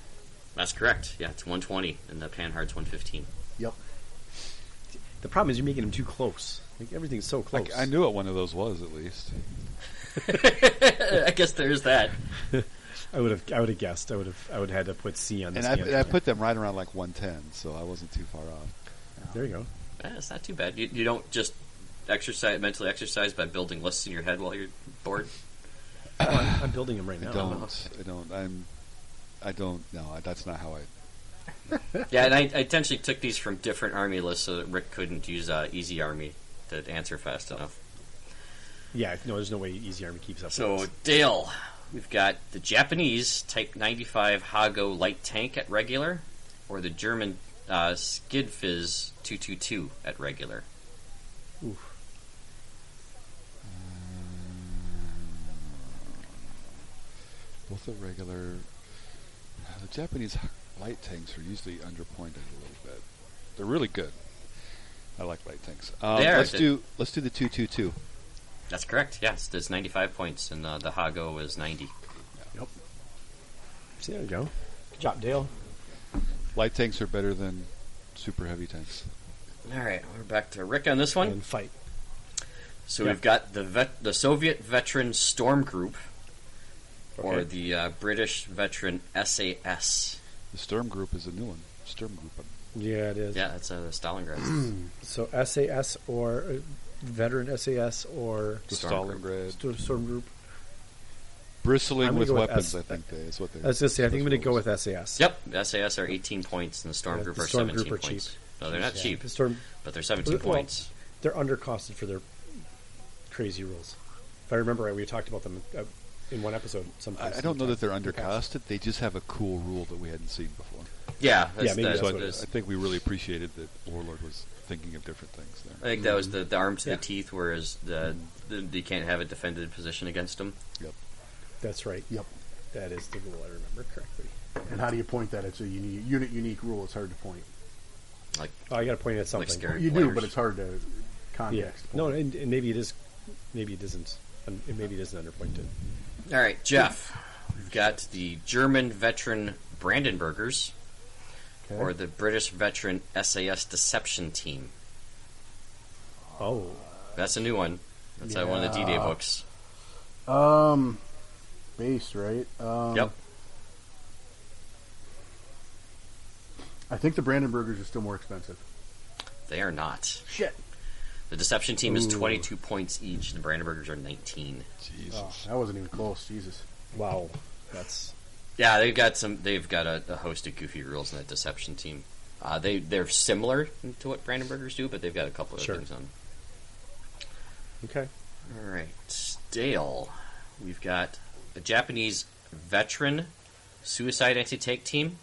Speaker 2: That's correct. Yeah, it's 120, and the Panhard's 115.
Speaker 1: The problem is you're making them too close. Like everything's so close.
Speaker 3: I, I knew what one of those was at least.
Speaker 2: I guess there's that.
Speaker 1: I would have. I would have guessed. I would have. I would have had to put C on this.
Speaker 3: And I,
Speaker 1: game.
Speaker 3: and I put them right around like 110, so I wasn't too far off.
Speaker 1: There you go.
Speaker 2: Eh, it's not too bad. You, you don't just exercise mentally exercise by building lists in your head while you're bored.
Speaker 1: Oh, I'm, I'm building them right now.
Speaker 3: I don't. I don't. I'm. I don't. No, I, that's not how I.
Speaker 2: Yeah, and I, I intentionally took these from different army lists so that Rick couldn't use uh, Easy Army to answer fast enough.
Speaker 1: Yeah. No, there's no way Easy Army keeps up.
Speaker 2: So,
Speaker 1: with this.
Speaker 2: Dale, we've got the Japanese Type 95 Hago light tank at regular, or the German uh, Skidfizz 222 at regular.
Speaker 3: Both the regular, the Japanese light tanks are usually underpointed a little bit. They're really good. I like light tanks. Um,
Speaker 2: They are
Speaker 3: let's
Speaker 2: good.
Speaker 3: do. Let's do the two two two.
Speaker 2: That's correct. Yes, there's 95 points, and uh, the Hago is 90.
Speaker 1: See, there you go. Good job, Dale.
Speaker 3: Light tanks are better than super heavy tanks.
Speaker 2: All right, we're back to Rick on this one.
Speaker 1: and fight.
Speaker 2: So we've got the vet, the Soviet Veteran Storm Group, or
Speaker 1: Okay.
Speaker 2: the uh, British Veteran SAS.
Speaker 3: The Sturm Group is a new one. Sturm Group.
Speaker 1: Yeah, it Mm. is.
Speaker 2: Yeah, that's uh, Stalingrad.
Speaker 1: So SAS or uh, veteran SAS or
Speaker 3: The
Speaker 2: Storm
Speaker 3: Stalingrad.
Speaker 1: Storm, Storm Group. I'm
Speaker 3: Bristling
Speaker 1: gonna
Speaker 3: with
Speaker 1: go with
Speaker 3: weapons,
Speaker 1: S-
Speaker 3: I think, they, is what they
Speaker 1: I was gonna say, I think I'm gonna go with SAS.
Speaker 2: Yep, SAS are 18 points, and the Storm
Speaker 1: Yeah,
Speaker 2: Group
Speaker 1: the
Speaker 2: are
Speaker 1: Storm
Speaker 2: 17
Speaker 1: Group are
Speaker 2: points.
Speaker 1: cheap.
Speaker 2: No, they're not
Speaker 1: Yeah.
Speaker 2: cheap,
Speaker 1: Storm,
Speaker 2: but they're 17
Speaker 1: Well,
Speaker 2: points.
Speaker 1: they're undercosted for their crazy rules. If I remember right, we talked about them uh, in one episode. Sometimes
Speaker 3: I, I don't know that they're
Speaker 1: in the past.
Speaker 3: undercosted. They just have a cool rule that we hadn't seen before.
Speaker 2: Yeah, that's,
Speaker 1: Yeah, maybe
Speaker 2: that's
Speaker 1: that's
Speaker 3: So I,
Speaker 2: what it
Speaker 3: I
Speaker 2: is.
Speaker 3: think we really appreciated that Warlord was thinking of different things
Speaker 2: I
Speaker 3: there.
Speaker 2: think that was the, the arm to
Speaker 1: Yeah.
Speaker 2: the teeth, whereas the, the, you can't have a defended position against them.
Speaker 1: That's right.
Speaker 6: Yep.
Speaker 1: That is the rule I remember correctly.
Speaker 6: And how do you point that? It's a uni- unit unique rule. It's hard to point.
Speaker 1: Oh, I got to point at something.
Speaker 2: scary.
Speaker 6: You do,
Speaker 2: Players.
Speaker 6: but it's hard to
Speaker 1: Yeah.
Speaker 6: context.
Speaker 1: No, and, and maybe it is. Maybe it isn't. And maybe it isn't underpointed.
Speaker 2: All right, Jeff. We've got the German veteran Brandenburgers, or the British veteran SAS Deception Team.
Speaker 1: Oh,
Speaker 2: That's a new one. That's uh, one of the D Day
Speaker 6: Yeah.
Speaker 2: books.
Speaker 6: Um, base right. Um,
Speaker 2: Yep.
Speaker 6: I think the Brandenburgers are still more expensive.
Speaker 2: They are not.
Speaker 6: Shit.
Speaker 2: The Deception Team is
Speaker 6: Ooh.
Speaker 2: 22 points each. The Brandenburgers are 19.
Speaker 6: Oh,
Speaker 3: Jesus.
Speaker 6: that wasn't even close. Jesus.
Speaker 1: wow. That's
Speaker 2: Yeah, they've got some. They've got a, a host of goofy rules in that Deception Team. Uh, they they're similar to what Brandenburgers do, but they've got a couple of
Speaker 1: Sure.
Speaker 2: things on.
Speaker 1: okay.
Speaker 2: All right, Dale. We've got a Japanese veteran suicide anti-tank team,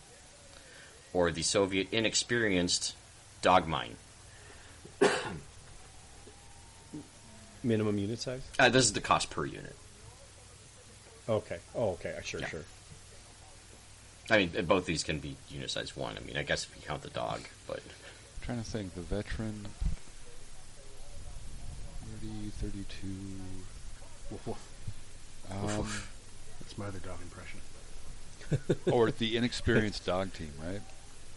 Speaker 2: or the Soviet inexperienced dog mine.
Speaker 1: Minimum unit size.
Speaker 2: Uh, this is the cost per unit.
Speaker 1: Okay. Oh, okay. I Sure,
Speaker 2: Yeah.
Speaker 1: sure.
Speaker 2: I mean, uh, both these can be unit size one. I mean, I guess if you count the dog, but
Speaker 3: I'm trying to think. The veteran. 30, 32.
Speaker 6: Woof, woof.
Speaker 3: Um,
Speaker 6: That's my other dog impression.
Speaker 3: or the inexperienced dog team, right?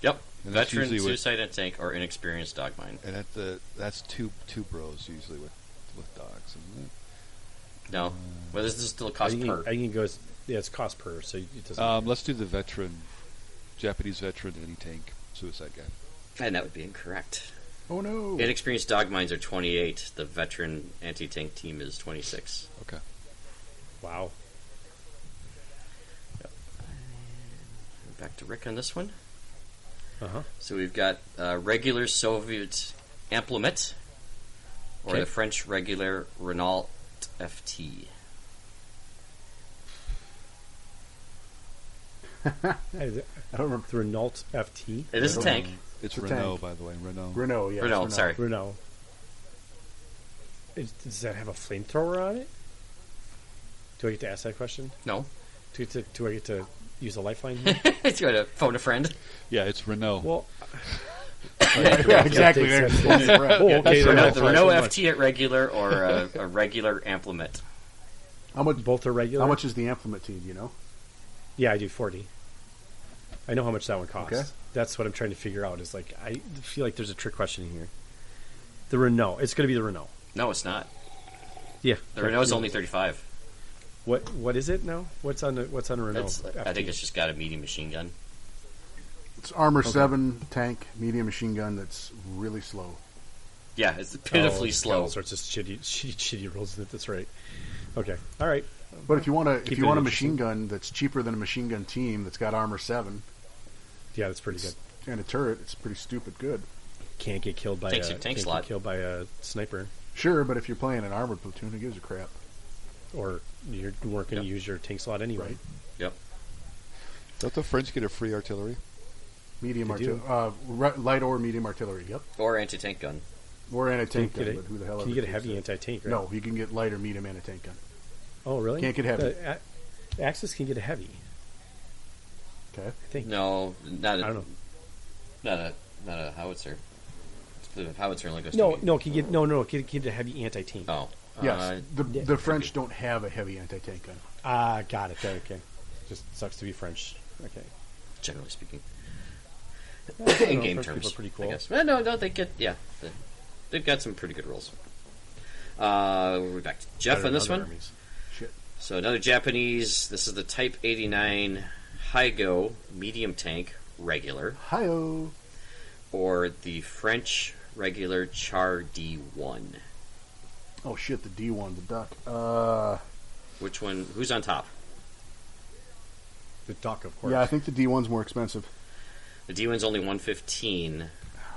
Speaker 2: yep,
Speaker 3: And that's
Speaker 2: veteran
Speaker 3: usually what-
Speaker 2: suicide and tank or inexperienced dog mine.
Speaker 3: And at the that's two two bros usually with with dogs, isn't it?
Speaker 2: No, well, this is still a
Speaker 1: I
Speaker 2: cost
Speaker 1: think,
Speaker 2: per.
Speaker 1: it- I think it goes. Yeah, it's cost per, so it doesn't.
Speaker 3: Um, let's do the veteran, Japanese veteran, any tank suicide guy.
Speaker 2: and that would be incorrect.
Speaker 6: Oh no.
Speaker 2: Inexperienced dog mines are twenty-eight. The veteran anti-tank team is twenty-six.
Speaker 3: Okay.
Speaker 1: wow.
Speaker 2: Back to Rick on this one.
Speaker 1: Uh huh.
Speaker 2: So we've got uh, regular Soviet Amplement, or
Speaker 1: Okay.
Speaker 2: the French regular Renault FT.
Speaker 6: I don't remember.
Speaker 1: The Renault FT.
Speaker 2: It is a tank.
Speaker 3: It's
Speaker 6: It's a
Speaker 3: Renault,
Speaker 6: tank.
Speaker 3: by the way. Renault.
Speaker 6: Renault. Yeah.
Speaker 2: Renault, sorry.
Speaker 1: Renault. Is, does that have a flamethrower on it? Do I get to ask that question?
Speaker 2: No,
Speaker 1: Do I get to, do I get to use a lifeline? here?
Speaker 2: it's going to phone a friend.
Speaker 3: yeah, it's Renault.
Speaker 1: well,
Speaker 6: yeah, exactly.
Speaker 1: Yeah,
Speaker 6: There's
Speaker 1: takes
Speaker 6: there's the
Speaker 1: oh,
Speaker 6: breath.
Speaker 1: okay.
Speaker 2: The
Speaker 1: then
Speaker 2: Renault,
Speaker 1: that's
Speaker 2: the
Speaker 1: why
Speaker 2: Renault
Speaker 1: so much.
Speaker 2: FT at regular or a, a regular Amplement.
Speaker 6: How much?
Speaker 1: Both are regular.
Speaker 6: How much is the implement team? You know.
Speaker 1: Yeah, I do forty. I know how much that one costs.
Speaker 6: Okay.
Speaker 1: That's what I'm trying to figure out. Is like I feel like there's a trick question here. The Renault. It's going to be the Renault.
Speaker 2: No, it's not.
Speaker 1: Yeah.
Speaker 2: The Renault's only 35.
Speaker 1: What What is it now? What's on the What's on a Renault?
Speaker 2: It's, uh, I
Speaker 1: FT?
Speaker 2: think it's just got a medium machine gun.
Speaker 6: It's armor seven tank medium machine gun that's really slow.
Speaker 2: Yeah, it's
Speaker 1: Oh,
Speaker 2: pitifully
Speaker 1: it's got
Speaker 2: slow.
Speaker 1: All sorts of shitty, shitty, shitty rules in it. That's right. Okay. All right.
Speaker 6: But if you want to, if
Speaker 1: Keep
Speaker 6: you
Speaker 1: it
Speaker 6: want a
Speaker 1: interesting.
Speaker 6: machine gun that's cheaper than a machine gun team that's got armor seven
Speaker 1: Yeah, that's pretty good.
Speaker 6: and a turret, it's pretty stupid good.
Speaker 1: Can't get killed by
Speaker 2: Takes
Speaker 1: a
Speaker 2: your tank
Speaker 1: can't
Speaker 2: slot.
Speaker 1: Get killed by a sniper,
Speaker 6: Sure, but if you're playing an armored platoon, who gives a crap?
Speaker 1: or you weren't going to
Speaker 2: Yeah.
Speaker 1: use your tank slot anyway.
Speaker 6: Right.
Speaker 2: Yep.
Speaker 3: Don't the French get a free artillery?
Speaker 6: Medium
Speaker 1: They
Speaker 6: artillery,
Speaker 1: do.
Speaker 6: uh, ri- light or medium artillery. Yep,
Speaker 2: Or anti tank gun.
Speaker 6: or anti
Speaker 1: Can you
Speaker 6: tank
Speaker 1: get
Speaker 6: gun.
Speaker 1: a-
Speaker 6: But who the hell?
Speaker 1: Can you
Speaker 6: ever
Speaker 1: get a
Speaker 6: takes
Speaker 1: heavy
Speaker 6: it?
Speaker 1: anti tank? Right?
Speaker 6: No, you can get light or medium anti tank gun.
Speaker 1: Oh, really?
Speaker 6: Can't get heavy.
Speaker 1: The, a- Axis can get a heavy.
Speaker 6: Okay,
Speaker 1: I think.
Speaker 2: No, not a,
Speaker 1: I don't know.
Speaker 2: not a not a howitzer. It's the howitzer only goes
Speaker 1: No,
Speaker 2: to
Speaker 1: no, can get no, no, can, can get a heavy anti tank.
Speaker 2: Oh.
Speaker 6: yes,
Speaker 2: Uh,
Speaker 6: the
Speaker 1: yeah,
Speaker 6: the French don't have a heavy anti tank gun.
Speaker 1: Ah, got it. Okay, okay. Just sucks to be French. Okay.
Speaker 2: generally speaking. in game
Speaker 1: first
Speaker 2: terms.
Speaker 1: people are pretty cool.
Speaker 2: I guess. Eh, no, no, they get yeah, they, they've got some pretty good rules. Uh, we're back to Jeff
Speaker 1: Better than
Speaker 2: on this
Speaker 1: other
Speaker 2: one.
Speaker 1: armies.
Speaker 2: So another Japanese. This is the Type 89 Hygo medium tank regular,
Speaker 6: Hi-oh.
Speaker 2: or the French regular Char D1.
Speaker 6: Oh shit, the D one, the duck. Uh,
Speaker 2: Which one? Who's on top?
Speaker 1: The duck, of course.
Speaker 6: yeah, I think the D one's more expensive.
Speaker 2: The D1's only 115.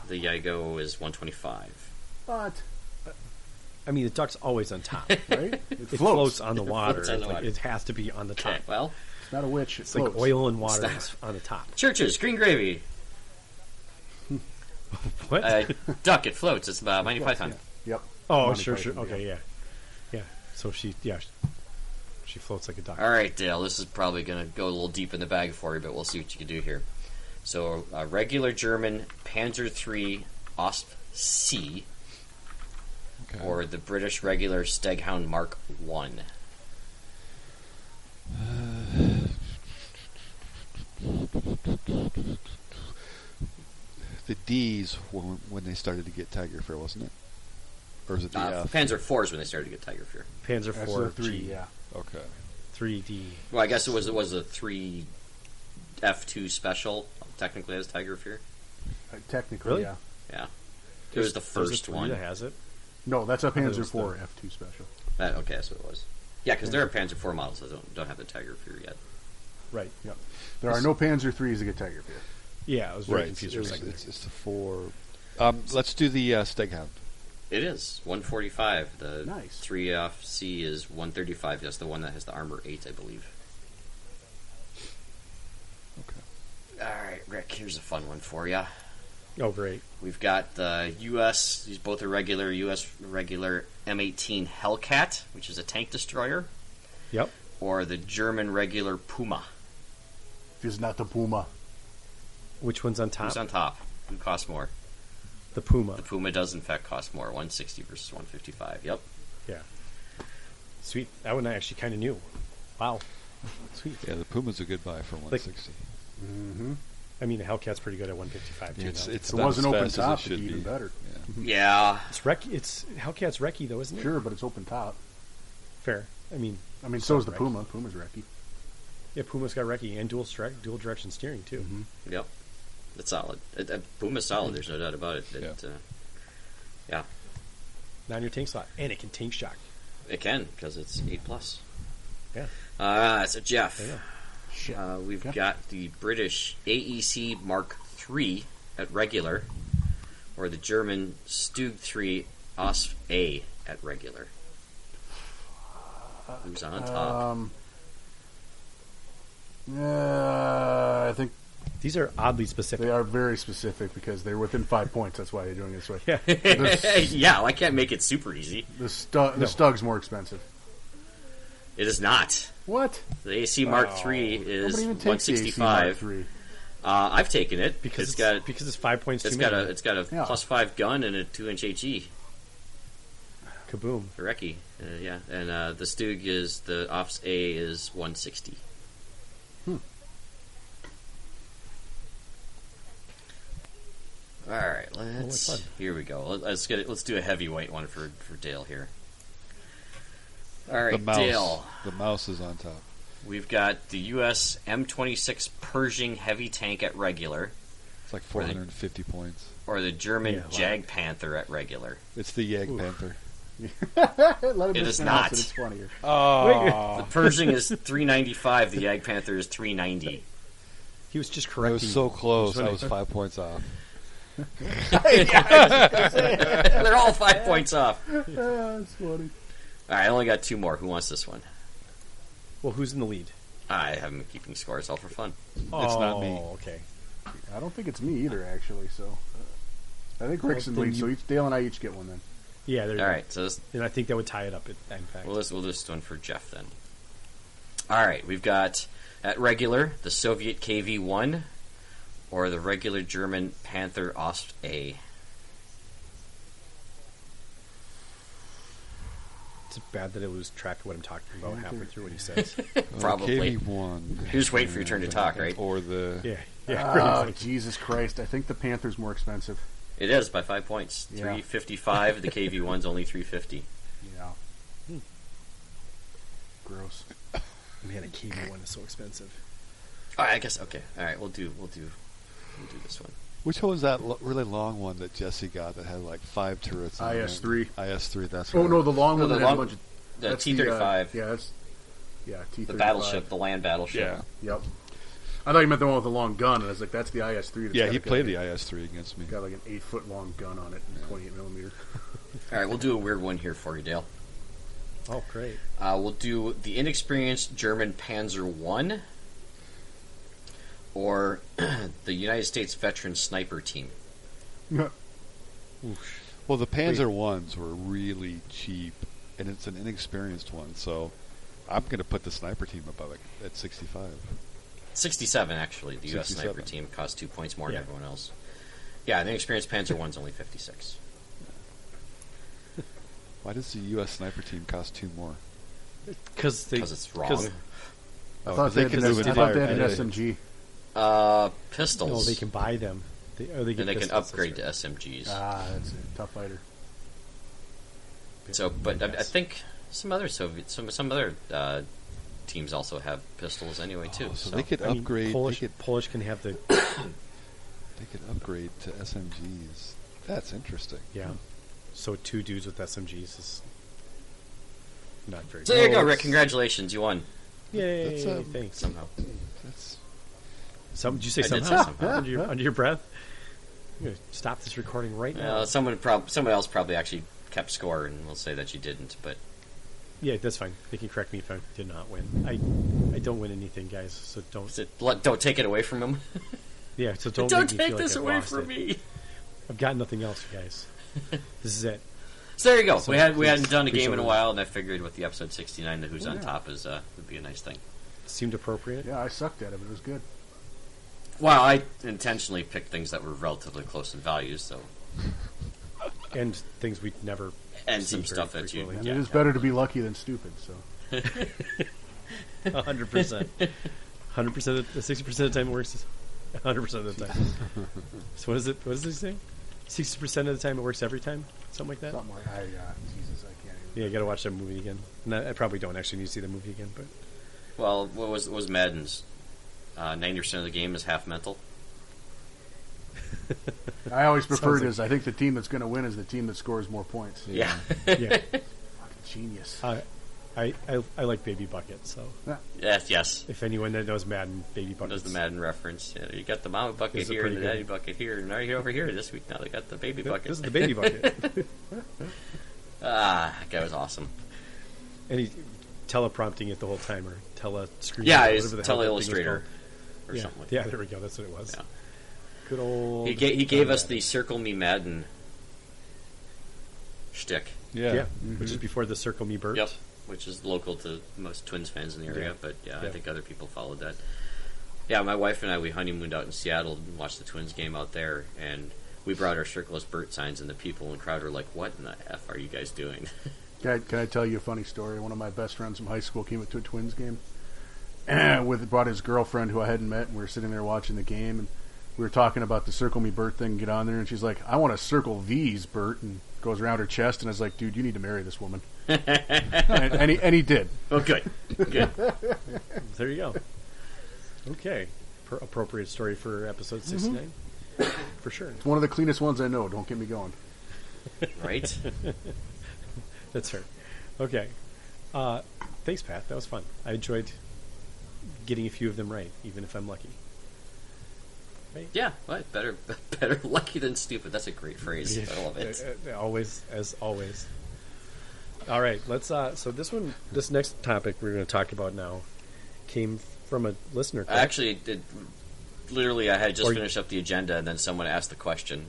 Speaker 2: The Yaigo is 125.
Speaker 6: But
Speaker 1: I mean, the duck's always on top. it
Speaker 6: right, it
Speaker 1: floats,
Speaker 6: floats.
Speaker 1: on the water.
Speaker 2: floats on the
Speaker 1: It's like,
Speaker 2: water.
Speaker 1: It has to be on the top.
Speaker 2: Okay, well,
Speaker 6: It's not a witch. It
Speaker 1: It's
Speaker 6: floats.
Speaker 1: like oil and water
Speaker 2: It's
Speaker 1: is on the top.
Speaker 2: churches, green gravy,
Speaker 1: What?
Speaker 2: uh, duck, it floats. It's about Monty Python.
Speaker 6: Yep.
Speaker 1: oh,
Speaker 6: Monty
Speaker 1: sure, sure.
Speaker 6: Python,
Speaker 1: Okay, yeah. yeah, So she, yeah, she, she floats like a duck.
Speaker 2: All right, Dale, this is probably going to go a little deep in the bag for you, but we'll see what you can do here. So, a regular German Panzer III Ost C,
Speaker 3: Okay.
Speaker 2: or the British regular Steghound Mark One.
Speaker 3: the D's were when they started to get Tiger Fair, wasn't it? Or is it the
Speaker 2: Uh,
Speaker 3: F?
Speaker 2: Panzer IV is when they started to get Tiger Fear.
Speaker 1: Panzer
Speaker 6: That's
Speaker 1: IV,
Speaker 6: the three.
Speaker 1: G,
Speaker 6: Yeah.
Speaker 3: Okay.
Speaker 1: 3D.
Speaker 2: Well, I guess it was it was a three F two special technically as Tiger Fear.
Speaker 6: Uh, Technically,
Speaker 1: Really?
Speaker 6: yeah.
Speaker 2: Yeah, it was the
Speaker 1: There's a
Speaker 2: first
Speaker 1: three
Speaker 2: one.
Speaker 1: that has it.
Speaker 6: No, that's a
Speaker 1: thought it
Speaker 6: Panzer
Speaker 1: was the-
Speaker 6: IV F two special.
Speaker 2: That- okay, that's what it was. Yeah, because there are Panzer IV models that don't don't have the Tiger Fear yet.
Speaker 1: Right.
Speaker 6: Yep. There are no Panzer threes that get Tiger Fear.
Speaker 1: Yeah, I was very
Speaker 3: Right. It's,
Speaker 1: confused for a
Speaker 3: it's,
Speaker 1: second.
Speaker 3: it's, the four. Um, let's do the uh, Steghound.
Speaker 2: It is 145. The
Speaker 6: Nice.
Speaker 2: 3FC is 135. That's the one that has the armor 8, I believe. Okay. All right, Rick, here's a fun one for you.
Speaker 1: there. Oh, great.
Speaker 2: We've got the U.S., these both are regular, U.S. regular M18 Hellcat, which is a tank destroyer,
Speaker 1: Yep.
Speaker 2: or the German regular Puma.
Speaker 6: This is not the Puma.
Speaker 1: Which one's on top?
Speaker 2: Who's on top? Who costs more?
Speaker 1: the Puma.
Speaker 2: The Puma does, in fact, cost more 160 versus 155. Yep.
Speaker 1: yeah. Sweet. That one I actually kind of knew. Wow. Sweet.
Speaker 3: Yeah, the Puma's a good buy for 160.
Speaker 1: I mean, the Hellcat's pretty good at 155. Too,
Speaker 3: it's
Speaker 1: though.
Speaker 3: it's
Speaker 6: If it
Speaker 3: not
Speaker 6: wasn't
Speaker 3: as
Speaker 6: open
Speaker 3: fast
Speaker 6: top,
Speaker 3: as it should
Speaker 6: it'd be even
Speaker 3: be.
Speaker 6: better.
Speaker 2: Mm-hmm. Yeah.
Speaker 1: It's wreck. It's Hellcat's recce though, isn't it?
Speaker 6: Sure, but it's open top.
Speaker 1: Fair. I mean,
Speaker 6: I mean, so is the
Speaker 1: Right.
Speaker 6: Puma. Puma's wrecky.
Speaker 1: yeah, Puma's got recce and dual stri- dual direction steering too.
Speaker 2: Yep, it's solid. It, uh, Puma's solid. There's no doubt about it. It, yeah. Uh, yeah,
Speaker 1: Not in your tank slot, and it can tank shock.
Speaker 2: it can because it's eight plus.
Speaker 1: Yeah.
Speaker 2: Uh, so Jeff,
Speaker 1: There you
Speaker 6: Shit.
Speaker 2: uh, we've
Speaker 6: Yeah.
Speaker 2: got the British AEC Mark III at regular, or the German Stug III Osf A at regular. Who's on top?
Speaker 6: um. Uh, I think
Speaker 1: These are oddly specific.
Speaker 6: they are very specific because they're within five points. That's why they're doing it this way.
Speaker 1: Yeah.
Speaker 6: The,
Speaker 2: yeah, well, I can't make it super easy.
Speaker 6: the, stu- the
Speaker 1: No.
Speaker 6: Stug's more expensive.
Speaker 2: It is not.
Speaker 6: What?
Speaker 2: The AC Mark III is
Speaker 6: Nobody even takes the AC
Speaker 2: 165.
Speaker 6: Mark
Speaker 2: Uh, I've taken it
Speaker 1: because
Speaker 2: it's
Speaker 1: it's,
Speaker 2: got
Speaker 1: because it's five points
Speaker 2: it's
Speaker 1: too
Speaker 2: got a
Speaker 1: many.
Speaker 2: it's got a
Speaker 6: Yeah.
Speaker 2: plus five gun and a two inch E. HE
Speaker 1: Kaboom.
Speaker 2: for recce. Uh, yeah, and uh, the Stug is the Ops A is one sixty.
Speaker 1: Hmm.
Speaker 2: All right, let's
Speaker 1: fun.
Speaker 2: here we go. Let- Let's get it. Let's do a heavyweight one for for Dale here. All right,
Speaker 3: The mouse.
Speaker 2: Dale.
Speaker 3: The mouse is on top.
Speaker 2: We've got the U.S. M26 Pershing heavy tank at regular,
Speaker 3: It's like
Speaker 2: Right.
Speaker 3: 450 points.
Speaker 2: or the German
Speaker 1: Yeah, wow.
Speaker 2: Jag Panther at regular.
Speaker 3: It's the Yag Panther.
Speaker 6: III. Let him
Speaker 2: It
Speaker 6: just
Speaker 2: is
Speaker 6: pronounce
Speaker 2: not.
Speaker 6: It. It's funnier.
Speaker 3: Oh,
Speaker 2: The Pershing is 395. The Yag Panther is 390.
Speaker 1: He was just
Speaker 3: I
Speaker 1: correcting.
Speaker 3: was so close. I
Speaker 1: Correcting.
Speaker 3: was five points off.
Speaker 2: They're all five points off. All
Speaker 6: Ah, it's funny.
Speaker 2: right, I only got two more. Who wants this one?
Speaker 1: Well, who's in the lead?
Speaker 2: I haven't been keeping score. It's all for fun.
Speaker 1: oh,
Speaker 3: not me.
Speaker 1: Okay.
Speaker 6: I don't think it's me either, actually. So I think Rick's in
Speaker 1: Well, then
Speaker 6: lead. So each Dale and I each get one then.
Speaker 1: Yeah. There you
Speaker 2: All
Speaker 1: go.
Speaker 2: right, so this,
Speaker 1: And I think that would tie it up. At, in fact,
Speaker 2: we'll just we'll do this one for Jeff then. All right, we've got at regular the Soviet KV one, or the regular German Panther Ost A.
Speaker 1: It's bad that it was track of what I'm talking about halfway through what he says.
Speaker 2: Probably.
Speaker 3: Okay, we won.
Speaker 2: You're just waiting for your turn to talk, right?
Speaker 3: Or the
Speaker 1: yeah, yeah.
Speaker 6: Oh, Jesus Christ. I think the Panther's more expensive.
Speaker 2: It is by five points.
Speaker 6: Yeah.
Speaker 2: Three fifty-five. The KV one's only three fifty.
Speaker 6: Yeah. Hmm. Gross.
Speaker 1: Man, a KB one is so expensive.
Speaker 2: All right, I guess okay. All right, we'll do we'll do we'll do this one.
Speaker 3: Which one was that lo- really long one that Jesse got that had like five turrets? on it?
Speaker 6: IS-3.
Speaker 3: IS-3. That's
Speaker 6: Oh,
Speaker 3: right.
Speaker 6: no, the long
Speaker 2: No, the
Speaker 6: one that has a
Speaker 2: long-
Speaker 6: bunch of.
Speaker 2: The
Speaker 6: that's
Speaker 2: T thirty five,
Speaker 6: The, uh, yeah, that's. Yeah, T 35.
Speaker 2: the battleship, the land battleship.
Speaker 3: Yeah,
Speaker 6: Yep. I thought you meant the one with the long gun, and I was like, that's the IS 3.
Speaker 3: yeah. He played the IS-3 against me.
Speaker 6: Got like an 8 foot long gun on it, and 28 millimeter.
Speaker 2: All right, we'll do a weird one here for you, Dale.
Speaker 1: Oh, great.
Speaker 2: Uh, we'll do the inexperienced German Panzer One, or the United States Veteran Sniper Team.
Speaker 3: Well, the Panzer ones were really cheap, and it's an inexperienced one, so I'm going to put the sniper team above it at 65.
Speaker 2: Sixty-seven, actually. The U.S. Sniper
Speaker 3: 67.
Speaker 2: Team costs two points more
Speaker 1: Yeah.
Speaker 2: than everyone else. Yeah, the inexperienced Panzer One's only fifty-six.
Speaker 3: Why does the U.S. sniper team cost two more?
Speaker 1: Because
Speaker 2: Because it's wrong.
Speaker 1: 'cause-
Speaker 6: I thought they,
Speaker 3: Oh, can
Speaker 6: had, an-
Speaker 3: move it
Speaker 6: I thought
Speaker 3: higher,
Speaker 6: they had an
Speaker 3: yeah.
Speaker 6: SMG.
Speaker 2: Uh,
Speaker 1: no,
Speaker 2: pistols.
Speaker 1: Oh, they can buy them. They, oh, they get
Speaker 2: and they can
Speaker 1: pistols, that's
Speaker 2: upgrade to
Speaker 1: right.
Speaker 2: SMGs.
Speaker 6: Ah, that's it. Tough fighter.
Speaker 2: So, but I, I
Speaker 1: Yes.
Speaker 2: think some other Soviet, some some other uh, teams also have pistols anyway too.
Speaker 3: Oh, so,
Speaker 2: so,
Speaker 3: they could
Speaker 1: I mean,
Speaker 3: upgrade.
Speaker 1: Polish,
Speaker 3: They could,
Speaker 1: Polish can have the
Speaker 3: they could upgrade to SMGs. That's interesting.
Speaker 1: yeah. So two dudes with SMGs is not very.
Speaker 2: So there you go, Rick. Congratulations, you won
Speaker 1: Yay!
Speaker 3: That's, um,
Speaker 1: thanks.
Speaker 2: somehow.
Speaker 3: That's
Speaker 1: Some, did you say
Speaker 2: I did
Speaker 1: somehow?
Speaker 2: say somehow.
Speaker 1: under, your, under your breath? I'm gonna stop this recording right now.
Speaker 2: Uh, someone prob- someone else probably actually kept score, and we'll say that you didn't. But
Speaker 1: yeah, that's fine. They can correct me if I did not win. I I don't win anything, guys. So don't.
Speaker 2: so let- don't take it away from him.
Speaker 1: Yeah. So don't.
Speaker 2: don't
Speaker 1: make me feel
Speaker 2: take
Speaker 1: like
Speaker 2: this
Speaker 1: I've
Speaker 2: away
Speaker 1: lost
Speaker 2: from
Speaker 1: it.
Speaker 2: me.
Speaker 1: I've got nothing else, you guys. this is it.
Speaker 2: So there you go. we
Speaker 1: Someone
Speaker 2: had we
Speaker 1: please-
Speaker 2: hadn't done a
Speaker 1: please
Speaker 2: game in a
Speaker 1: don't-
Speaker 2: while, and I figured with the episode sixty nine, the who's on top is uh, would be a nice thing.
Speaker 1: Seemed appropriate.
Speaker 6: Yeah, I sucked at it, but it was good.
Speaker 2: Well, I intentionally picked things that were relatively close in value, so
Speaker 1: And things we'd never.
Speaker 2: and
Speaker 1: See,
Speaker 2: some
Speaker 1: very
Speaker 2: stuff that you.
Speaker 1: frequently.
Speaker 6: And
Speaker 2: yeah,
Speaker 6: it is
Speaker 2: yeah.
Speaker 6: better to be lucky than stupid, so.
Speaker 1: 100 percent. 100 percent. 60 percent of the time it works. 100 percent of the time. so what is it? What is this thing? 60 percent of the time it works every time. Something like that.
Speaker 6: Something like I, uh, Jesus, I can't
Speaker 1: Yeah,
Speaker 6: even.
Speaker 1: you gotta watch that movie again. And I, I probably don't actually need to see the movie again, but
Speaker 2: Well, what was what was Madden's? Ninety percent of the game is half mental.
Speaker 6: I always prefer
Speaker 1: Sounds
Speaker 6: it as I think the team that's going to win is the team that scores more points.
Speaker 2: Yeah.
Speaker 1: yeah, Uh,
Speaker 6: Fucking genius.
Speaker 1: I, I, I, I like Baby Bucket. So
Speaker 2: yes. Yes.
Speaker 1: if anyone that knows Madden, Baby Bucket.
Speaker 2: Does the Madden reference? Yeah, you got the mama bucket
Speaker 1: These are
Speaker 2: here,
Speaker 1: pretty
Speaker 2: and the
Speaker 1: good.
Speaker 2: daddy bucket here, and right here over here this week. Now they got the baby bucket.
Speaker 1: This is the Baby Bucket,
Speaker 2: ah, that guy was awesome.
Speaker 1: and he's teleprompting it the whole time, or tele screen.
Speaker 2: Yeah, he's teleillustrator or
Speaker 1: yeah.
Speaker 2: something. Like
Speaker 1: yeah, there we go. That's what it was.
Speaker 2: Yeah.
Speaker 1: Good
Speaker 2: that.
Speaker 1: old.
Speaker 2: He, ga- he gave us the circle me Madden shtick.
Speaker 1: yeah,
Speaker 3: yeah.
Speaker 1: which is before the Circle Me Bert.
Speaker 2: Mm-hmm. Yep, which is local to most Twins fans in the area,
Speaker 1: Yeah.
Speaker 2: but yeah, I
Speaker 1: Yeah.
Speaker 2: think other people followed that. Yeah, my wife and I we honeymooned out in Seattle and watched the Twins game out there, and we brought our Circle as Bert signs, and the people in the crowd were like, "What in the f are you guys doing?"
Speaker 6: Can I, can I tell you a funny story? One of my best friends from high school came to a Twins game with brought his girlfriend who I hadn't met, and we were sitting there watching the game, and we were talking about the circle me Bert thing. Get on there, and she's like, "I want to circle these Bert," and goes around her chest, and I was like, "Dude, you need to marry this woman," and, and he and he did.
Speaker 2: well, Oh, good, good.
Speaker 1: There you go. Okay, per- appropriate story for
Speaker 2: Mm-hmm.
Speaker 1: episode 69 for sure.
Speaker 6: It's one of the cleanest ones I know. Don't get me going.
Speaker 2: right?
Speaker 1: That's fair. Okay. Uh, thanks, Pat. That was fun. I enjoyed getting a few of them right, even if I'm lucky.
Speaker 2: Yeah, what? Better, better lucky than stupid. That's a great phrase. I love it.
Speaker 1: Uh, uh, Always, as always. All right. Let's. Uh, so this one, this next topic we're going to talk about now, came from a listener.
Speaker 2: I actually did. Literally, I had just
Speaker 1: Or-
Speaker 2: finished up the agenda, and then someone asked the question.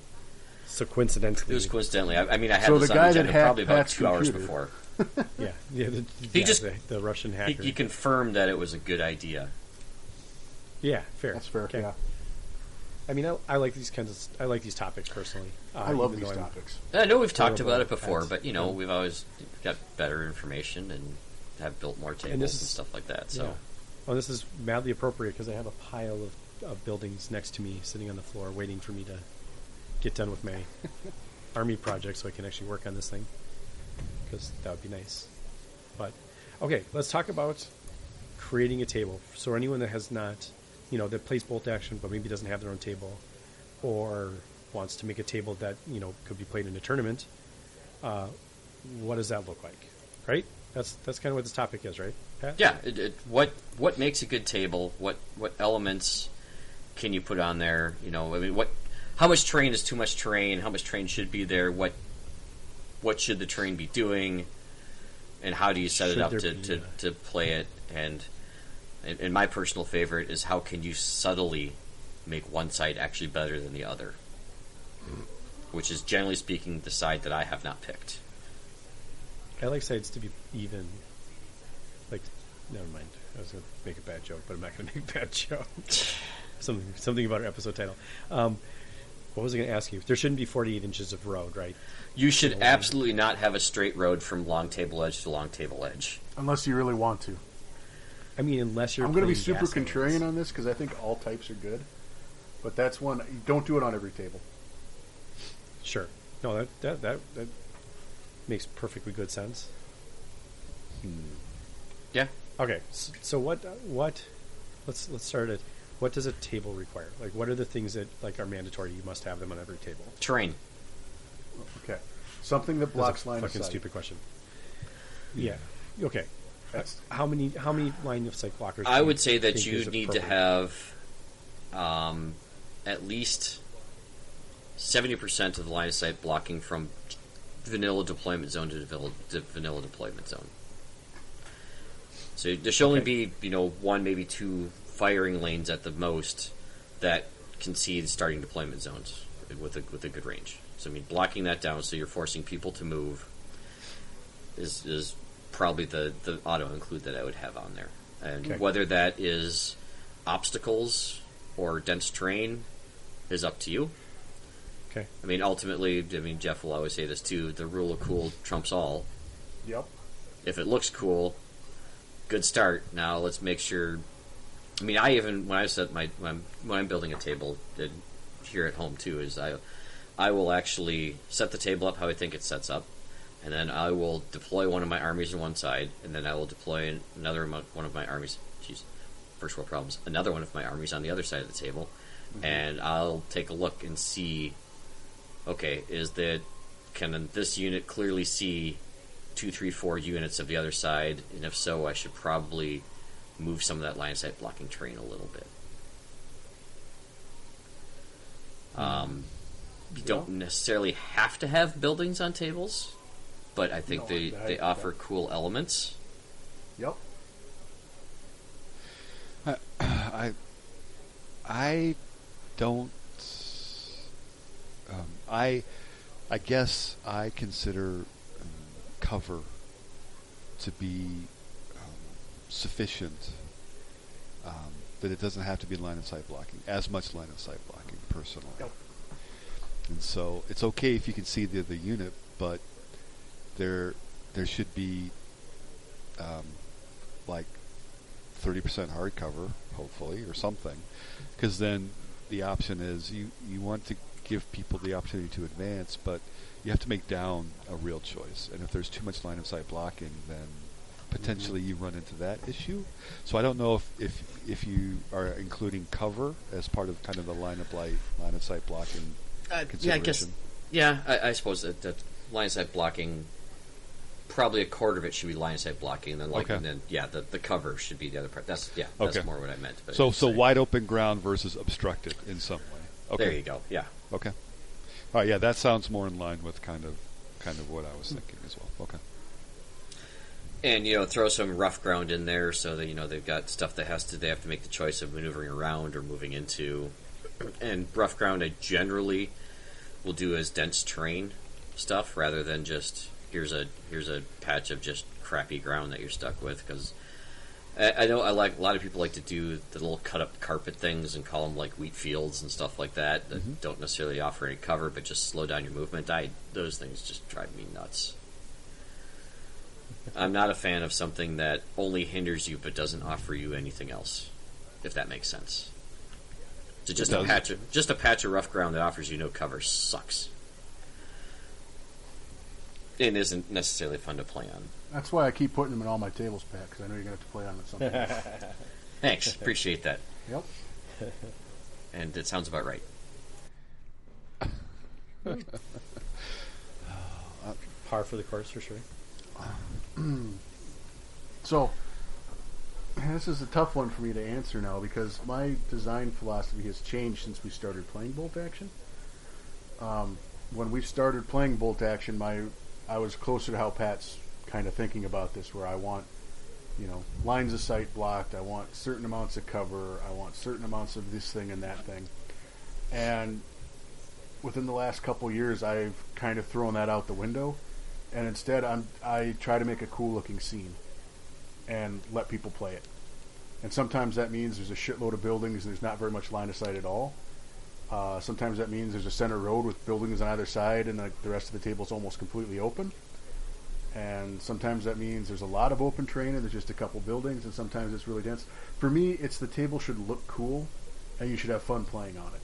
Speaker 1: so
Speaker 2: It
Speaker 1: coincidentally,
Speaker 2: was coincidentally. I, I mean, I had
Speaker 6: So
Speaker 2: this on
Speaker 6: the
Speaker 2: the
Speaker 6: guy that
Speaker 2: agenda
Speaker 6: hacked
Speaker 2: probably about
Speaker 6: Pat's
Speaker 2: two hours
Speaker 6: computer-
Speaker 2: before.
Speaker 1: yeah, yeah. The,
Speaker 2: He
Speaker 1: yeah,
Speaker 2: just-
Speaker 1: the, the Russian
Speaker 2: He,
Speaker 1: hacker.
Speaker 2: he confirmed that it was a good idea.
Speaker 1: yeah, fair.
Speaker 6: That's fair.
Speaker 1: Okay.
Speaker 6: Yeah.
Speaker 1: I mean, I, I like these kinds of s- I like these topics personally. Uh,
Speaker 6: I love
Speaker 1: even
Speaker 6: these
Speaker 1: though I'm-
Speaker 6: topics.
Speaker 2: I know we've talked
Speaker 1: Terrible
Speaker 2: about it before,
Speaker 1: offense.
Speaker 2: but you know we've always got better information and have built more tables and,
Speaker 1: this is-
Speaker 2: stuff like that. So
Speaker 1: Yeah. Well, Oh, this is madly appropriate because I have a pile of, of buildings next to me sitting on the floor waiting for me to get done with my army project so I can actually work on this thing because that would be nice. But okay, let's talk about creating a table. So anyone that has not, you know, that plays bolt action but maybe doesn't have their own table or wants to make a table that, you know, could be played in a tournament, uh, what does that look like? Right? That's that's kind of what this topic is, right? Pat?
Speaker 2: yeah, it, it, what what makes a good table? What what elements can you put on there? You know, I mean, what how much terrain is too much terrain? How much terrain should be there? What what should the terrain be doing? And how do you set
Speaker 1: Should
Speaker 2: it up
Speaker 1: there
Speaker 2: to,
Speaker 1: be
Speaker 2: to,
Speaker 1: a-
Speaker 2: to play it? And and and my personal favorite is how can you subtly make one side actually better than the other? Which is generally speaking the side that I have not picked.
Speaker 1: I like sides to be even. Like, never mind. I was going to make a bad joke, but I'm not going to make a bad joke. something, something about our episode title. Um, what was I going to ask you? There shouldn't be 48 inches of road, right?
Speaker 2: You should absolutely not have a straight road from long table edge to long table edge.
Speaker 6: Unless you really want to.
Speaker 1: I mean, unless you're.
Speaker 6: I'm going to be
Speaker 1: playing
Speaker 6: super
Speaker 1: gas engines.
Speaker 6: contrarian on this because I think all types are good. But that's one. Don't do it on every table.
Speaker 1: Sure. No, that that that, that makes perfectly good sense. Hmm.
Speaker 2: Yeah.
Speaker 1: Okay. s- So what what let's let's start it. What does a table require? Like, what are the things that like are mandatory? You must have them on every table.
Speaker 2: Terrain.
Speaker 6: Okay. Something that
Speaker 1: That's a
Speaker 6: blocks line of
Speaker 1: fucking
Speaker 6: sight.
Speaker 1: stupid question. Yeah. Okay.
Speaker 6: That's-
Speaker 1: How many how many line of sight blockers?
Speaker 2: I
Speaker 1: do you
Speaker 2: would say that
Speaker 1: think
Speaker 2: you
Speaker 1: is
Speaker 2: need to
Speaker 1: appropriate?
Speaker 2: have um, at least 70% of the line of sight blocking from vanilla deployment zone to, vanilla- to vanilla deployment zone. So there should only be, you know, one, maybe two firing lanes at the most that can see the starting deployment zones with a, with a good range. So, I mean, blocking that down so you're forcing people to move is, is probably the, the auto include that I would have on there. And
Speaker 6: Okay.
Speaker 2: whether that is obstacles or dense terrain is up to you.
Speaker 1: Okay.
Speaker 2: I mean, ultimately, I mean, Jeff will always say this too the rule of cool trumps all.
Speaker 6: Yep.
Speaker 2: If it looks cool, good start. Now let's make sure. I mean, I even, when I set my, when I'm, when I'm building a table and here at home too, is I, I will actually set the table up how I think it sets up. And then I will deploy one of my armies on one side, and then I will deploy an- another mo- one of my armies. Jeez, first world problems. Another one of my armies on the other side of the table, and I'll take a look and see okay, is that can this unit clearly see two, three, four units of the other side? And if so, I should probably move some of that line of sight blocking terrain a little bit. Um, you don't necessarily have to have buildings on tables, but I think
Speaker 6: No,
Speaker 2: they,
Speaker 6: I-
Speaker 2: they
Speaker 6: I-
Speaker 2: offer cool elements.
Speaker 6: Yep.
Speaker 3: I I don't um, I I guess I consider um, cover to be um, sufficient um, that it doesn't have to be line of sight blocking as much line of sight blocking personally
Speaker 6: Yep.
Speaker 3: and so it's okay if you can see the other unit but there there should be um, like 30% hardcover, hopefully, or something, because then the option is you, you want to give people the opportunity to advance, but you have to make down a real choice. And if there's too much line of sight blocking, then potentially
Speaker 2: Mm-hmm.
Speaker 3: you run into that issue. So I don't know if, if if you are including cover as part of kind of the line of light line of sight blocking
Speaker 2: Uh, yeah, I guess.
Speaker 3: consideration.
Speaker 2: Yeah, I, I suppose that, that line of sight blocking. Probably a quarter of it should be line of sight blocking, and then like,
Speaker 3: Okay.
Speaker 2: and then yeah, the, the cover should be the other part. That's yeah, that's
Speaker 3: Okay.
Speaker 2: more what I meant. But
Speaker 3: So
Speaker 2: it's
Speaker 3: so
Speaker 2: like-
Speaker 3: wide open ground versus obstructed in some way. Okay.
Speaker 2: There you go. Yeah.
Speaker 3: Okay. All right. Yeah, that sounds more in line with kind of kind of what I was thinking as well. Okay.
Speaker 2: and you know throw some rough ground in there so that you know they've got stuff that has to they have to make the choice of maneuvering around or moving into and rough ground i generally will do as dense terrain stuff rather than just here's a here's a patch of just crappy ground that you're stuck with because I, I know I like a lot of people like to do the little cut up carpet things and call them like wheat fields and stuff like that that don't necessarily offer any cover but just slow down your movement. I those things just drive me nuts. I'm not a fan of something that only hinders you but doesn't offer you anything else, if that makes sense. So just a
Speaker 3: does.
Speaker 2: patch, of, just a patch of rough ground that offers you no cover sucks. And isn't necessarily fun to play on.
Speaker 6: That's why I keep putting them in all my tables pack because I know you're gonna have to play on it sometime.
Speaker 2: Thanks, appreciate that.
Speaker 6: yep.
Speaker 2: And it sounds about right.
Speaker 1: Par for the course for sure.
Speaker 6: So this is a tough one for me to answer now because my design philosophy has changed since we started playing bolt action. Um, when we started playing bolt action, my I was closer to how Pat's kind of thinking about this, where I want you know lines of sight blocked, I want certain amounts of cover, I want certain amounts of this thing and that thing, and within the last couple years, I've kind of thrown that out the window, and instead I'm I try to make a cool looking scene and let people play it. And sometimes that means there's a shitload of buildings and there's not very much line of sight at all. Uh, sometimes that means there's a center road with buildings on either side and like the rest of the table's almost completely open. And sometimes that means there's a lot of open terrain and there's just a couple buildings and sometimes it's really dense. For me, it's the table should look cool and you should have fun playing on it.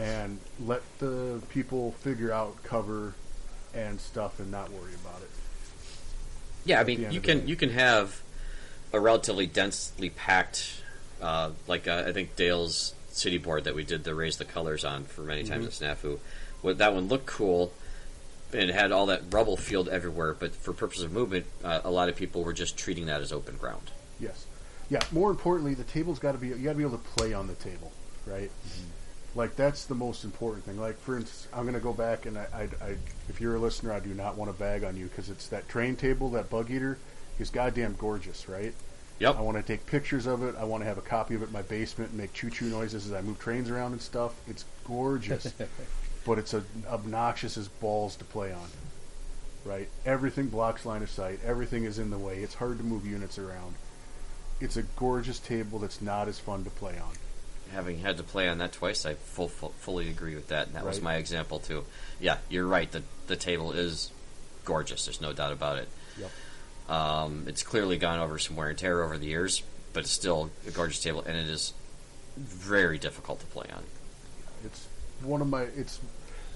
Speaker 6: And let the people figure out cover and stuff and not worry about it.
Speaker 2: Yeah, I
Speaker 6: at the
Speaker 2: mean,
Speaker 6: end
Speaker 2: you
Speaker 6: of
Speaker 2: can
Speaker 6: it.
Speaker 2: you can have a relatively densely packed, uh, like uh, I think Dale's city board that we did the raise the colors on for many times
Speaker 6: Mm-hmm.
Speaker 2: at Snafu. Well, that one looked cool, and it had all that rubble field everywhere. But for purpose of movement, uh, a lot of people were just treating that as open ground.
Speaker 6: Yes. Yeah. More importantly, the table's got to be you got to be able to play on the table, right? Like that's the most important thing. Like for instance, I'm going to go back and I, I, I, if you're a listener, I do not want to bag on you because it's that train table, that bug eater, is goddamn gorgeous, right?
Speaker 2: Yep.
Speaker 6: I want to take pictures of it. I want to have a copy of it in my basement and make choo-choo noises as I move trains around and stuff. It's gorgeous, but it's a, obnoxious as balls to play on. Right? Everything blocks line of sight. Everything is in the way. It's hard to move units around. It's a gorgeous table that's not as fun to play on.
Speaker 2: Having had to play on that twice, I full, full, fully agree with that, and that was
Speaker 6: Right.
Speaker 2: my example too. Yeah, you're right. The the table is gorgeous. There's no doubt about it.
Speaker 6: Yep.
Speaker 2: Um, it's clearly gone over some wear and tear over the years, but it's still a gorgeous table, and it is very difficult to play on.
Speaker 6: It's one of my. It's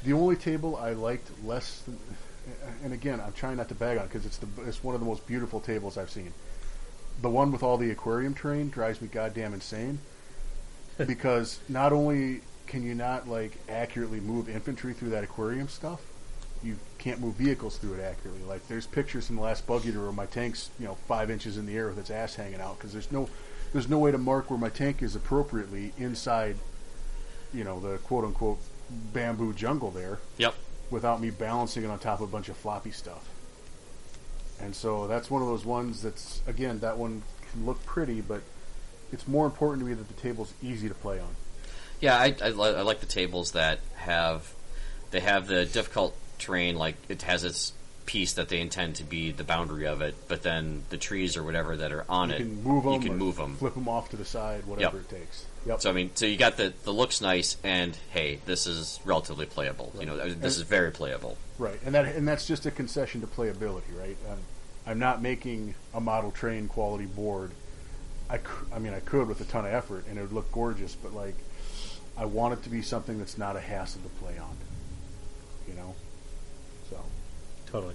Speaker 6: the only table I liked less. Than, and again, I'm trying not to bag on because it's the it's one of the most beautiful tables I've seen. The one with all the aquarium terrain drives me goddamn insane because not only can you not like accurately move infantry through that aquarium stuff, you can't move vehicles through it accurately. Like there's pictures from the last bug eater where my tank's you know five inches in the air with its ass hanging out because there's no there's no way to mark where my tank is appropriately inside you know the quote unquote bamboo jungle there
Speaker 2: Yep.
Speaker 6: without me balancing it on top of a bunch of floppy stuff. And so that's one of those ones that's again that one can look pretty, but it's more important to me that the table's easy to play on.
Speaker 2: Yeah, I, I, li- I like the tables that have they have the difficult terrain, like it has its piece that they intend to be the boundary of it, but then the trees or whatever that are on
Speaker 6: You
Speaker 2: it,
Speaker 6: can move them,
Speaker 2: you can move 'em.
Speaker 6: flip them off to the side, whatever
Speaker 2: Yep.
Speaker 6: it takes. Yep.
Speaker 2: So I mean, so you got the the looks nice, and hey, this is relatively playable. You know, this is very playable.
Speaker 6: Right, and that and that's just a concession to playability, right? Um, I'm not making a model train quality board. I, cou- I mean, I could with a ton of effort, and it would look gorgeous. But like, I want it to be something that's not a hassle to play on. You know, so
Speaker 1: Totally.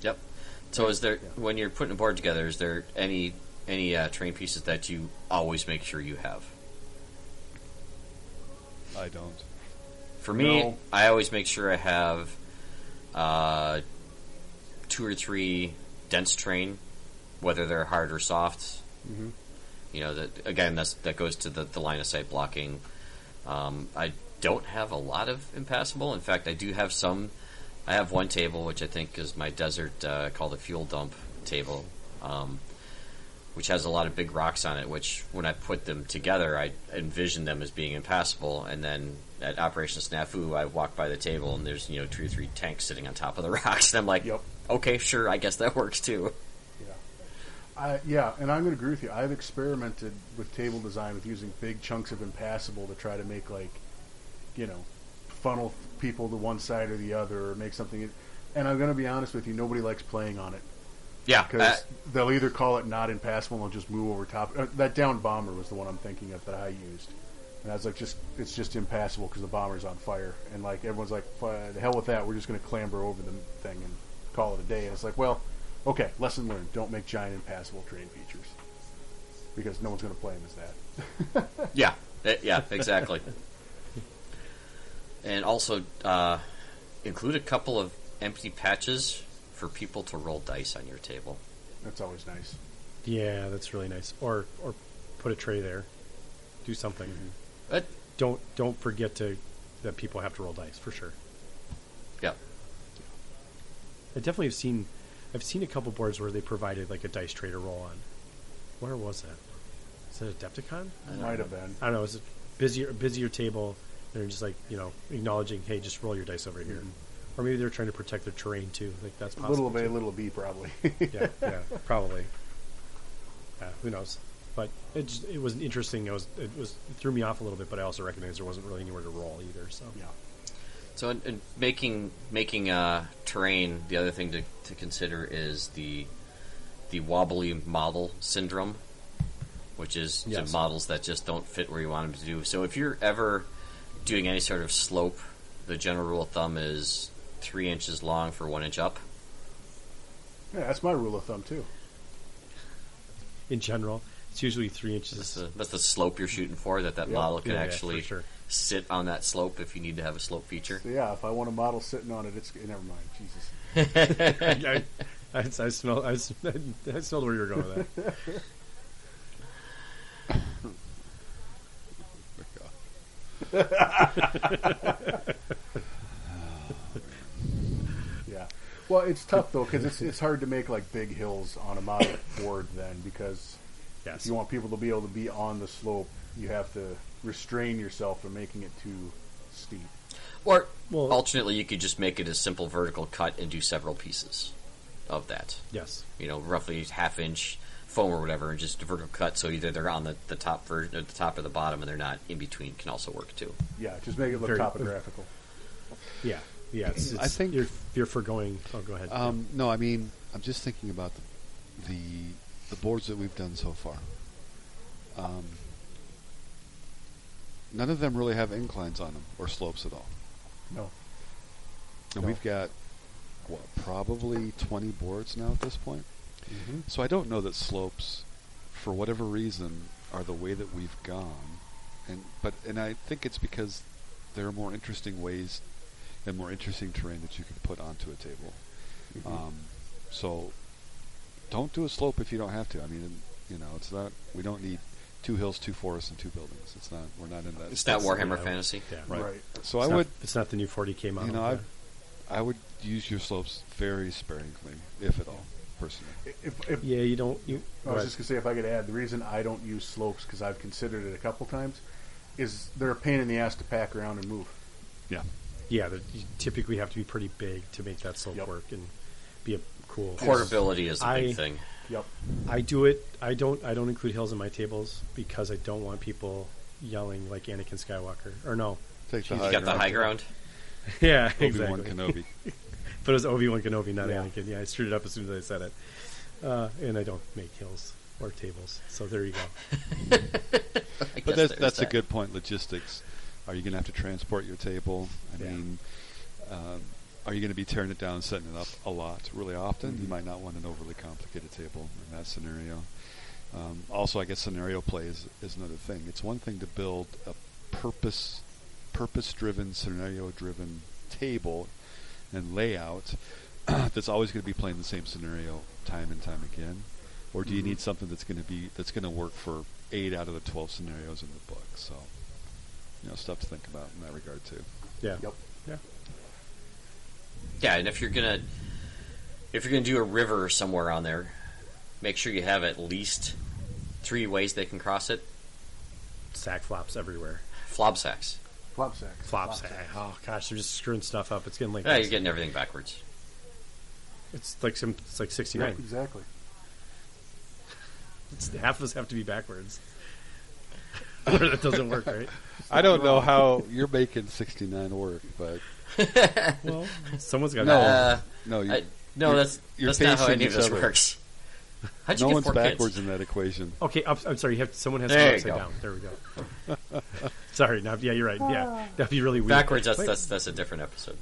Speaker 2: Yep. So is there when you're putting a board together? Is there any any uh, train pieces that you always make sure you have?
Speaker 3: I don't.
Speaker 2: For me,
Speaker 6: No.
Speaker 2: I always make sure I have uh, two or three dense train, whether they're hard or soft. Mm-hmm. You know, that again, that's, that goes to the, the line of sight blocking. Um, I don't have a lot of impassable. In fact, I do have some. I have one table, which I think is my desert uh, called the fuel dump table, um, which has a lot of big rocks on it. Which, when I put them together, I envisioned them as being impassable. And then at Operation Snafu, I walk by the table and there's you know two or three tanks sitting on top of the rocks, and I'm like,
Speaker 6: Yep.
Speaker 2: okay, sure, I guess that works too.
Speaker 6: yeah. I, yeah, and I'm going to agree with you. I've experimented with table design with using big chunks of impassable to try to make like, you know, funnel people to one side or the other, or make something. And I'm going to be honest with you, nobody likes playing on it
Speaker 2: Yeah,
Speaker 6: because
Speaker 2: uh,
Speaker 6: they'll either call it not impassable and they'll just move over top. Uh, that down bomber was the one I'm thinking of that I used, and I was like, just it's just impassable because the bomber's on fire, and like everyone's like, "Fi- the hell with that, we're just going to clamber over the thing and call it a day. And it's like, well, okay, lesson learned: don't make giant impassable terrain features because no one's going to play them as that.
Speaker 2: yeah, eh, yeah, exactly. and also uh, include a couple of empty patches for people to roll dice on your table.
Speaker 6: That's always nice.
Speaker 1: Yeah, that's really nice. Or or put a tray there. Do something.
Speaker 2: But
Speaker 1: Don't don't forget to that people have to roll dice for sure.
Speaker 2: yeah,
Speaker 1: I definitely have seen I've seen a couple boards where they provided like a dice tray to roll on. Where was that? Is that Adepticon?
Speaker 6: Might have been.
Speaker 1: I don't know. It's a busier busier table. They're just like you know acknowledging, hey, just roll your dice over here, or maybe they're trying to protect their terrain too. Like that's
Speaker 6: Mm-hmm. A
Speaker 1: possible.
Speaker 6: little of A,
Speaker 1: too.
Speaker 6: little B, probably.
Speaker 1: yeah, yeah, probably. Yeah, who knows? But it just, it was interesting. It was it was it threw me off a little bit, but I also recognized there wasn't really anywhere to roll either. So
Speaker 6: yeah.
Speaker 2: So, in, in making making uh, terrain, the other thing to, to consider is the the wobbly model syndrome, which is the
Speaker 1: Yes.
Speaker 2: models that just don't fit where you want them to do. So, if you're ever doing any sort of slope, the general rule of thumb is three inches long for one inch up.
Speaker 6: Yeah, that's my rule of thumb too.
Speaker 1: in general, it's usually three
Speaker 2: That's
Speaker 1: inches.
Speaker 2: the, that's the slope you're shooting for. That that model can
Speaker 1: Yeah, yeah,
Speaker 2: actually
Speaker 1: for sure.
Speaker 2: sit on that slope if you need to have a slope feature.
Speaker 6: So yeah, if I want a model sitting on it, it's never mind.
Speaker 1: I,
Speaker 6: Jesus.
Speaker 1: I, I smell. I, s- I smelled where you were going with that.
Speaker 6: Yeah. Well, it's tough though because it's it's hard to make like big hills on a model board then because if
Speaker 1: Yes.
Speaker 6: you want people to be able to be on the slope, you have to restrain yourself from making it too steep.
Speaker 2: Or
Speaker 1: Well-
Speaker 2: alternately, you could just make it a simple vertical cut and do several pieces of that.
Speaker 1: Yes.
Speaker 2: You know, roughly half inch foam or whatever, and just a vertical cut. So either they're on the, the top version, or the top or the bottom, and they're not in between. Can also work too.
Speaker 6: Yeah, just make it look
Speaker 1: Very-
Speaker 6: topographical.
Speaker 1: Yeah. Yeah. It's, it's,
Speaker 3: I think-
Speaker 1: you're you're foregoing. Oh, go
Speaker 6: Uh,
Speaker 1: ahead.
Speaker 3: Um, no, I mean, I'm just thinking about the the, the boards that we've done so far. Um, none of them really have inclines on them or slopes at all.
Speaker 6: No.
Speaker 3: And we've got what probably 20 boards now at this point.
Speaker 1: Mm-hmm.
Speaker 3: So I don't know that slopes, for whatever reason, are the way that we've gone, and but and I think it's because there are more interesting ways and more interesting terrain that you can put onto a table. Um, so don't do a slope if you don't have to. I mean, you know, it's not we don't need two hills, two forests, and two buildings. It's not we're not in that.
Speaker 2: It's not Warhammer
Speaker 1: yeah.
Speaker 2: Fantasy.
Speaker 1: yeah.
Speaker 3: right.
Speaker 6: Right.
Speaker 3: So
Speaker 1: It's
Speaker 3: I
Speaker 1: not-
Speaker 3: would
Speaker 1: It's not the new 40k model.
Speaker 3: you know,
Speaker 1: yeah.
Speaker 3: I, I would use your slopes very sparingly, if at all, personally.
Speaker 6: If, if,
Speaker 1: yeah. You don't. You.
Speaker 6: I was
Speaker 1: but-
Speaker 6: just gonna say if I could add the reason I don't use slopes because I've considered it a couple times is they're a pain in the ass to pack around and move.
Speaker 3: Yeah.
Speaker 1: yeah. that You typically have to be pretty big to make that slope
Speaker 6: Yep.
Speaker 1: work and be a cool.
Speaker 2: Portability is the
Speaker 1: I-
Speaker 2: big thing.
Speaker 6: Yep.
Speaker 1: I do it. I don't. I don't include hills in my tables because I don't want people yelling like Anakin Skywalker. Or no.
Speaker 3: Take the
Speaker 2: You got the high ground.
Speaker 1: Yeah.
Speaker 3: Obi-Wan
Speaker 1: exactly.
Speaker 3: Kenobi.
Speaker 1: But it was Obi Wan Kenobi, not
Speaker 6: Yeah.
Speaker 1: Anakin. Yeah, I screwed it up as soon as I said it. Uh, and I don't make hills or tables, so there you go.
Speaker 2: I guess
Speaker 3: but that's
Speaker 2: there's
Speaker 3: that's a
Speaker 2: that.
Speaker 3: good point. Logistics: Are you going to have to transport your table? I
Speaker 1: Yeah.
Speaker 3: mean, um, are you going to be tearing it down, and setting it up a lot, really often?
Speaker 2: Mm-hmm.
Speaker 3: You might not want an overly complicated table in that scenario. Um, also, I guess scenario play is, is another thing. It's one thing to build a purpose purpose driven, scenario driven table and layout that's always going to be playing the same scenario time and time again. Or do you need something that's going to be that's going to work for eight out of the twelve scenarios in the book? So, you know, stuff to think about in that regard too.
Speaker 1: Yeah.
Speaker 6: Yep.
Speaker 1: Yeah.
Speaker 2: Yeah, and if you're gonna if you're gonna do a river somewhere on there, make sure you have at least three ways they can cross it.
Speaker 1: Sack flops everywhere.
Speaker 2: Flob sacks.
Speaker 6: Flop sacks.
Speaker 1: Flop sack. Oh gosh, they're just screwing stuff up. It's getting like
Speaker 2: Yeah, you're getting everything backwards.
Speaker 1: it's like some it's like sixty
Speaker 6: Yeah,
Speaker 1: nine.
Speaker 6: exactly.
Speaker 1: It's, half of us have to be backwards. Or that doesn't work, right?
Speaker 3: I don't know how you're making 69 work, but
Speaker 1: Well, someone's got
Speaker 3: No.
Speaker 1: to.
Speaker 2: Uh,
Speaker 3: no, you,
Speaker 2: I, no,
Speaker 3: you're-
Speaker 2: that's
Speaker 3: you're
Speaker 2: that's not how
Speaker 3: facing
Speaker 2: any of
Speaker 3: each
Speaker 2: this
Speaker 3: other.
Speaker 2: works. How'd you
Speaker 3: no
Speaker 2: get
Speaker 3: one's
Speaker 2: four
Speaker 3: backwards
Speaker 2: kids?
Speaker 3: in that equation.
Speaker 1: Okay, up, I'm sorry. You have someone has
Speaker 2: There you
Speaker 1: to go upside
Speaker 2: go.
Speaker 1: down. There we go. sorry. Now, yeah, you're right. Yeah, that'd be really weird.
Speaker 2: Backwards. That's
Speaker 1: Wait,
Speaker 2: that's that's a different episode.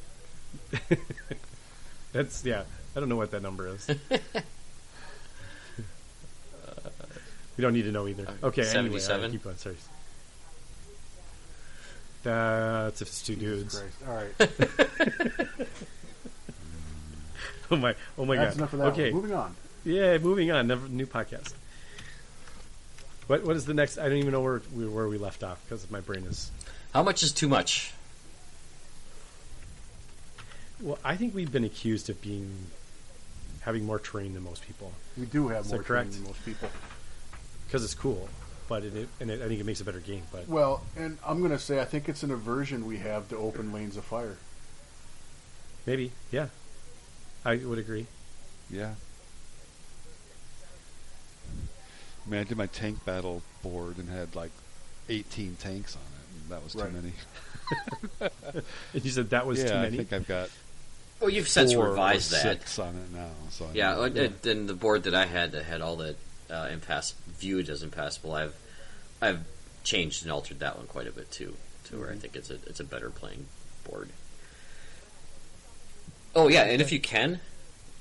Speaker 1: that's yeah. I don't know what that number is. we don't need to know either. Okay, anyway, all right,
Speaker 2: 77?
Speaker 1: keep on. Sorry. That's if it's two dudes.
Speaker 6: Christ. All right.
Speaker 1: Oh my! Oh my
Speaker 6: That's
Speaker 1: god!
Speaker 6: enough of that.
Speaker 1: okay.
Speaker 6: One. Moving on.
Speaker 1: Yeah, moving on. Never, new podcast. What What is the next? I don't even know where we, where we left off because my brain is.
Speaker 2: How much is too much?
Speaker 1: Well, I think we've been accused of being having more terrain than most people
Speaker 6: We do have
Speaker 1: Is that
Speaker 6: more training
Speaker 1: correct?
Speaker 6: than most people.
Speaker 1: because it's cool, but it, it- and it, I think it makes a better game. But
Speaker 6: Well, and I'm going to say I think it's an aversion we have to open lanes of fire.
Speaker 1: maybe, yeah, I would agree.
Speaker 3: Yeah. I mean, I did my tank battle board and had like 18 tanks on it. And that was too
Speaker 6: Right.
Speaker 3: many.
Speaker 1: And you said that was
Speaker 3: yeah,
Speaker 1: too
Speaker 3: I
Speaker 1: many.
Speaker 3: think I've got
Speaker 2: Well, you've since
Speaker 3: four
Speaker 2: revised
Speaker 3: or
Speaker 2: that.
Speaker 3: six on it now. So I
Speaker 2: Yeah,
Speaker 3: mean,
Speaker 2: and- and and the board that I had that had all that uh, impass viewed as impassable, I've I've changed and altered that one quite a bit too, to
Speaker 3: Mm-hmm.
Speaker 2: where I think it's a it's a better playing board. Oh yeah, and if you can,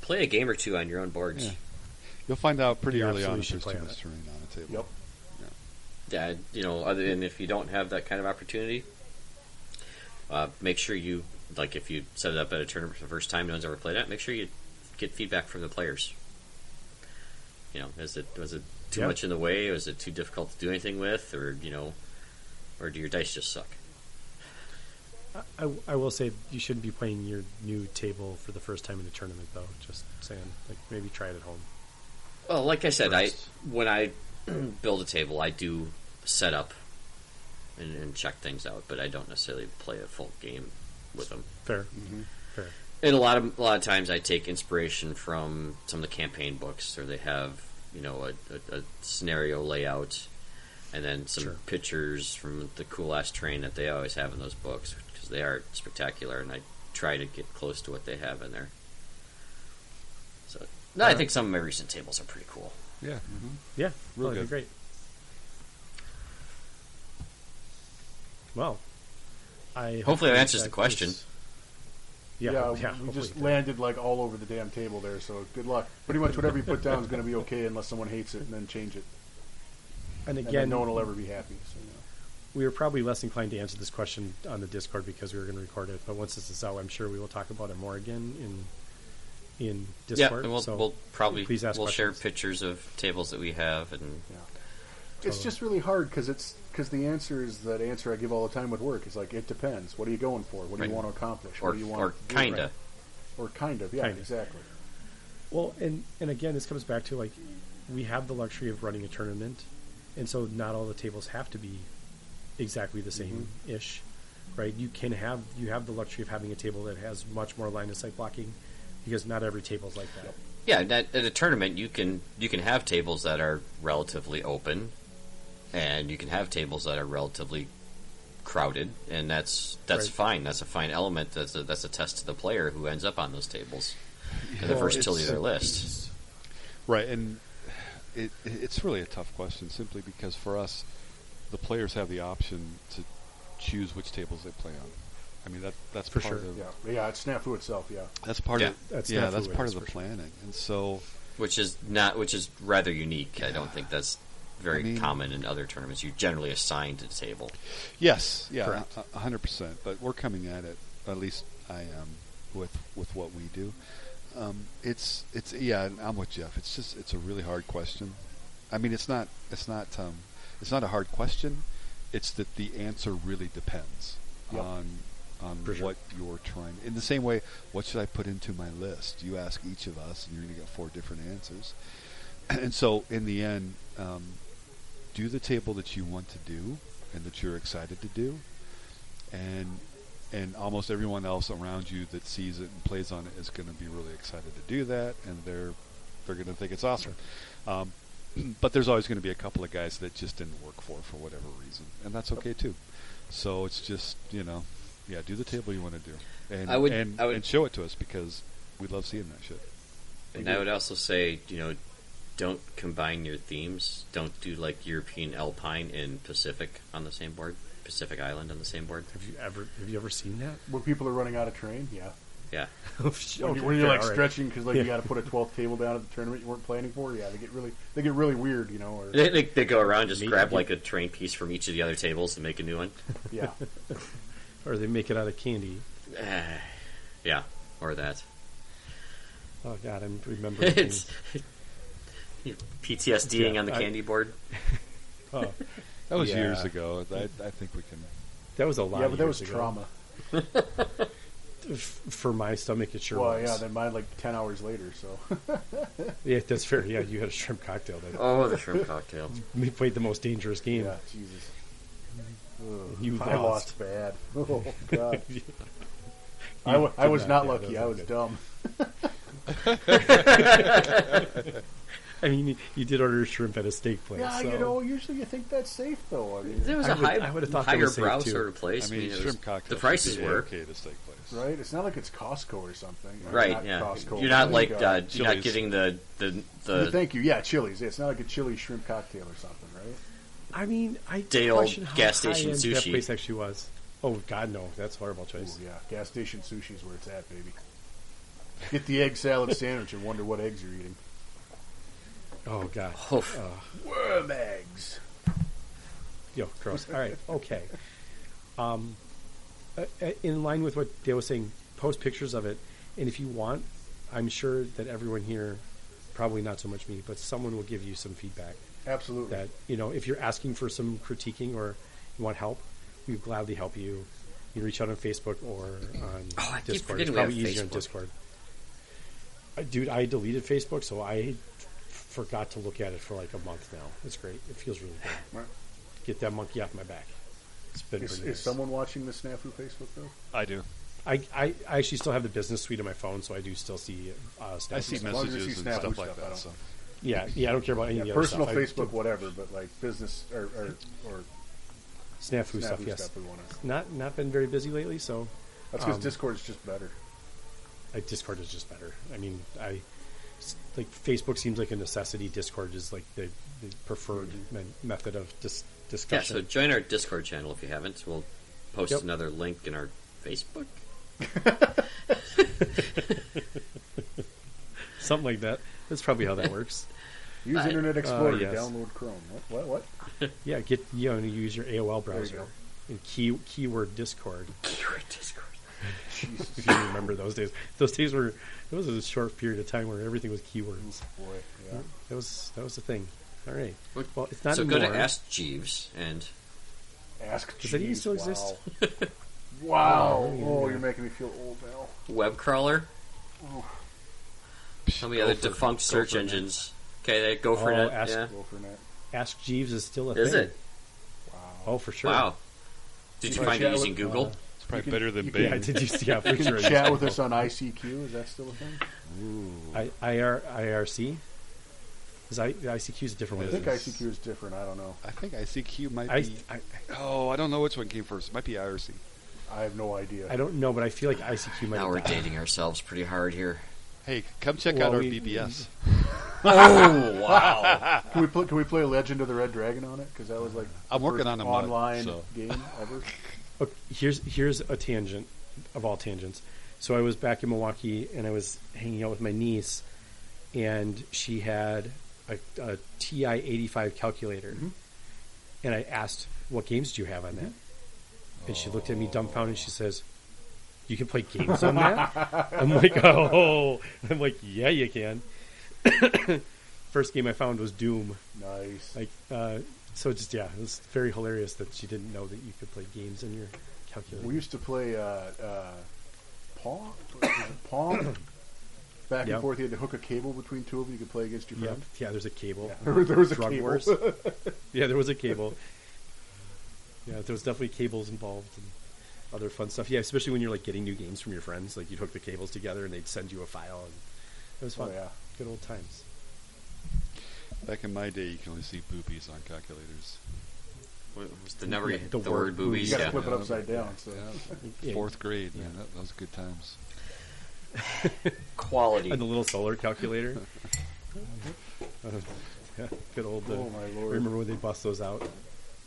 Speaker 2: play a game or two on your own boards.
Speaker 3: Yeah. you'll find out pretty
Speaker 1: You
Speaker 3: early on
Speaker 1: absolutely
Speaker 3: if
Speaker 1: should play
Speaker 3: there's too
Speaker 1: on
Speaker 3: much
Speaker 1: it.
Speaker 3: terrain on the table.
Speaker 6: Yep.
Speaker 2: Yeah, you know, other than if you don't have that kind of opportunity, uh, make sure you like if you set it up at a tournament for the first time, no one's ever played it. Make sure you get feedback from the players. You know, is it was it too
Speaker 1: Yeah.
Speaker 2: much in the way? Was it too difficult to do anything with, or you know, or do your dice just suck?
Speaker 1: I, I will say you shouldn't be playing your new table for the first time in a tournament, though. Just saying, like maybe try it at home.
Speaker 2: Well, like I said,
Speaker 1: First.
Speaker 2: I when I build a table, I do set up and, and check things out, but I don't necessarily play a full game with them.
Speaker 1: Fair.
Speaker 2: And a lot of a lot of times, I take inspiration from some of the campaign books, or they have you know a, a, a scenario layout, and then some
Speaker 1: Sure.
Speaker 2: pictures from the cool ass train that they always have in those books because they are spectacular, and I try to get close to what they have in there. So, no, I think some of my recent tables are pretty cool.
Speaker 3: Yeah. Yeah.
Speaker 1: Yeah,
Speaker 3: Real
Speaker 1: well, that'd be
Speaker 3: good.
Speaker 1: great. Well, I
Speaker 2: Hopefully that
Speaker 1: that
Speaker 2: answers the
Speaker 1: was-
Speaker 2: question.
Speaker 1: yeah, yeah.
Speaker 6: we
Speaker 1: hopefully
Speaker 6: just
Speaker 1: it did.
Speaker 6: landed like all over the damn table there. So good luck. Pretty much whatever you put down is going to be okay unless someone hates it and then change it.
Speaker 1: and
Speaker 6: And
Speaker 1: again,
Speaker 6: then no one will ever be happy. So, you know.
Speaker 1: we were probably less inclined to answer this question on the Discord because we were going to record it. But once this is out, I'm sure we will talk about it more again in in Discord.
Speaker 2: yeah, and we'll,
Speaker 1: so
Speaker 2: we'll probably
Speaker 1: please ask
Speaker 2: we'll share
Speaker 1: questions.
Speaker 2: pictures of tables that we have, and
Speaker 6: It's just really hard because it's because the answer is that answer I give all the time with work is like it depends. What are you going for? What do you
Speaker 2: Right.
Speaker 6: want to accomplish?
Speaker 2: or
Speaker 6: what do you want
Speaker 2: or
Speaker 6: to do?
Speaker 2: kinda.
Speaker 6: Right. or kind of yeah
Speaker 1: Kinda.
Speaker 6: exactly
Speaker 1: Well, and and again, this comes back to like we have the luxury of running a tournament, and so not all the tables have to be exactly the same ish, right? You can have you have the luxury of having a table that has much more line of sight blocking, because not every table's like that.
Speaker 2: Yeah, and at, at a tournament, you can you can have tables that are relatively open, and you can have tables that are relatively crowded, and that's that's
Speaker 1: Right.
Speaker 2: fine. That's a fine element. That's a, that's a test to the player who ends up on those tables and the
Speaker 3: Well,
Speaker 2: versatility of
Speaker 3: it's-
Speaker 2: their list.
Speaker 3: Right, and it, it's really a tough question simply because for us, the players have the option to choose which tables they play on. I mean that that's
Speaker 1: For
Speaker 3: part
Speaker 1: sure.
Speaker 3: of
Speaker 6: yeah yeah it's snafu itself yeah
Speaker 3: that's part
Speaker 2: Yeah,
Speaker 3: of
Speaker 1: that's
Speaker 3: yeah
Speaker 1: not
Speaker 3: that's
Speaker 1: fluid,
Speaker 3: part
Speaker 1: that's
Speaker 3: of the
Speaker 1: for sure.
Speaker 3: planning, and so
Speaker 2: which is not which is rather unique. I don't think that's very
Speaker 3: I mean-
Speaker 2: common in other tournaments. You generally assign to the table.
Speaker 3: yes, yeah,
Speaker 2: Correct.
Speaker 3: a hundred percent. But we're coming at it, at least I am, with with what we do. Um, it's it's yeah, and I'm with Jeff. It's just it's a really hard question. I mean, it's not it's not um, it's not a hard question. It's that the answer really depends
Speaker 6: Yep.
Speaker 3: on on
Speaker 1: For sure.
Speaker 3: what you're trying. In the same way, what should I put into my list? You ask each of us, and you're going to get four different answers. And so, in the end, um, do the table that you want to do and that you're excited to do, and and almost everyone else around you that sees it and plays on it is going to be really excited to do that, and they're they're going to think it's awesome. Um, but there's always going to be a couple of guys that just didn't work for for whatever reason, and that's okay too. So it's just you know, yeah, do the table you want to do, and
Speaker 2: I would-
Speaker 3: and,
Speaker 2: I would-
Speaker 3: and show it to us because we love seeing that shit.
Speaker 2: And I would also say, you know, don't combine your themes. Don't do like European Alpine and Pacific on the same board, Pacific Island on the same board.
Speaker 1: Have you ever have you ever seen that?
Speaker 6: When people are running out of train, yeah.
Speaker 2: Yeah.
Speaker 1: okay,
Speaker 6: When, you, when you're
Speaker 1: yeah,
Speaker 6: like
Speaker 1: all right.
Speaker 6: stretching because like you
Speaker 1: Yeah.
Speaker 6: got to put a 12th table down at the tournament you weren't planning for, yeah, they get really they get really weird, you know. Or
Speaker 2: They, they, they go around just
Speaker 1: Maybe.
Speaker 2: grab like a train piece from each of the other tables and make a new one.
Speaker 6: yeah,
Speaker 1: or they make it out of candy.
Speaker 2: Eh, yeah, or that.
Speaker 1: Oh God, I'm remembering.
Speaker 2: it's
Speaker 1: things.
Speaker 2: PTSDing
Speaker 1: Yeah,
Speaker 2: on the
Speaker 1: I-
Speaker 2: candy board.
Speaker 1: Oh,
Speaker 3: That was
Speaker 1: Yeah.
Speaker 3: years ago. I, I think we can.
Speaker 1: that was a lot.
Speaker 6: yeah,
Speaker 1: of
Speaker 6: but that
Speaker 1: years
Speaker 6: was
Speaker 1: ago.
Speaker 6: trauma.
Speaker 1: F- for my stomach. It sure
Speaker 6: well,
Speaker 1: was.
Speaker 6: yeah, then mine like 10 hours later. So
Speaker 1: Yeah, that's fair. Yeah, you had a shrimp cocktail. That
Speaker 2: Oh, the shrimp cocktail.
Speaker 1: we played the most dangerous game.
Speaker 6: yeah, Jesus,
Speaker 1: You
Speaker 6: I
Speaker 1: lost.
Speaker 6: lost bad. Oh God, I, w- I
Speaker 1: did
Speaker 6: was
Speaker 1: not-
Speaker 6: not
Speaker 1: yeah,
Speaker 6: lucky.
Speaker 1: that
Speaker 6: I
Speaker 1: was
Speaker 6: was
Speaker 1: good.
Speaker 6: dumb.
Speaker 1: I mean, you did order shrimp at a steak place.
Speaker 6: Yeah,
Speaker 1: so.
Speaker 6: you know, usually you think that's safe though. I mean,
Speaker 2: There was
Speaker 1: I
Speaker 2: a
Speaker 1: would-
Speaker 2: high,
Speaker 1: I would've thought that
Speaker 2: higher
Speaker 1: was safe,
Speaker 2: brow
Speaker 1: too.
Speaker 2: sort of place.
Speaker 3: I mean,
Speaker 2: it was-
Speaker 3: shrimp cocktail.
Speaker 2: The prices
Speaker 3: should be
Speaker 2: were
Speaker 3: okay to steak place.
Speaker 6: right? It's not like it's Costco or something. Or
Speaker 2: right.
Speaker 6: not
Speaker 2: yeah,
Speaker 6: Costco.
Speaker 2: you're not
Speaker 6: Oh,
Speaker 2: like
Speaker 6: God.
Speaker 2: uh, you're not
Speaker 3: Chili's.
Speaker 2: getting the the
Speaker 6: Yeah,
Speaker 2: the
Speaker 6: Thank you. Yeah, Chili's. Yeah, it's not like a chili shrimp cocktail or something, right?
Speaker 1: I mean, I
Speaker 2: Day-old
Speaker 1: question how
Speaker 2: gas station
Speaker 1: high-end That
Speaker 2: sushi.
Speaker 1: place actually was. Oh God, no, that's a horrible choice.
Speaker 6: Ooh, yeah, gas station sushi is where it's at, baby. Get the egg salad sandwich and wonder what eggs you're eating.
Speaker 1: Oh God,
Speaker 2: oh,
Speaker 6: Worm eggs.
Speaker 1: yo, gross. All right, okay. Um, uh, uh, in line with what Dale was saying, post pictures of it, and if you want, I'm sure that everyone here, probably not so much me, but someone will give you some feedback.
Speaker 6: Absolutely.
Speaker 1: that you know if you're asking for some critiquing or you want help, we would gladly help you. You can reach out on Facebook or on
Speaker 2: Oh, I keep
Speaker 1: Discord. It's
Speaker 2: forgetting we have
Speaker 1: probably easier on
Speaker 2: Facebook.
Speaker 1: Discord. Uh, Dude, I deleted Facebook, so I forgot to look at it for like a month now. It's great. It feels really good.
Speaker 6: Right.
Speaker 1: Get that monkey off my back. It's been
Speaker 6: Is,
Speaker 1: pretty
Speaker 6: is
Speaker 1: nice.
Speaker 6: someone watching the snafu Facebook though?
Speaker 3: I do.
Speaker 1: I, I, I actually still have the business suite on my phone, so I do still see. Uh, stuff.
Speaker 3: I see
Speaker 6: long as you
Speaker 3: messages
Speaker 6: see
Speaker 3: and
Speaker 6: Snapchat
Speaker 3: stuff like
Speaker 6: stuff, I
Speaker 3: that.
Speaker 6: don't-
Speaker 3: So
Speaker 1: Yeah, yeah. I don't care about any
Speaker 6: Yeah,
Speaker 1: of the other
Speaker 6: personal
Speaker 1: stuff. I-
Speaker 6: Facebook, whatever, but like business or or, or
Speaker 1: snafu, stuff.
Speaker 6: snafu stuff,
Speaker 1: Yes,
Speaker 6: we want to.
Speaker 1: not not been very busy lately, so
Speaker 6: That's because
Speaker 1: Um,
Speaker 6: Discord's just better.
Speaker 1: I, Discord is just better. I mean, I s- like Facebook seems like a necessity. Discord is like the, the preferred me- method of dis-
Speaker 2: Mm-hmm. yeah. So
Speaker 1: discussion.
Speaker 2: join our Discord channel if you haven't. We'll post
Speaker 1: Yep.
Speaker 2: another link in our Facebook.
Speaker 1: Something like that. That's probably how that works.
Speaker 6: Use
Speaker 2: I-
Speaker 6: Internet Explorer. to
Speaker 1: Uh, yes.
Speaker 6: Download Chrome. What? What? what?
Speaker 1: Yeah, get you know use your AOL
Speaker 6: you
Speaker 1: browser
Speaker 6: go.
Speaker 1: and key keyword Discord.
Speaker 2: Discord.
Speaker 1: If you remember those days, those days were it was a short period of time where everything was keywords.
Speaker 6: Boy, yeah.
Speaker 1: That was that was the thing. All right.
Speaker 2: What-
Speaker 1: Well, it's not
Speaker 2: so
Speaker 1: anymore.
Speaker 2: go to Ask Jeeves and
Speaker 6: Ask.
Speaker 1: Does that even
Speaker 6: Jeeves,
Speaker 1: still exist?
Speaker 6: Wow. wow.
Speaker 1: yeah,
Speaker 6: Oh,
Speaker 1: yeah.
Speaker 6: you're making me feel old now.
Speaker 2: web crawler. Some of the
Speaker 3: Go
Speaker 2: other
Speaker 3: for-
Speaker 2: defunct
Speaker 3: go
Speaker 2: search
Speaker 3: for it,
Speaker 2: engines. Okay, they go for
Speaker 1: Oh,
Speaker 2: it.
Speaker 1: Ask-
Speaker 2: yeah.
Speaker 6: Go for net.
Speaker 1: Ask Jeeves is still a
Speaker 2: Is
Speaker 1: thing.
Speaker 2: it?
Speaker 1: Oh, for sure.
Speaker 2: Wow. Did
Speaker 6: You
Speaker 2: you
Speaker 6: can
Speaker 2: find it
Speaker 6: chat
Speaker 2: using
Speaker 6: with-
Speaker 2: Google?
Speaker 1: uh,
Speaker 3: it's probably better than Bing.
Speaker 1: Yeah, did you see? Yeah, for sure.
Speaker 6: Chat with us on ICQ. Is that still a thing?
Speaker 1: I, IR, IRC? Is I, the ICQ is a different
Speaker 6: I
Speaker 1: one.
Speaker 6: think
Speaker 1: isn't
Speaker 6: ICQ is different. I don't know.
Speaker 3: I think ICQ might
Speaker 1: it?
Speaker 3: be.
Speaker 1: I, I,
Speaker 3: oh, I don't know which one came first. It might be IRC.
Speaker 6: I have no idea.
Speaker 1: I don't know, but I feel like ICQ might
Speaker 2: Now we're
Speaker 1: have died.
Speaker 2: dating ourselves pretty hard here.
Speaker 3: Hey, come check
Speaker 1: Well,
Speaker 3: out our
Speaker 1: we-
Speaker 3: BBS.
Speaker 2: Oh wow!
Speaker 6: Can we play, can we play Legend of the Red Dragon on it? Because that was like
Speaker 3: I'm
Speaker 6: the
Speaker 3: working
Speaker 6: first
Speaker 3: on a mod,
Speaker 6: online
Speaker 3: so.
Speaker 6: game ever.
Speaker 1: Okay, here's, here's a tangent of all tangents. So I was back in Milwaukee and I was hanging out with my niece, and she had a, a TI 85 calculator. And I asked, What games do you have on that? And she looked at me dumbfounded and she says, You can play games on that? I'm like, Oh, I'm like, Yeah, you can. First game I found was Doom.
Speaker 6: Nice.
Speaker 1: Like, uh, so just yeah, it was very hilarious that she didn't know that you could play games on your calculator.
Speaker 6: We used to play uh, uh, Pong. Was it Pong. Back
Speaker 1: Yeah.
Speaker 6: and forth, you had to hook a cable between two of them. You could play against your
Speaker 1: yeah,
Speaker 6: friend.
Speaker 1: yeah, there's a cable.
Speaker 6: There, there was a
Speaker 1: Drug
Speaker 6: cable.
Speaker 1: Wars. yeah, there was a cable. Yeah, there was definitely cables involved and other fun stuff. Yeah, especially when you're like getting new games from your friends, like you'd hook the cables together and they'd send you a file, and it was
Speaker 6: Oh,
Speaker 1: fun.
Speaker 6: yeah.
Speaker 1: Good old times.
Speaker 3: Back in my day, you could only see boobies on calculators.
Speaker 2: What was the number?
Speaker 1: Yeah,
Speaker 2: the,
Speaker 1: the
Speaker 2: word
Speaker 1: word
Speaker 2: boobies.
Speaker 6: You
Speaker 2: Yeah.
Speaker 6: gotta flip it upside down. So
Speaker 3: Yeah,
Speaker 1: Yeah.
Speaker 3: fourth grade,
Speaker 1: Yeah.
Speaker 3: man, that, those good times.
Speaker 2: Quality.
Speaker 1: and the little solar calculator. Uh, yeah, good old. Uh,
Speaker 6: Oh, my Lord.
Speaker 1: Remember when they bust those out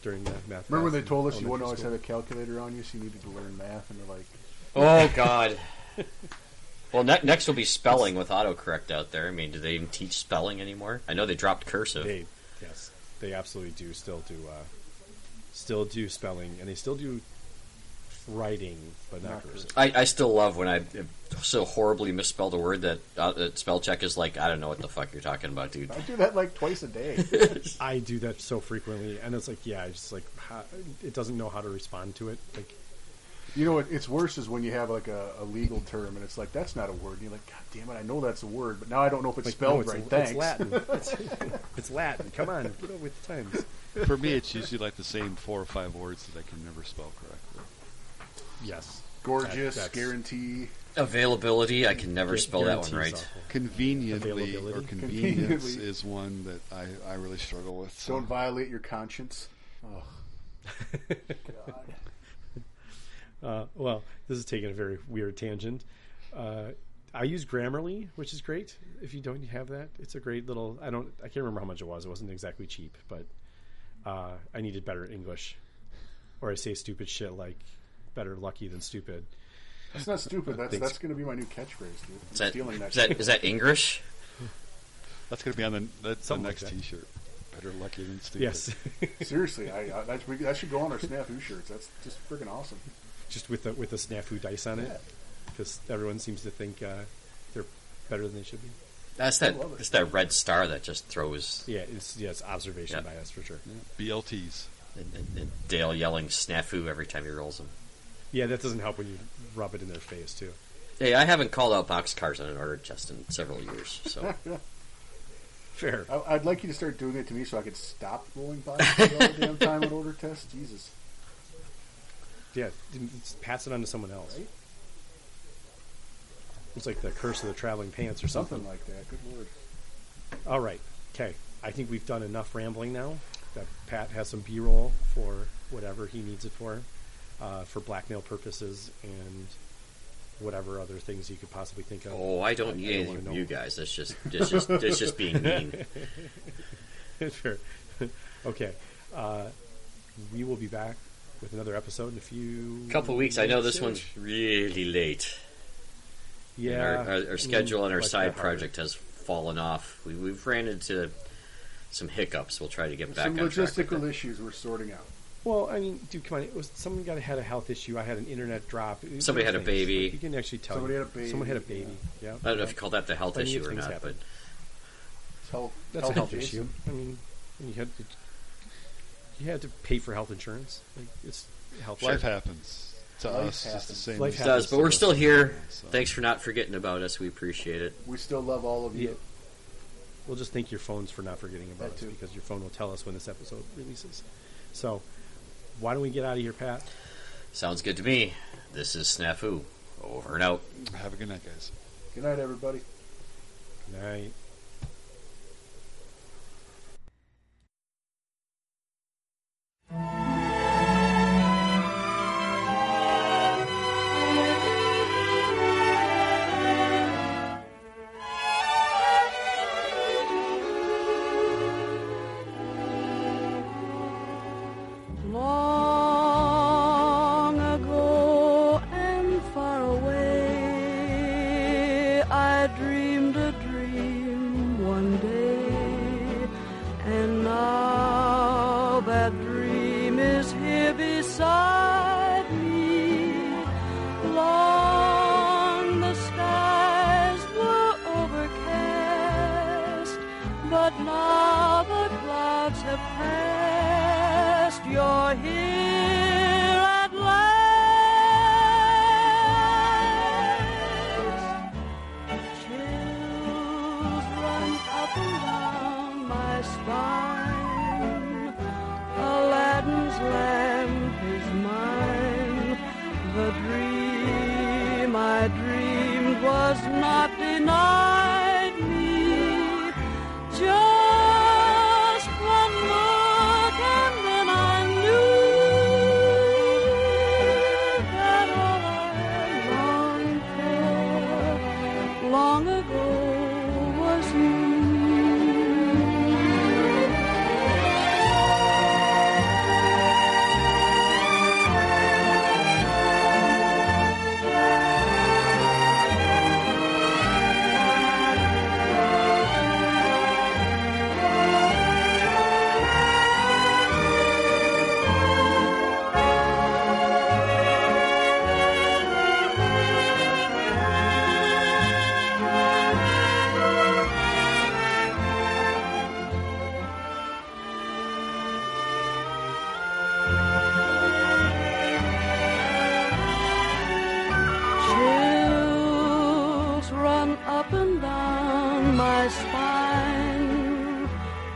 Speaker 1: during the math?
Speaker 6: remember when
Speaker 1: class
Speaker 6: they
Speaker 1: in
Speaker 6: told us you wouldn't
Speaker 1: elementary
Speaker 6: always
Speaker 1: school?
Speaker 6: have a calculator on you, so you needed to learn math, and they're like,
Speaker 2: Oh God. Well, ne- next will be spelling with autocorrect out there. I mean, do they even teach spelling anymore? I know they dropped cursive.
Speaker 1: They, yes, they absolutely do. Still do, uh, still do spelling, and they still do writing, but not,
Speaker 6: Not
Speaker 1: cursive.
Speaker 2: I, I still love when I so horribly misspelled a word that, uh, that spell check is like, I don't know what the fuck you're talking about, dude.
Speaker 6: I do that like twice a day.
Speaker 1: I do that so frequently, and it's like, yeah, it's just like how, it doesn't know how to respond to it. Like,
Speaker 6: You know what? It's worse is when you have like a, a legal term, and it's like that's not a word. And you're like, God damn it, I know that's a word, but now I don't know if it's
Speaker 1: like
Speaker 6: spelled
Speaker 1: no, it's,
Speaker 6: right. Thanks.
Speaker 1: It's Latin. It's, it's Latin. Come on, get over with the times.
Speaker 3: For me, it's usually like the same four or five words that I can never spell correctly.
Speaker 1: Yes,
Speaker 6: Gorgeous,
Speaker 1: That- that's-
Speaker 6: guarantee.
Speaker 2: Availability, I can never
Speaker 1: Gu-
Speaker 2: spell that one
Speaker 1: guarantees
Speaker 2: right.
Speaker 1: awful.
Speaker 3: Conveniently or
Speaker 1: Availability?
Speaker 3: convenience
Speaker 6: Conveniently.
Speaker 3: is one that I, I really struggle with. So.
Speaker 6: Don't violate your conscience. Ugh.
Speaker 1: Uh, well, this is taking a very weird tangent. Uh, I use Grammarly, which is great. If you don't have that, it's a great little. I don't. I can't remember how much it was. It wasn't exactly cheap, but uh, I needed better English, or I say stupid shit like "better lucky than stupid."
Speaker 6: That's not stupid. That's
Speaker 1: Thanks.
Speaker 6: that's going to be my new catchphrase, dude. I'm
Speaker 2: Is that,
Speaker 6: stealing that.
Speaker 2: is that,
Speaker 6: shit.
Speaker 2: is that English?
Speaker 3: That's going to be on the, that's the
Speaker 1: Something like
Speaker 3: next
Speaker 1: that.
Speaker 3: T-shirt. Better lucky than stupid.
Speaker 1: Yes,
Speaker 6: Seriously, I, I that, we, that should go on our snafu shirts. That's just freaking awesome.
Speaker 1: just with the with the snafu dice on it, because everyone seems to think uh, they're better than they should be.
Speaker 2: That's that.
Speaker 6: love it.
Speaker 2: That's that red star that just throws
Speaker 1: Yeah, it's yeah, it's observation
Speaker 2: Yeah.
Speaker 1: bias for sure.
Speaker 3: BLTs.
Speaker 2: and, and, and Dale yelling snafu every time he rolls them.
Speaker 1: Yeah, that doesn't help when you rub it in their face too.
Speaker 2: Hey, I haven't called out boxcars on an order just in several years. So
Speaker 1: Fair.
Speaker 6: I, I'd like you to start doing it to me so I could stop rolling by all the damn time on order tests. Jesus,
Speaker 1: Yeah, didn't- just pass it on to someone else. It's like the curse of the traveling pants or something.
Speaker 6: something like that. Good lord.
Speaker 1: All right, okay. I think we've done enough rambling now. That Pat has some B-roll for whatever he needs it for, uh, for blackmail purposes and whatever other things you could possibly think of.
Speaker 2: oh, I
Speaker 1: I
Speaker 2: don't need
Speaker 1: don't
Speaker 2: anything
Speaker 1: wanna
Speaker 2: from
Speaker 1: know.
Speaker 2: you guys. That's just that's just that's just being mean.
Speaker 1: Sure. okay. Uh, we will be back with another episode in a few
Speaker 2: A couple weeks. I know this
Speaker 1: minutes-ish.
Speaker 2: one's really late. And
Speaker 1: Yeah, Mm,
Speaker 2: our, our, our schedule and our
Speaker 1: Like
Speaker 2: side
Speaker 1: that hard.
Speaker 2: project has fallen off. We, we've ran into some hiccups. We'll try to get back
Speaker 6: Some
Speaker 2: on track. with
Speaker 6: logistical
Speaker 2: it.
Speaker 6: issues we're sorting out.
Speaker 1: Well, I mean, dude, come on. It was someone got had a health issue. I had an internet drop. It-
Speaker 2: Somebody
Speaker 1: those
Speaker 2: had a
Speaker 1: things,
Speaker 2: baby.
Speaker 1: like, You can actually tell.
Speaker 6: Somebody
Speaker 1: you.
Speaker 6: had a baby,
Speaker 1: Someone had a baby. Yeah.
Speaker 2: I don't know if you call that the health
Speaker 1: Plenty of
Speaker 2: issue or
Speaker 1: things
Speaker 2: not,
Speaker 1: happen.
Speaker 6: It's health,
Speaker 1: That's a health
Speaker 6: adjacent.
Speaker 1: issue. I mean, and you had to, you had to pay for health insurance. Like it's health.
Speaker 3: Life
Speaker 1: Sure.
Speaker 3: happens. To
Speaker 6: Life
Speaker 3: us, it's the
Speaker 6: happens.
Speaker 3: same.
Speaker 1: Life
Speaker 3: as
Speaker 2: but it
Speaker 1: happens.
Speaker 2: does. But
Speaker 3: to
Speaker 2: we're
Speaker 3: us.
Speaker 2: still here.
Speaker 3: So-
Speaker 2: Thanks for not forgetting about us. We appreciate it.
Speaker 6: We still love all of you.
Speaker 1: Yeah. We'll just thank your phones for not forgetting about
Speaker 6: That
Speaker 1: us
Speaker 6: too.
Speaker 1: because your phone will tell us when this episode releases. So, why don't we get out of here, Pat?
Speaker 2: Sounds good to me. This is Snafu. Over and out.
Speaker 3: Have a good night, guys.
Speaker 6: Good night, everybody.
Speaker 1: Night.
Speaker 8: Long ago and far away, I dreamed a dream one day, and now that dream is here beside me. Long the skies were overcast, but now the clouds have passed. You're here at last. Chills run up and down my spine. Aladdin's lamp is mine. The dream I dreamed was not denied me. Just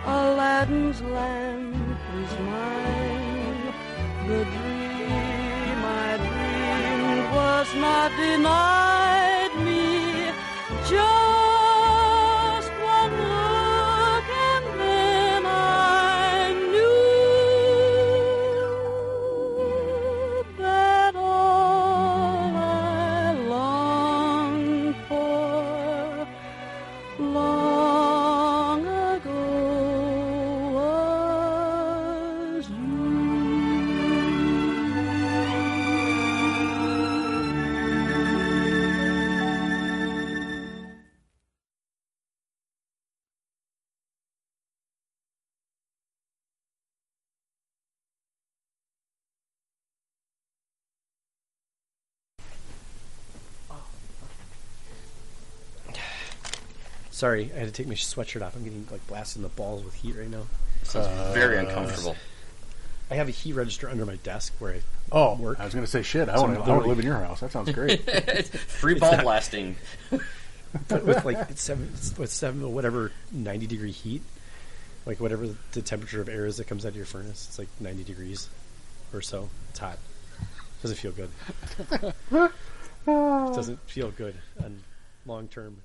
Speaker 8: Aladdin's lamp is mine. The dream I dreamed was not denied me. Just one look and then I knew that all I longed for long ago was you.
Speaker 1: Sorry, I had to take my sweatshirt off. I'm getting like blasted in the balls with heat right now.
Speaker 2: Sounds very uncomfortable.
Speaker 1: I have a heat register under my desk where I
Speaker 6: Oh,
Speaker 1: Work.
Speaker 6: I was going to say shit. I
Speaker 1: Some
Speaker 6: want to
Speaker 1: naughty.
Speaker 6: live in your house. That sounds great.
Speaker 2: Free ball blasting.
Speaker 1: but with like it's seven, it's- with seven or whatever ninety degree heat, like whatever the temperature of air is that comes out of your furnace, it's like ninety degrees or so. It's hot. Doesn't feel good. it doesn't feel good on long term.